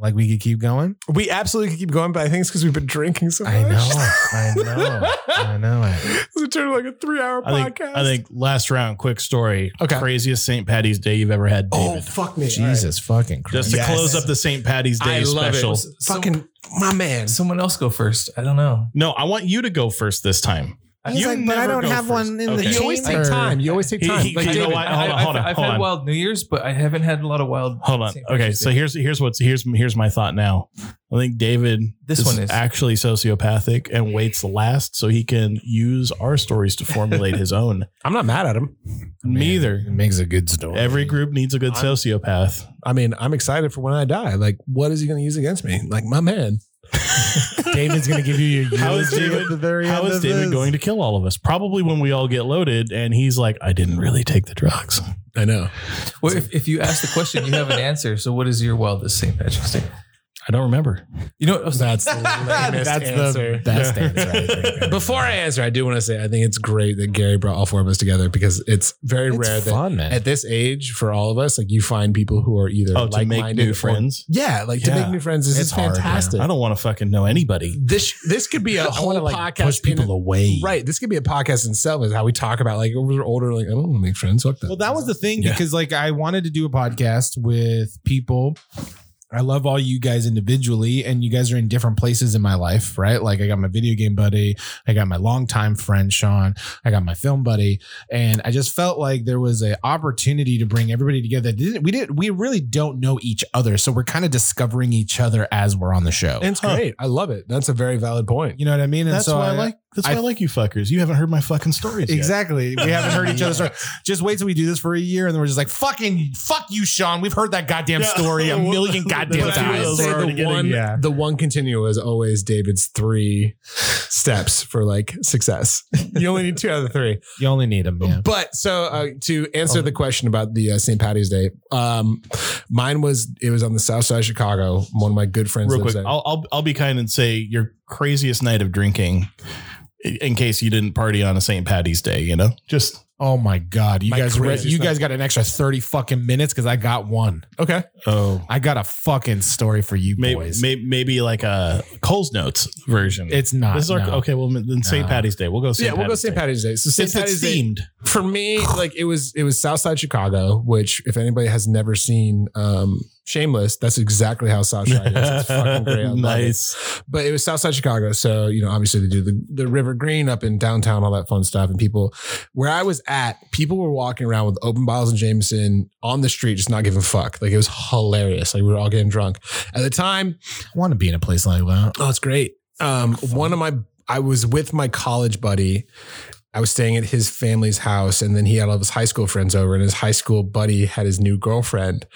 B: Like we could keep going.
I: We absolutely could keep going, but I think it's because we've been drinking so much.
B: I know.
A: [LAUGHS]
B: I
C: [LAUGHS]
B: know. I know it.
I: it turned like a three-hour
C: I think,
I: podcast.
C: I think last round, quick story.
I: Okay.
C: Craziest St. Patty's Day you've ever had,
I: Oh
C: David.
I: fuck me,
B: Jesus fucking Christ.
C: Just to
I: Yes.
C: close up the St. Patty's Day special.
D: So-
I: fucking my man.
D: someone else go first. I don't know.
C: No, I want you to go first this time.
B: He's like, but I
C: never
B: don't
C: go
B: have one in the
C: Okay.
B: You always take time.
A: You always take
C: He- time. he- Like, you know David, what?
D: I-
C: Hold on,
D: I-
C: hold on,
D: I've, I've
C: hold
D: had
C: on.
D: wild New Year's, but I haven't had a lot of wild.
C: Hold on.
D: St.
C: Okay,
D: Patrick's
C: so
D: Day.
C: here's here's what's here's here's my thought now. I think David
D: This one is.
C: actually sociopathic and waits last so he can use our stories to formulate his own.
I: I'm not mad at him.
C: Neither.
B: It makes a good story.
C: Every group needs a good
I: I'm-
C: sociopath.
I: I mean, I'm excited for when I die. Like, what is he going to use against me? Like, my
A: [LAUGHS]
I: man.
B: David's gonna give you your
C: How is
B: eulogy
C: David-
B: at the very
C: How
B: end
C: is
B: of
C: David
B: this.
C: going to kill all of us? Probably when we all get loaded and he's like, I didn't really take the drugs.
I: I know.
D: Well, if, if you ask the question, you have an answer. So what is your wildest St. Patrick's Day?
C: I don't remember.
D: You know,
A: [LAUGHS] That's the
I: lamest answer.
A: The best answer. I think.
I: Before I answer, I do want to say I think
A: I think it's great that Gary brought all four of us together because it's very
B: It's
A: rare that
B: fun, man.
A: at this age for all of us, like you find people who are either
C: Oh, to make
A: like-minded
C: new
A: or-
C: friends.
A: Yeah, like to
C: Yeah.
A: make new friends. This
B: It's
A: is
B: hard, man.
A: fantastic.
C: I don't want to fucking know anybody.
A: this this could
C: [LAUGHS]
A: be a
B: I want
A: whole
B: to like
A: podcast.
B: push people
A: in-
B: away.
A: Right. This could be a podcast in itself is how we talk about like when we're older, like I don't want to make friends. Fuck that.
B: Well, that was the thing
C: Yeah.
B: because like I wanted to do a podcast with people. I love all you guys individually, and you guys are in different places in my life, right? Like I got my video game buddy, I got my longtime friend Sean, I got my film buddy, and I just felt like there was an opportunity to bring everybody together. Didn't we? Did we really don't know each other, so we're kind of discovering each other as we're on the show.
A: it's Oh, great. I love it. That's a very valid point.
B: you know what I mean? And
C: That's
B: so
C: why I, like that's why I,
B: I-
C: like you fuckers. You haven't heard my fucking stories. Exactly.
B: Exactly. We haven't heard each other's story. Just wait till we do this for a year, and then we're just like, "Fucking fuck you, Sean. We've heard that goddamn
C: Yeah.
B: story a million goddamn
C: But I will
B: times."
C: say- already getting-
A: one,
B: yeah.
A: the one continual is always David's three steps for like success. [LAUGHS] You only need two out of the three.
B: You only need them.
A: But so uh, to answer the question about the uh, St. Patty's Day, um, mine was it was on the south side of Chicago. One of my good friends
C: Real
A: lives
C: quick,
A: there.
C: I'll, I'll I'll be kind and say your craziest night of drinking, i- in case you didn't party on a St. Patty's Day. You know, just
B: Oh my god, you
A: My
B: guys, re-
A: craziest
B: you guys got an extra thirty fucking minutes because I got one.
A: okay,
C: oh,
B: I got a fucking story for you
C: maybe
B: boys.
C: maybe, like a Cole's Notes version.
B: it's not.
C: this is our
B: no.
C: okay. Well, then St.
B: No.
C: Patty's Day. We'll go. St.
A: yeah, we'll go
C: Patty's
A: St.
C: Day.
A: Patty's Day. So St.
C: Since
A: Patty's
C: it's
A: Day
C: themed,
A: for me, like it was it was south side Chicago. Which if anybody has never seen um, Shameless, that's exactly how south side is. It's
C: [LAUGHS]
A: fucking great. I love it.
C: nice.
A: but it was Southside Chicago. So, you know, obviously they do the, the River Green up in downtown, all that fun stuff. And people, where I was at, people were walking around with open bottles of Jameson on the street, just not giving a fuck. Like it was hilarious. Like we were all getting drunk. At the time,
B: I want to be in a place like that.
A: Oh, it's great. Um, one of my, I was with my college buddy. I was staying at his family's house, and then he had all of his high school friends over, and his high school buddy had his new girlfriend.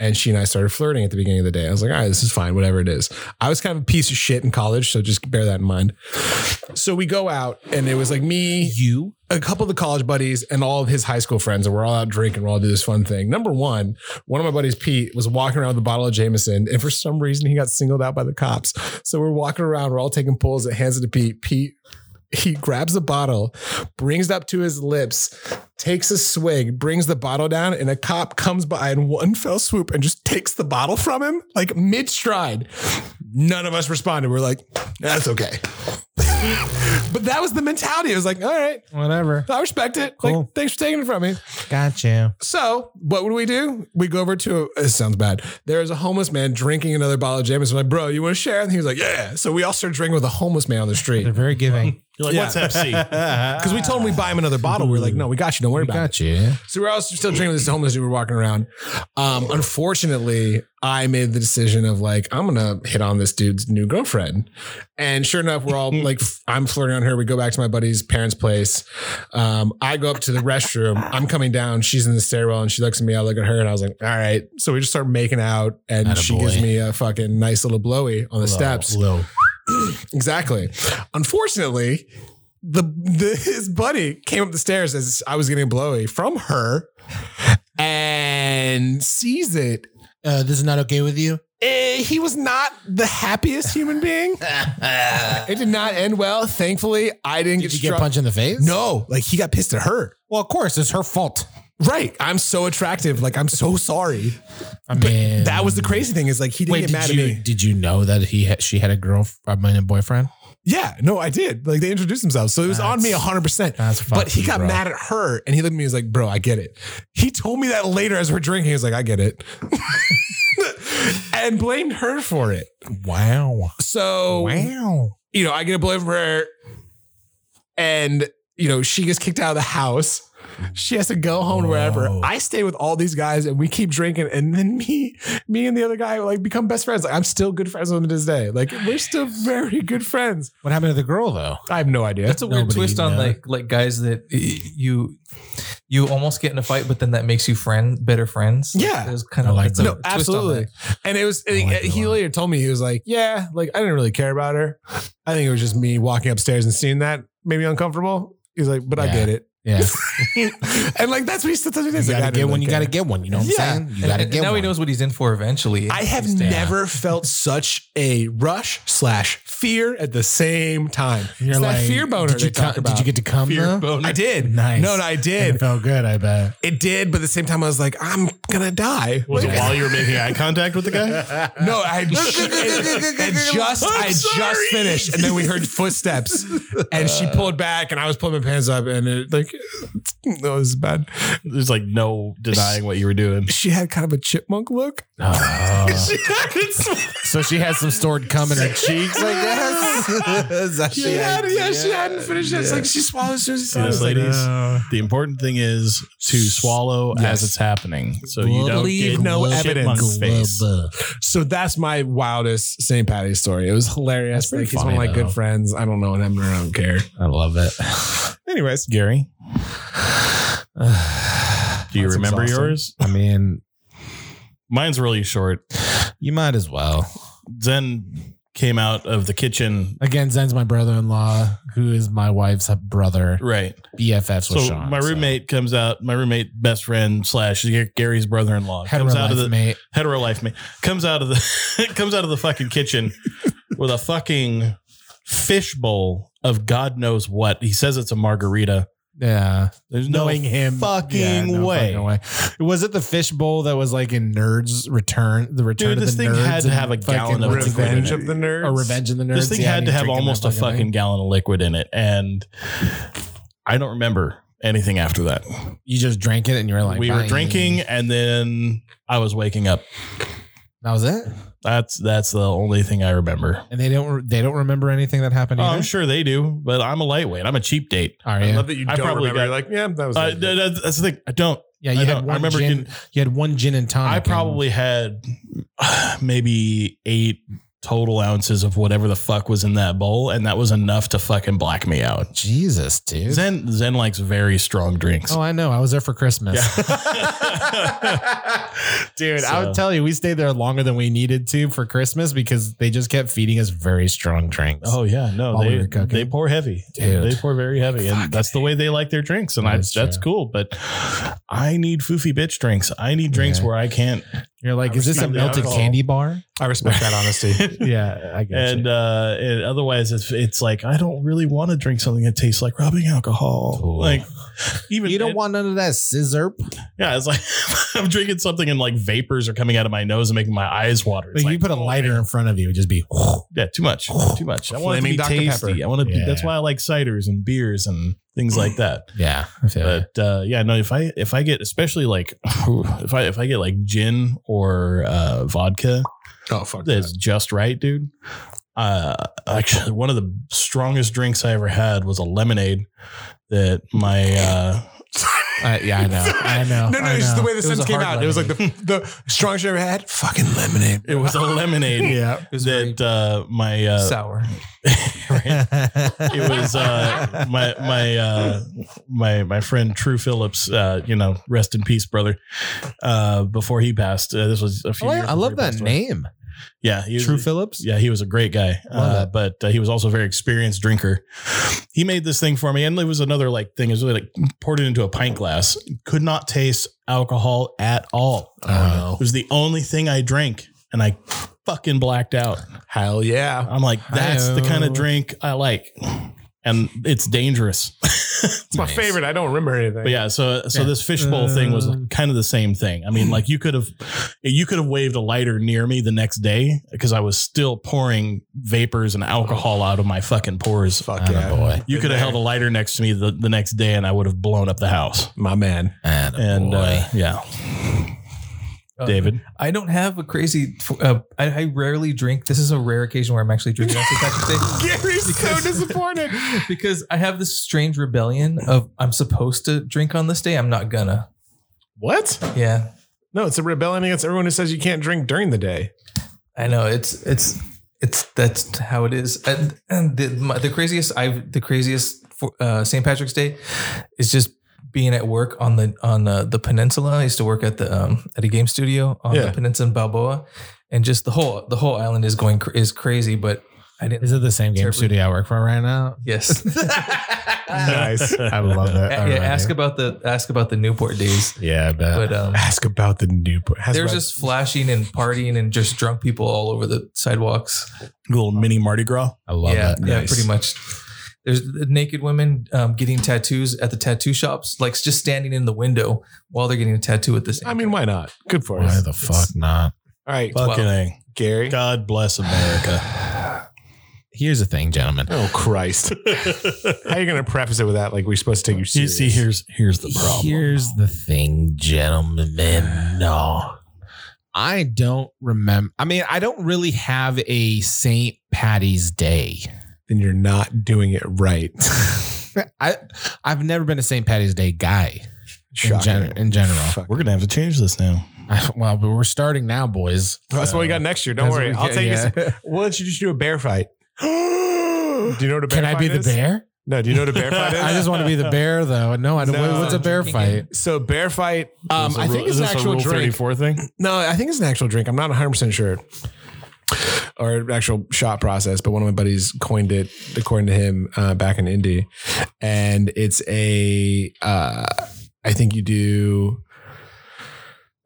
A: And she and I started flirting at the beginning of the day. I was like, all right, this is fine, whatever it is. I was kind of a piece of shit in college, so just bear that in mind. So we go out, and it was like me,
B: You
A: a couple of the college buddies and all of his high school friends, and we're all out drinking. We're all do this fun thing. Number one, one of my buddies, Pete, was walking around with a bottle of Jameson, and for some reason, he got singled out by the cops. So we're walking around, we're all taking pulls at hands it to Pete. Pete, he grabs the bottle, brings it up to his lips, takes a swig, brings the bottle down, and a cop comes by in one fell swoop and just takes the bottle from him, like mid stride. None of us responded. We're like, that's okay. [LAUGHS] but that was the mentality. It was like, all right.
B: whatever.
A: I respect it.
B: Cool.
A: Like, thanks for taking it from me.
B: Gotcha.
A: So, what would we do? We go over to a, it sounds bad. There is a homeless man drinking another bottle of Jameson. We're like, bro, you want to share? And he was like, yeah. So we all started drinking with a homeless man on the street
B: They're very giving.
C: You're like, what's
A: [LAUGHS]
C: FC?
A: because we told him we would buy him another bottle. We were like, no, we got you. Don't worry
B: We
A: about it.
B: got you.
A: So we're all still drinking with this homeless dude. We're walking around. Um, unfortunately, I made the decision of like, I'm gonna hit on this dude's new girlfriend. And sure enough, we're all
B: [LAUGHS]
A: like, f- I'm flirting on her. We go back to my buddy's parents' place. Um, I go up to the restroom. I'm coming down. She's in the stairwell and she looks at me. I look at her and I was like, all right. So we just start making out, and she
B: Attaboy.
A: gives me a fucking nice little blowy on the steps.
B: Low.
A: [CLEARS THROAT] Exactly. Unfortunately, the, the his buddy came up the stairs as I was getting a blowy from her and sees it.
B: Uh, this is not okay with you.
A: Eh, he was not the happiest human
B: [LAUGHS]
A: being. it did not end well. Thankfully, I didn't
B: Did
A: get
B: you get
A: struck.
B: punched in the face?
A: no, like he got pissed at her.
B: Well, of course, it's her fault.
A: Right. I'm so attractive. Like I'm so sorry.
B: I mean,
A: That [LAUGHS] was the crazy thing is like he didn't
B: Wait,
A: get mad
B: did
A: at
B: you,
A: me.
B: did you know that he had, she had a girl, I mean, a boyfriend?
A: Yeah, no, I did. Like they introduced themselves. So it was on me 100%.
B: that's
A: but he
B: fucking
A: got
B: bro.
A: mad at her and he looked at me and was like, bro, I get it. He told me that later as we're drinking. He was like, I get it. [LAUGHS] and blamed her for it.
B: Wow.
A: So,
B: Wow.
A: you know, I get a blame for her. And, you know, she gets kicked out of the house. She has to go home to wherever.
B: Whoa.
A: I stay with all these guys and we keep drinking. And then [LAUGHS] me, me and the other guy like become best friends. Like I'm still good friends with him to this day. Like we're still very good friends.
B: What happened to the girl though?
A: I have no
B: [LAUGHS]
A: idea.
D: That's a weird
B: Nobody
D: twist on
B: knows.
D: like like guys that y- you you almost get in a fight, but then that makes you friend better friends. Like,
A: Yeah.
D: there's kind
B: I
D: of
B: like
D: that's a
B: that.
D: twist on
A: Absolutely.
D: that.
A: And it was,
B: I like that
A: he
B: one.
A: later told me, he was like, yeah, like I didn't really care about her. I think it was just me walking upstairs and seeing that maybe uncomfortable. He's like, but I
B: Yeah. [LAUGHS]
A: get it. [LAUGHS]
B: Yeah.
A: and like, that's what he still tells me
B: You
A: this.
B: gotta get one. You gotta
A: get.
B: get one. You know what
A: Yeah.
B: I'm saying? You
D: And-
B: gotta
D: and
B: get
D: now
B: one.
D: he knows what he's in for eventually.
A: I have
B: Yeah.
A: never felt such a rush slash fear at the same time.
B: You're
A: It's
B: like
A: that fear boner
B: Did you,
A: they talk
B: come- did you
A: about.
B: get to come? though?
A: I did.
B: [LAUGHS] Nice.
A: No, no, I
B: It
A: did.
B: felt good. I bet.
A: It did, but at the same time, I was like, I'm gonna die.
C: Was
A: Like,
C: it while you were making eye contact with the guy?
A: [LAUGHS] No,
B: [LAUGHS]
A: I had ju- it- it just
C: I'm
A: I had just
C: sorry.
A: finished, and then we heard footsteps, and
B: [LAUGHS]
A: she pulled back, and I was pulling my pants up, and it like that was bad.
C: There's like no denying what you
A: [LAUGHS]
C: were doing.
A: She had kind of a chipmunk look. She had it sw-
B: so she had some stored cum in [LAUGHS] her cheeks, I guess. Is that
A: she
B: the
A: had, yeah, she
B: idea?
A: hadn't finished it. It's like she swallowed. She was
C: See this,
A: like,
C: ladies?
A: uh,
C: The important thing is to swallow as it's happening, so you don't
B: Leave
C: get
A: no
C: shit
A: evidence.
C: monkey face.
A: So that's my wildest St. Patty's story. It was hilarious.
B: That's pretty
A: Like, he's one of
B: funny,
A: my good
B: though.
A: friends. I don't know him. I don't care.
B: I love it.
A: Anyways,
C: Gary,
B: [SIGHS]
C: do you
A: That's
C: remember
A: exhausting.
C: yours?
B: I mean,
C: Mine's really short.
B: you might as well.
C: Zen came out of the kitchen.
B: Again, Zen's my brother-in-law, who is my wife's brother.
C: Right.
B: BFFs
C: So
B: with Sean.
C: my roommate comes out. My roommate, best friend slash Gary's brother-in-law,
B: Hetero
C: comes out of
B: life,
C: the
B: mate.
C: hetero life mate comes out of the [LAUGHS] comes out of the
B: [LAUGHS]
C: fucking kitchen with a fucking fishbowl of God knows what. He says it's a margarita.
B: Yeah,
C: There's no
B: knowing him,
C: fucking
B: Yeah, no
C: way.
B: fucking way. Was it the fishbowl that was like in Nerds Return? The Return
C: Dude,
B: of
C: this
B: the
C: thing
B: Nerds
C: had to
B: and
C: have a
B: fucking
C: gallon of
B: Revenge-
C: liquid in it.
A: Revenge of the Nerds.
B: Or Revenge of the Nerds.
C: This thing
B: Yeah,
C: had
B: and
C: to
B: he's
C: have
B: drinking that
C: almost a fucking
B: thing.
C: gallon of liquid in it, and I don't remember anything after that.
B: You just drank it and you were like,
C: we were
B: "Bye."
C: drinking, and then I was waking up.
B: That was it.
C: That's that's the only thing I remember.
B: And they don't. They don't remember anything that happened.
C: Oh,
B: Either?
C: I'm sure they do, but I'm a lightweight. I'm a cheap date.
B: Are
A: I
B: you?
A: love that you
C: I
A: don't
C: probably
A: remember.
C: got-
A: You're like, yeah, that was.
C: Uh, that- that's the thing. I don't.
B: Yeah, you
C: I
B: had
C: don't- I
B: one.
C: remember
B: gin,
C: getting-
B: you had one gin and tonic.
C: I
B: and-
C: probably had maybe eight total ounces of whatever the fuck was in that bowl, and that was enough to fucking black me out.
B: Jesus, dude.
C: Zen Zen likes very strong drinks. [LAUGHS]
B: Oh, [LAUGHS] I know. I was there for Christmas. [LAUGHS] Dude, I
C: So-
B: would tell you, we stayed there longer than we needed to for Christmas because they just kept feeding us very strong drinks.
C: Oh yeah, no,
B: While we
C: they
B: were cooking.
C: they pour heavy.
B: Dude.
C: They pour very heavy, and
B: Fuck.
C: that's the way they like their drinks, and
B: That
C: I,
B: is
C: that's
B: true.
C: cool. But I need foofy bitch drinks. I need drinks
B: Yeah.
C: where I can't.
B: You're like,
A: I
B: is this a
A: respect the
B: melted
A: alcohol.
B: candy bar? [LAUGHS]
A: I respect that honesty.
B: Yeah, I guess.
C: And, uh, and otherwise, it's it's like I don't really want to drink something that tastes like rubbing alcohol.
B: Ooh.
C: Like even
B: you don't
C: it-
B: want none of that scissor.
C: Yeah, it's like [LAUGHS] I'm drinking something and like vapors are coming out of my nose and making my eyes water. It's
B: Like, you put a
C: oh,
B: lighter in front of you, it would just be. [LAUGHS]
C: Yeah, too much. Too much. I want it to
A: Flaming
C: be
A: Dr.
C: tasty.
A: Pepper.
C: I want to be
B: Yeah.
C: that's why I like ciders and beers and things like that.
B: Yeah, I feel it.
C: But uh yeah, no, if I if I get especially like [SIGHS] if I if I get like gin or uh vodka
A: oh fuck.
C: that's just right, dude. Uh actually one of the strongest drinks I ever had was a lemonade that my uh
B: Uh, yeah, I know. I know.
A: No, no,
B: I
A: it's just the
B: know.
A: way the
D: was
A: sentence
D: a
A: came out.
D: hard
A: It was like the, the strongest you ever had. Fucking lemonade.
C: it was a lemonade
B: Yeah.
D: It was
C: [LAUGHS]
D: very
C: that uh my uh
D: sour.
C: right?
B: [LAUGHS]
C: it was uh, my my uh, my my friend True Phillips. Uh, you know, rest in peace, brother. Uh, before he passed, uh, this was a
B: I
C: few.
B: like-
C: years
B: Oh, I
C: before
B: love
C: he
B: that
C: passed away.
B: name,
C: Yeah, he was,
B: True Phillips.
C: Yeah, he was a great guy,
B: Love
C: uh,
B: it.
C: but uh, he was also a very experienced drinker. He made this thing for me, and it was another like thing. It was really like poured it into a pint glass. Could not taste alcohol at all.
B: Oh.
C: It was the only thing I drank, and I fucking blacked out.
A: Hell yeah.
C: I'm like, that's the kind
B: Hi-yo.
C: of drink I like. and it's dangerous. [LAUGHS]
A: It's my favorite. I don't remember anything.
C: But yeah, so so this fishbowl thing was kind of the same thing. I mean, like you could have you could have waved a lighter near me the next day because I was still pouring vapors and alcohol out of my fucking pores.
A: Fuck yeah. boy.
C: You could have held a lighter next to me the, the next day and I would have blown up the house.
A: My man. [LAUGHS]
C: And uh, yeah.
A: Uh,
C: David.
D: I don't have a crazy. Uh, I, I rarely drink. This is a rare occasion where I'm actually drinking on
A: [LAUGHS]
D: St. Patrick's Day
A: Gary's
B: [LAUGHS]
D: Because-
A: so disappointed.
D: because I have this strange rebellion of I'm supposed to drink on this day. I'm not gonna.
A: what?
D: Yeah,
A: No, it's a rebellion against everyone who says you can't drink during the day.
D: I know. It's it's it's that's how it is. And, and the my, the craziest I've the craziest for, uh, St. Patrick's Day is just being at work on the on uh, the peninsula. I used to work at the um, at a game studio on
A: Yeah.
D: the peninsula in Balboa, and just the whole the whole island is going cr- is crazy. But I didn't.
B: Is it the same game
D: Terribly-
B: studio I work for right now? [LAUGHS]
D: yes.
A: Nice.
B: I love that.
D: yeah, ask about the ask about the Newport days.
B: Yeah, I bet.
D: But
B: [LAUGHS]
D: um,
A: Ask about the new. Ask
D: there's
A: about-
D: just flashing and partying and just drunk people all over the sidewalks.
C: Little mini Mardi Gras.
B: I love
D: yeah,
B: that.
D: yeah,
B: Nice.
D: pretty much. There's the naked women um, getting tattoos at the tattoo shops, like just standing in the window while they're getting a tattoo at the same.
A: I mean, why not? Good for
B: Why
A: us.
B: the fuck not?
A: All right,
C: Fucking A.
A: Gary.
C: God bless America.
B: Here's the thing, gentlemen.
A: Oh
B: [LAUGHS]
A: Christ! How are you going to preface it with that? Like we're supposed to take you
C: See,
A: serious?
C: see, here's here's the problem.
B: Here's the thing, gentlemen. No. I don't remember. I mean, I don't really have a St. Patty's Day. [LAUGHS]
A: Then you're not doing it right.
B: I I've never been a St. Patty's Day guy [LAUGHS] in, gen- in general.
A: Fuck.
C: We're gonna have to change this now.
B: I- well, but we're starting now, boys.
A: That's what we got next year. Don't
B: That's what
A: worry.
B: we
A: I'll
B: get,
A: take
B: yeah.
A: you. [LAUGHS] Why don't you just do a bear
B: [GASPS]
A: fight? do you know what a bear
B: Can I
A: fight
B: be the
A: is?
B: bear?
A: No. Do you know what a
B: [LAUGHS]
A: bear fight is?
B: I just want to be
C: [LAUGHS]
B: the bear, though. No, I don't.
A: No.
B: what's a bear fight?
A: So bear fight. Um, I think
C: Is
A: it's an
C: this a
A: actual
C: Rule
A: drink.
C: 34 thing?
A: No, I think it's an actual drink. I'm not 100 percent sure, or actual shot process. But one of my buddies coined it, according to him, uh, back in Indy, and it's a. Uh, I think you do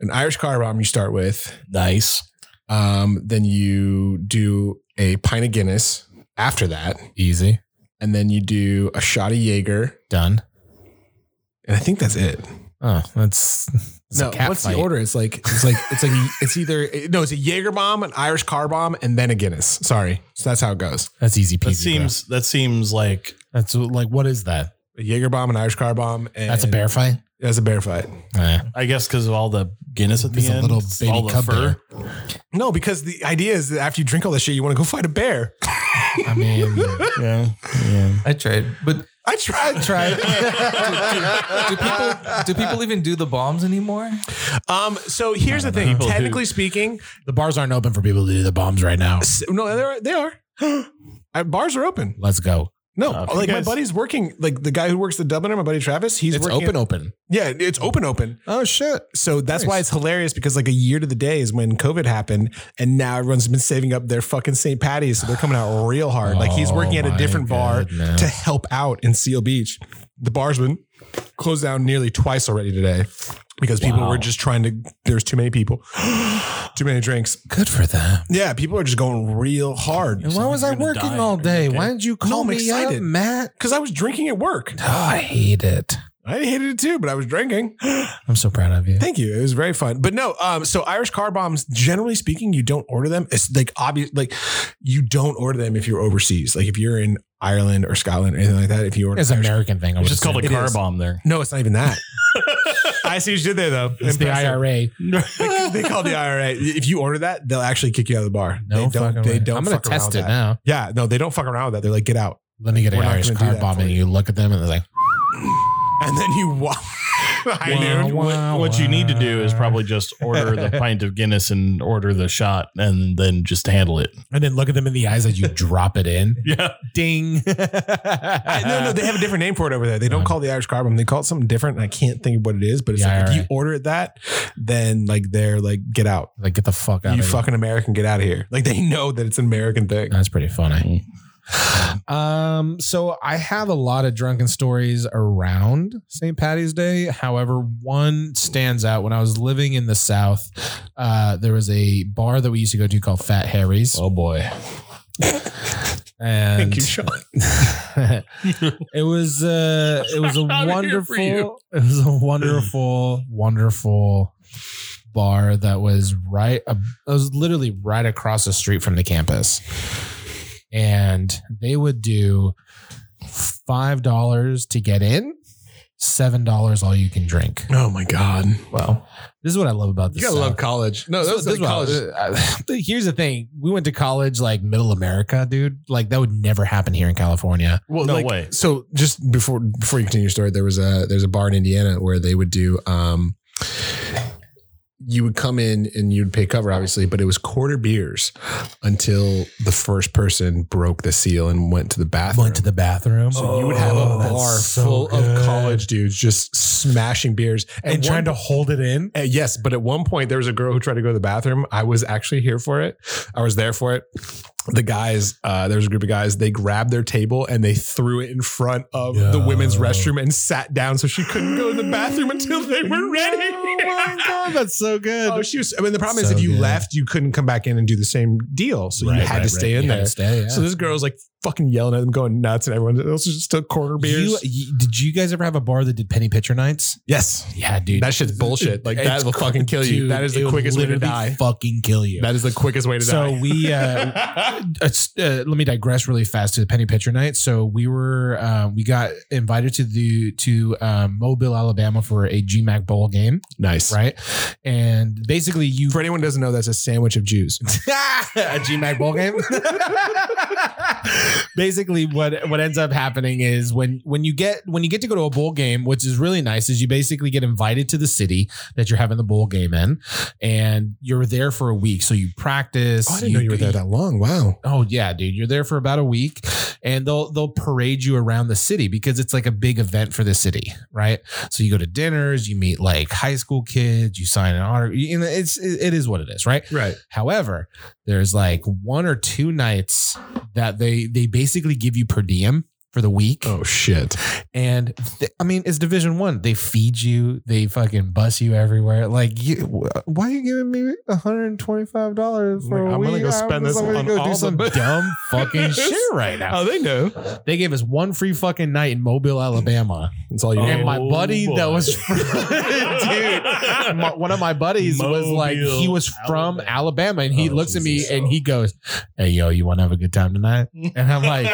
A: an Irish car bomb. You start with,
C: Nice.
A: um, then you do a pint of Guinness after that,
B: Easy.
A: and then you do a shot of Jaeger,
B: Done.
A: and I think that's it.
B: Oh, that's, that's
A: no,
B: a cat
A: what's
B: fight.
A: the order? It's like it's like it's
B: [LAUGHS]
A: like it's either no, it's a Jaeger bomb, an Irish car bomb, and then a Guinness. Sorry, so that's how it goes:
B: That's easy peasy.
C: That
B: bro.
C: seems that seems like
B: That's like what is that?
A: a Jaeger bomb, an Irish car bomb. And
B: That's a bear fight.
A: That's a bear fight.
B: Eh.
C: I guess because of all the Guinness at the
B: It's a
C: end,
B: little
C: it's
B: baby
C: all the
B: cub
C: fur.
A: No, because the idea is that after you drink all this shit, you want to go fight a bear.
B: I mean,
C: Yeah, yeah.
D: I tried, but
A: I tried,
B: [LAUGHS]
A: tried.
D: [LAUGHS] do people do people even do the bombs anymore?
A: um, so here's the
B: [LAUGHS]
A: thing.
B: Oh,
C: People do.
A: Technically speaking,
B: the bars aren't open for people to do the bombs right now.
A: s- no, they are. They
B: [GASPS]
A: are. Uh, Bars are open.
B: Let's go.
A: No,
C: Uh, if you
A: like my
C: guys-
A: buddy's working. Like the guy who works the Dubliner, my buddy Travis, he's
B: It's
A: working at-
B: open, open.
A: yeah, it's open, open.
B: Oh shit!
A: So that's why
B: Nice.
A: it's hilarious because like a year to the day is when COVID happened, and now everyone's been saving up their fucking St. Patty's, so they're coming out real hard. like he's
B: Oh,
A: working at a
B: my
A: different bar
B: goodness.
A: to help out in Seal Beach. The bar's been closed down nearly twice already today because people were just trying to. There's too many people, [GASPS] too many drinks.
B: Good for them.
A: Yeah, people are just going real hard
B: And why was I
C: gonna
B: working
C: die.
B: all day?
C: Okay.
B: Why didn't you
A: No,
B: call
A: I'm
B: me
A: excited.
B: up, Matt?
A: because I was drinking at work.
B: Oh, I hate it.
A: I hated it too, but I was drinking.
B: I'm so proud of you.
A: Thank you. It was very fun. But no, um, so Irish car bombs, generally speaking, you don't order them. It's like obvious, like you don't order them if you're overseas. Like if you're in Ireland or Scotland or anything like that, if you order
B: It's an American thing. I would
C: It's just called a
B: assume.
A: It
C: car
A: is.
C: bomb there.
A: No, it's not even
B: [LAUGHS]
A: that. I see what you did there though.
B: It's the
A: Impressive.
B: IRA.
A: [LAUGHS] They, they call the IRA. If you order that, they'll actually kick you out of the bar.
B: No
A: they don't,
B: fucking
A: they
B: way.
A: don't
B: I'm gonna
A: fuck around
B: test
A: with
B: it
A: that.
B: now.
A: Yeah, no, they don't fuck around with that. They're like, get out. [LAUGHS]
B: Let me get an
A: We're not
B: Irish
A: gonna do
B: car
A: that
B: bomb,
A: for
B: and
A: you.
B: you look at them, and they're like,
A: And then you walk. [LAUGHS] I
B: Wow.
A: knew.
C: Dude,
B: Oh,
C: what, what you need to do is probably just order the pint of Guinness and order the shot, and then just handle it.
B: and then look at them in the eyes as you drop it in.
C: [LAUGHS] Yeah,
B: Ding.
A: I, [LAUGHS] no,
B: [LAUGHS]
A: no, they have a different name for it over there. They don't call it the Irish car bomb. They call it something different. And I can't think of what it is, but it's
B: Yeah,
A: like if you
B: alright.
A: order it that, then like they're like, get out.
B: like get the fuck out.
A: you
B: of here.
A: fucking American, get out of here. Like they know that it's an American thing.
B: That's pretty funny. [SIGHS] Um, so I have a lot of drunken stories around St. Patty's Day. However, one stands out. When I was living in the South, uh, there was a bar that we used to go to called Fat Harry's.
C: boy,
B: [LAUGHS] and
A: Thank you, Sean.
B: [LAUGHS] it was uh it was a
C: I'm here
B: wonderful
C: for you.
B: [LAUGHS] it was a wonderful wonderful bar that was right ab- it was literally right across the street from the campus and they would do five dollars to get in seven dollars all you can drink
A: Oh my God.
D: Wow.
B: this is what i love about this
A: You gotta
B: town.
A: love college. No, that
B: So
A: was
B: this
A: like
B: is what I
A: college.
B: was- I- [LAUGHS] here's the thing we went to college like middle america dude like that would never happen here in california
A: Well,
C: No
A: like,
C: [LAUGHS] way.
A: So just before before you continue your story, there was a there's a bar in Indiana where they would do um you would come in and you'd pay cover obviously, but it was quarter beers until the first person broke the seal and went to the bathroom.
B: went to the bathroom
A: so you would have a
B: Oh, that's
A: bar
B: so
A: full
B: good.
A: of college dudes just smashing beers
B: and,
A: At
B: trying
A: one-
B: to hold it in
A: Uh, yes, but at one point there was a girl who tried to go to the bathroom. I was actually here for it. I was there for it. The guys, uh, there was a group of guys. They grabbed their table and they threw it in front of the
B: Yo.
A: women's restroom and sat down, so she couldn't go to the bathroom until they were ready. [LAUGHS]
B: that's so good.
A: oh, she was. I mean, the problem is
B: So
A: if you
B: good.
A: left, you couldn't come back in and do the same deal, so [LAUGHS] you had to stay in there. So this girl was like fucking yelling at them, going nuts, and everyone else was just a quarter beers.
B: You, you- did you guys ever have a bar that did penny pitcher nights?
A: yes,
B: Yeah, dude.
A: that shit's bullshit. Like
B: It's
A: that will
B: cr-
A: fucking kill you.
B: dude,
A: that is the
B: it'll
A: quickest way to
B: literally
A: die.
B: Fucking kill you.
A: That is the quickest way to
B: so
A: die. [LAUGHS]
B: we uh, it's, uh, let me digress really fast to the penny pitcher night. So we were uh, we got invited to the to um, Mobile, Alabama for a GMAC bowl game,
A: Nice.
B: right? And basically, you
A: For anyone who doesn't know, that's a sandwich of
B: [LAUGHS]
A: Jews.
B: a GMAC bowl game. [LAUGHS] basically, what what ends up happening is when when you get when you get to go to a bowl game, which is really nice, is you basically get invited to the city that you're having the bowl game in, and you're there for a week. So you practice.
A: Oh, that long. Wow.
B: Oh yeah, dude, you're there for about a week, and they'll they'll parade you around the city because it's like a big event for the city, right? So you go to dinners, you meet like high school kids, you sign an autograph. You know, it's it it is what it is, right?
A: Right.
B: However, there's like one or two nights that they they basically give you per diem for the week,
A: Oh shit.
B: and th- I mean it's Division One. They feed you, they fucking bus you everywhere. Like, you, wh- why are you giving me 125 dollars for
A: Like,
B: a
A: I'm
B: week?
A: gonna go spend this
B: I'm gonna
A: on
B: go
A: all
B: do
A: the
B: some
A: bu-
B: [LAUGHS]
A: [LAUGHS]
B: dumb fucking shit right now.
A: Oh, they know.
B: They gave us one free fucking night in Mobile, Alabama,
A: That's all you
B: and
A: need.
B: my
C: Oh,
B: buddy that
A: [LAUGHS]
C: boy.
B: was [LAUGHS] dude my, one of my buddies was like
C: Mobile,
B: he was from
C: Alabama.
B: Alabama and he
C: Oh,
B: looks
C: Jesus.
B: at me and he goes, "Hey yo, you want to have a good time tonight?" And I'm like,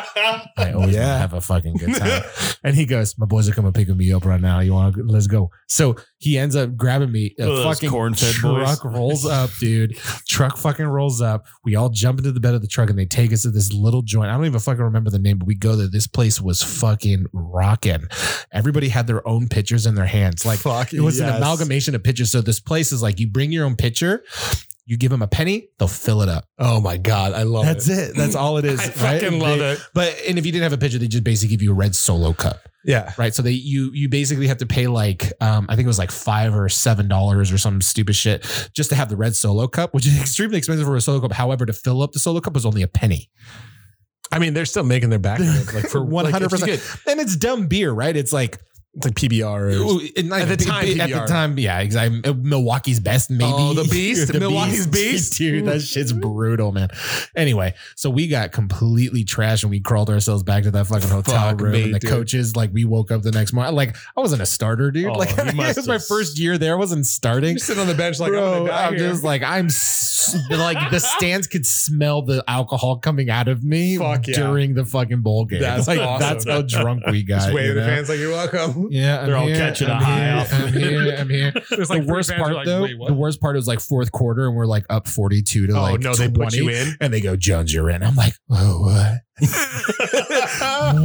B: "I always want to
A: Yeah.
B: have a fucking
A: [LAUGHS]
B: good time." and he goes, "My boys are coming picking me up right now. You want to let's go." So he ends up grabbing me.
C: One of
B: A
C: those
B: fucking
C: corn-fed
B: truck rolls up, dude. truck fucking rolls up. We all jump into the bed of the truck and they take us to this little joint. I don't even fucking remember the name, but we go there. This place was fucking rocking. Everybody had their own pitchers in their hands. Like
A: Fuck.
B: it was an
A: yes.
B: amalgamation of pitchers. So this place is like you bring your own pitcher, you give them a penny, they'll fill it up.
A: Oh my god, I love
B: That's
A: it.
B: it. That's all it
A: [LAUGHS]
B: is.
A: I
B: right?
A: fucking love
B: They-
A: it.
B: But and if you didn't have a pitcher, they just basically give you a red solo cup,
A: Yeah.
B: right? So they you you basically have to pay like um, I think it was like five or seven dollars or some stupid shit just to have the red solo cup, which is [LAUGHS] extremely expensive for a solo cup. However, to fill up the solo cup was only a penny.
A: I mean, they're still making their back rib, like [LAUGHS] for
B: One hundred
A: like,
B: percent,
A: if you
B: and it's dumb beer, right? It's like
A: get- It's like PBR or
B: Ooh, and not
A: At
B: even
A: the
B: big-
A: time,
B: big- at the
A: PBR.
B: time, yeah, exactly. Milwaukee's best, maybe.
A: Oh, the
B: [LAUGHS]
A: beast? Milwaukee's beast?
B: dude. That shit's brutal, man. Anyway, so we got completely trashed and we crawled ourselves back to that fucking hotel
A: Fuck
B: room.
A: me,
B: and the
A: dude.
B: coaches, like, we woke up the next morning. Like, I wasn't a starter, dude.
C: Oh,
B: like, [LAUGHS]
C: you
B: it
C: must
B: was my
C: have-
B: first year there. I wasn't
A: [LAUGHS]
B: starting.
A: you're sitting on the bench like I'm
B: Bro,
A: gonna die
B: I'm
A: here.
B: just like I'm, s-
A: [LAUGHS]
B: like the stands could smell the alcohol coming out of me
A: Fuck yeah.
B: during the fucking bowl game.
A: That's
B: like
A: awesome.
B: that's how drunk we
A: [LAUGHS]
B: got.
A: Just
B: you
A: waving the
B: know?
A: fans like you're welcome.
B: Yeah,
C: They're all catching a high off of
B: I'm
C: it.
B: here.
A: [LAUGHS]
B: I'm here.
C: like
B: the worst
C: three fans
B: part
C: are like,
B: though,
C: "Wait, what?"
B: the worst part was like fourth quarter, and we're like up forty-two to
A: Oh
B: like
A: no, they
B: twenty,
A: put you in.
B: and they go Jones, you're in. I'm like, oh what?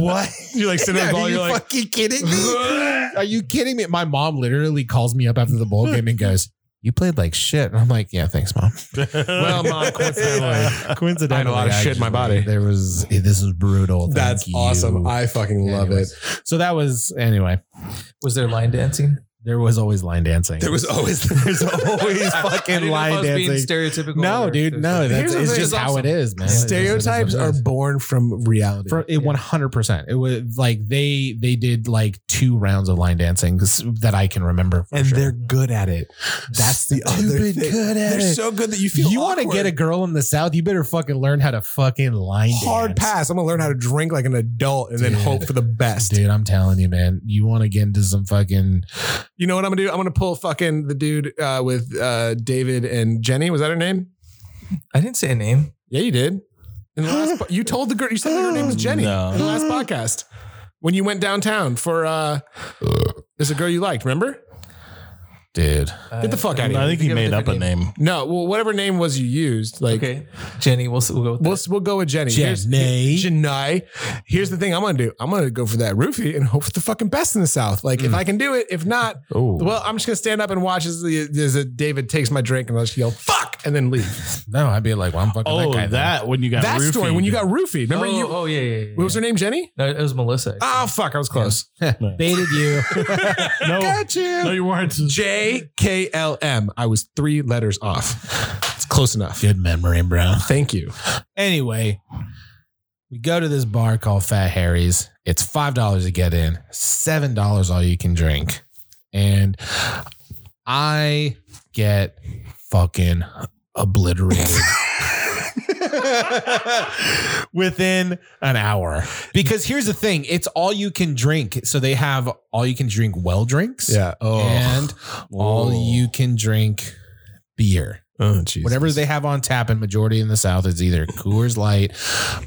A: [LAUGHS]
B: what?
A: You're
B: [LAUGHS]
A: like sitting on the ball.
B: Are you
A: You're like,
B: fucking kidding me? [LAUGHS] Are you kidding me? My mom literally calls me up after the bowl game and goes, "You played like shit." And I'm like, "Yeah, thanks, mom."
A: [LAUGHS] well, mom,
B: [LAUGHS]
A: coincidentally, coincidentally, I had a lot of shit in my
B: Actually,
A: body.
B: There was this is brutal. Thank
A: That's awesome.
B: you.
A: I fucking love it.
B: Anyways, So that was anyway.
D: Was there line dancing?
B: There was always line dancing.
A: There was
B: [LAUGHS]
A: always there's
D: [LAUGHS]
A: always
D: I
A: fucking
D: didn't know if I
A: line
D: was being
A: dancing.
D: stereotypical.
B: no,
D: or if
B: dude,
D: there's
B: no.
D: like-
B: That's
A: Here's the
B: it's
A: thing.
B: just how it is,
A: [LAUGHS]
B: man.
A: Stereotypes are born from reality.
B: For it one hundred percent. It was like they they did like two rounds of line dancing 'cause- that I can remember. For
A: and
B: sure.
A: they're good at it. That's the other
B: Stupid
A: thing.
B: good at
A: they're
B: it.
A: so good that you feel
B: you want to get a girl in the south, you better fucking learn how to fucking line
A: hard
B: dance.
A: pass. I'm gonna learn how to drink like an adult and then
B: Dude.
A: hope for the best.
B: Dude, I'm telling you, man. You want to get into some fucking
A: You know what I'm gonna do? I'm gonna pull fucking the dude uh, with uh, David and Jenny. Was that her name?
D: I didn't say a name.
A: Yeah, you did. In the last, po- you told the girl. You said that her name was Jenny
C: No.
A: in the last podcast when you went downtown for. uh There's a girl you liked. Remember?
B: dude.
A: Get the fuck out of here.
C: I think he
D: of a
C: made up a
D: different
C: name.
A: No, well, whatever name was you used, like.
D: Okay, Jenny. We'll s- we'll go with
A: We'll,
D: that.
A: we'll go with Jenny. Here's-
B: Jenny.
A: Jenny. Here's the thing I'm going to do. I'm going to go for that roofie and hope for the fucking best in the South. Like,
B: Mm.
A: if I can do it, if not,
B: Oh,
A: well, I'm just going to stand up and watch as, the, as the David takes my drink and I just yell, fuck, and then leave.
B: no, I'd be like, well, I'm fucking
C: Oh,
B: that guy.
C: that, when you got
A: that story,
C: roofied.
A: when you got roofied, remember
D: oh,
A: you,
D: oh yeah, yeah, yeah.
A: what was her name, Jenny?
D: No, it was Melissa.
A: Oh, fuck, I was close.
B: then. baited you. [LAUGHS]
C: no,
A: Got
C: [LAUGHS] no,
A: you.
C: you weren't.
A: J K L M. I was three letters off. It's close enough.
B: Good memory, bro.
A: Thank you.
B: Anyway, we go to this bar called Fat Harry's. It's five dollars to get in, seven dollars all you can drink, and I get fucking
A: [LAUGHS]
B: obliterated. Within an hour. Because here's the thing it's all you can drink. So they have all you can drink well drinks
A: Yeah. Oh.
B: and all you can drink beer
A: oh, Jesus.
B: whatever they have on tap in majority in the South is either Coors Light,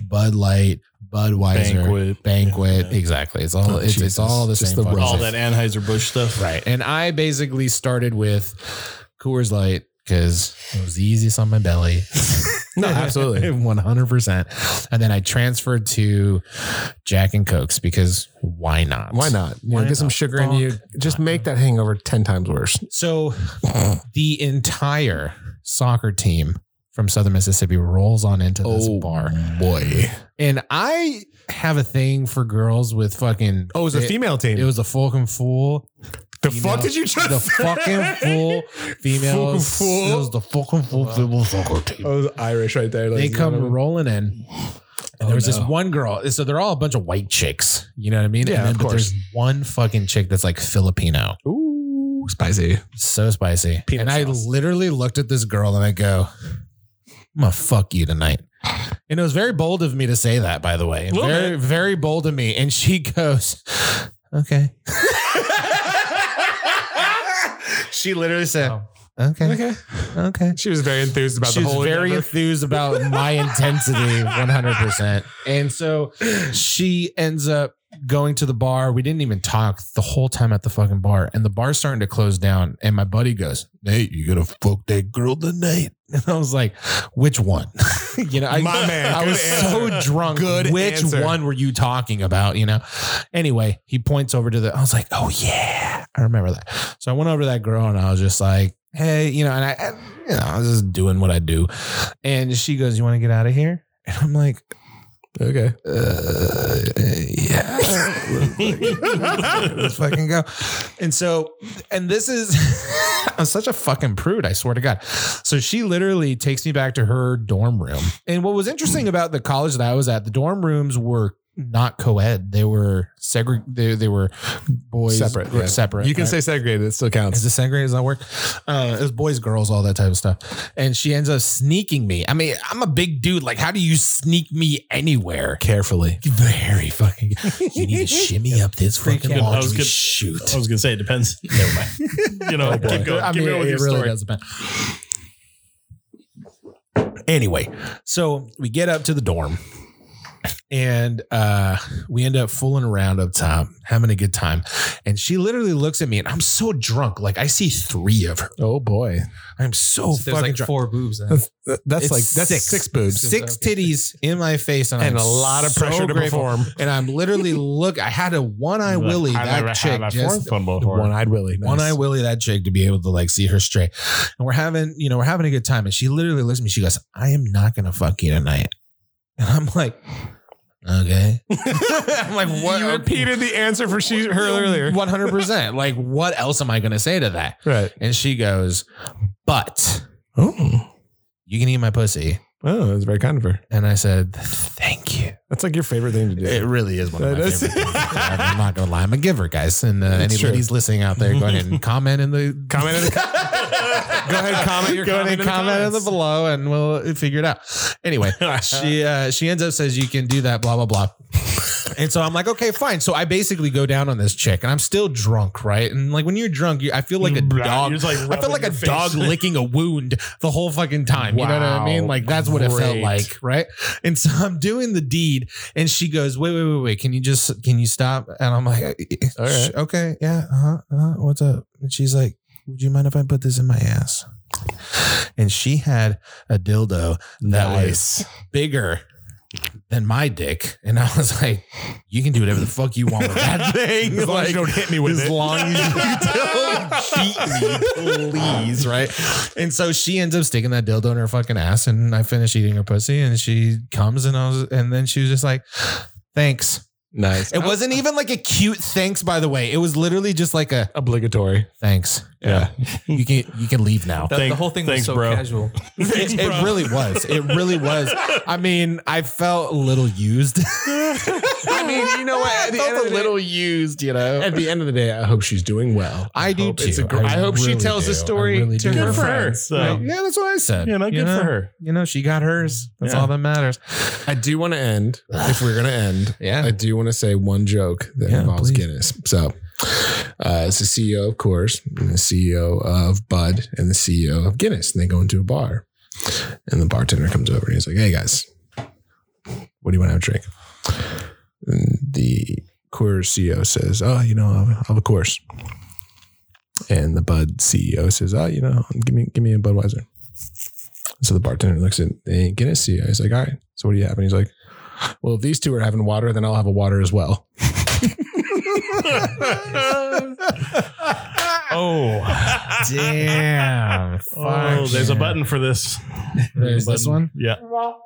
B: Bud Light, Budweiser,
C: Banquet.
B: Banquet.
C: Yeah.
B: Exactly. It's all
A: Oh,
B: it's,
A: Jesus.
B: it's all the
A: Just
B: same.
A: the
B: fucking
A: raw.
C: all
B: stuff.
C: that Anheuser Busch stuff.
B: Right. And I basically started with Coors Light because it was the easiest on
A: [LAUGHS]
B: my belly.
A: No,
B: [LAUGHS]
A: absolutely.
B: 100%. And then I transferred to Jack and Cokes because why not?
A: Why not? You know,
B: Why
A: get some
B: the
A: sugar in you. Just make that hangover 10 times worse.
B: So the entire soccer team from Southern Mississippi rolls on into this
A: Oh.
B: bar.
A: boy.
B: And I have a thing for girls with fucking.
A: Oh, it was a
B: it-
A: female team.
B: It was a fucking fool.
A: the
B: female-
A: fuck did you just
B: The
A: say?
B: fucking fool female.
A: Fucking fool.
B: It was the fucking fool female soccer
A: [LAUGHS]
B: team.
A: I was Irish right there.
B: They
A: ladies and
B: come
A: gentlemen.
B: rolling in. And there was this one girl. So they're all a bunch of white chicks. You know what I mean?
A: Oh, Yeah,
B: and then,
A: of
B: but there's one fucking chick that's like Filipino.
A: Ooh, spicy.
B: So spicy.
A: Peanut
B: and
A: sauce.
B: I literally looked at this girl and I go, I'm gonna fuck you tonight. And it was very bold of me to say that, by the way.
C: Little
B: Very, very bold of me. And she goes, Okay. she literally said, Okay,
A: Okay.
B: okay.
A: She was very enthused about
B: She's
A: the whole
B: very
A: endeavor.
B: enthused about my intensity
A: [LAUGHS]
B: 100% and so she ends up going to the bar we didn't even talk the whole time at the fucking bar and the bar's starting to close down and my buddy goes nate you gonna fuck that girl tonight and i was like which one [LAUGHS] you know I,
A: My man,
B: I
A: good
B: was so
A: answer.
B: drunk
A: Good
B: which
A: answer.
B: one were you talking about you know anyway he points over to the i was like oh yeah i remember that so I went over to that girl and I was just like, hey, you know, and I, and, you know, I was just doing what I do. And she goes, you want to get out of here? And I'm like,
A: Okay.
B: uh, yeah, let's fucking go. And so, and this is, [LAUGHS] I'm such a fucking prude, I swear to God. So she literally takes me back to her dorm room. And what was interesting about the college that I was at, the dorm rooms were not co-ed. They were segre. They, they were boys
A: Separate, yeah.
B: Separate.
A: You can
B: right?
A: say segregated. It still
B: Is
A: counts.
B: the segregated? Does that work? Uh, it was boys, girls, all that type of stuff. And she ends up sneaking me. I mean, I'm a big dude. Like, how do you sneak me anywhere?
A: Carefully.
B: Very fucking. You need to shimmy up this fucking
C: I
B: wall.
C: was gonna-
B: Shoot.
C: I was gonna say
B: [LAUGHS]
C: it depends. Never mind. [LAUGHS] You know, keep going.
B: Oh, I
C: Keep
B: mean,
C: going with
B: it
C: your
B: really
C: story.
B: does depend. Anyway, so we get up to the dorm and uh, we end up fooling around up top, having a good time. And she literally looks at me and I'm so drunk. Like, I see three of her.
A: Oh boy.
B: I'm so
D: There's
B: fucking
D: like
B: drunk.
D: four boobs. Then.
A: That's, that's
B: It's
A: like that's six,
B: six.
A: boobs.
B: six titties in my face and,
A: And
B: I'm
A: a lot of
B: so
A: pressure to
B: grateful.
A: perform.
B: And I'm literally look. I had a one eye willy that chick, just
A: One eyed Willie.
B: one eye willy that chick to be able to like see her straight. And we're having you know we're having a good [LAUGHS] time. And she literally looks at me. She goes, "I am not gonna fuck you tonight." And I'm like, Okay. [LAUGHS]
A: I'm like,
B: what-
A: You repeated the answer for she, her
B: [LAUGHS]
A: earlier.
B: 100%. Like, what else am I going to say to that?
A: Right.
B: And she goes, But
A: Oh,
B: you can eat my pussy.
A: oh, that's very kind of her.
B: And I said, Thank you.
A: That's like your favorite thing to do.
B: It really is one of
A: That
B: my
A: is-
B: [LAUGHS] favorite things. I'm not going to lie. I'm a giver, guys. And uh, any
A: true.
B: ladies listening out there, go ahead [LAUGHS] and comment in the
A: Comment in the-
B: [LAUGHS] go ahead and comment your
A: Go ahead and
B: comment, in the comment in the
A: comments.
B: below, and we'll figure it out. [LAUGHS] Anyway, she uh, she ends up says you can do that, blah blah blah. [LAUGHS] And so I'm like, okay, fine. So I basically go down on this chick, and I'm still drunk, right? And like when you're drunk, you, I feel like a
C: Blah,
B: dog.
C: you're just, like,
B: I feel
C: rubbing
B: like a
C: your face.
B: dog [LAUGHS] licking a wound the whole fucking time. You know what I
A: Wow,
B: mean? Like that's what it felt
A: great.
B: like, right? And so I'm doing the deed, and she goes, "Wait, wait, wait, wait! Can you just can you stop?" And I'm like,
A: All right.
B: "Okay, yeah, uh-huh, uh-huh, what's up?" And she's like, "Would you mind if I put this in my ass?" And she had a dildo that
A: [LAUGHS]
B: was bigger than my dick, and I was like, "You can do whatever the fuck you want
A: [LAUGHS]
B: with that thing,
A: As long as
B: Like,
A: you don't hit me with
B: as
A: it.
B: long as you don't cheat me, please, [LAUGHS] right? And so she ends up sticking that dildo in her fucking ass, and I finish eating her pussy, and she comes, and I was, and then she was just like, "Thanks."
A: nice.
H: Oh.
B: It wasn't even like a cute thanks, by the way. It was literally just like a
H: Oh.
A: obligatory.
B: thanks.
A: Yeah.
B: You can you can leave now.
D: The,
C: Thank-
D: the whole thing
C: thanks,
D: was so
C: bro.
D: casual.
B: It, it really was. It really was. I mean, I felt a little used.
H: [LAUGHS] I mean, you know what? At the end of the day-
B: used, you know.
H: At the end of the day, I hope she's doing well.
B: I do
H: hope it's
B: too.
H: a gr- I,
B: I
H: hope she
B: really
H: tells
B: do.
H: the story
B: I really
H: to
B: do.
H: her
C: Good for her.
H: friends.
C: So-
H: Right?
B: yeah, that's what I said.
C: You know, good
B: know?
C: for her.
B: You know, she got hers. That's
C: Yeah.
B: all that matters.
H: I do want to end. if we're gonna end,
B: [SIGHS] Yeah.
H: I do want to say one joke that
B: Yeah,
H: involves
B: please.
H: Guinness. So, uh, it's the CEO, of course, and the CEO of Bud, and the CEO of Guinness, and they go into a bar, and the bartender comes over and he's like, "Hey guys, what do you want to have a drink?" And the Coors CEO says, "Oh, you know, I'll I'll have a Coors." And the Bud CEO says, "Oh, you know, give me give me a Budweiser." So the bartender looks at the Guinness CEO. He's like, "All right, so what do you have?" And he's like, "Well, if these two are having water, then I'll have a water as well."
B: [LAUGHS]
C: [LAUGHS] Oh,
B: Damn.
C: oh, there's a button for this.
B: There's this one.
C: Yeah.
B: Oh,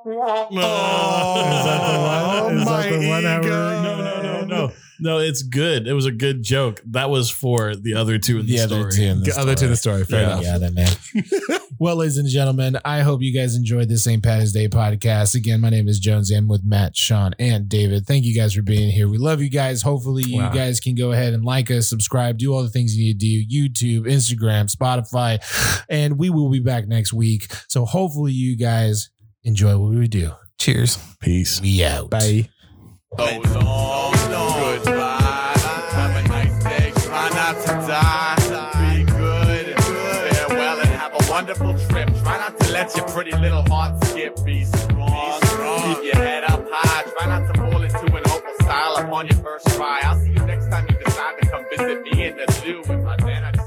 C: Is
B: my
C: that the one that we're-
B: ego.
C: No, no, no, no. No, it's good. It was a good joke. That was for the other two in the, story.
B: the
H: Other to Oh, the story, fair
C: Yeah.
H: enough.
B: Yeah, that man.
H: [LAUGHS]
B: well, ladies and gentlemen, I hope you guys enjoyed this St. Patty's Day podcast. Again, my name is Jones. I'm with Matt, Sean, and David. Thank you guys for being here. We love you guys. Hopefully, you
A: Wow.
B: guys can go ahead and like us, subscribe, do all the things you need to do YouTube, Instagram, Spotify, and we will be back next week. So hopefully, you guys enjoy what we do.
D: Cheers.
C: Peace.
B: We out.
H: Bye.
F: Oh, long, long goodbye. Have a nice day. Try not to die. Be good. Farewell and have a wonderful trip. Try not to let your pretty little heart skip. Be strong. Keep your head up high. Try not to fall into an hopeful style upon your first try. I'll see you next time you decide to come visit me in the zoo. And by then I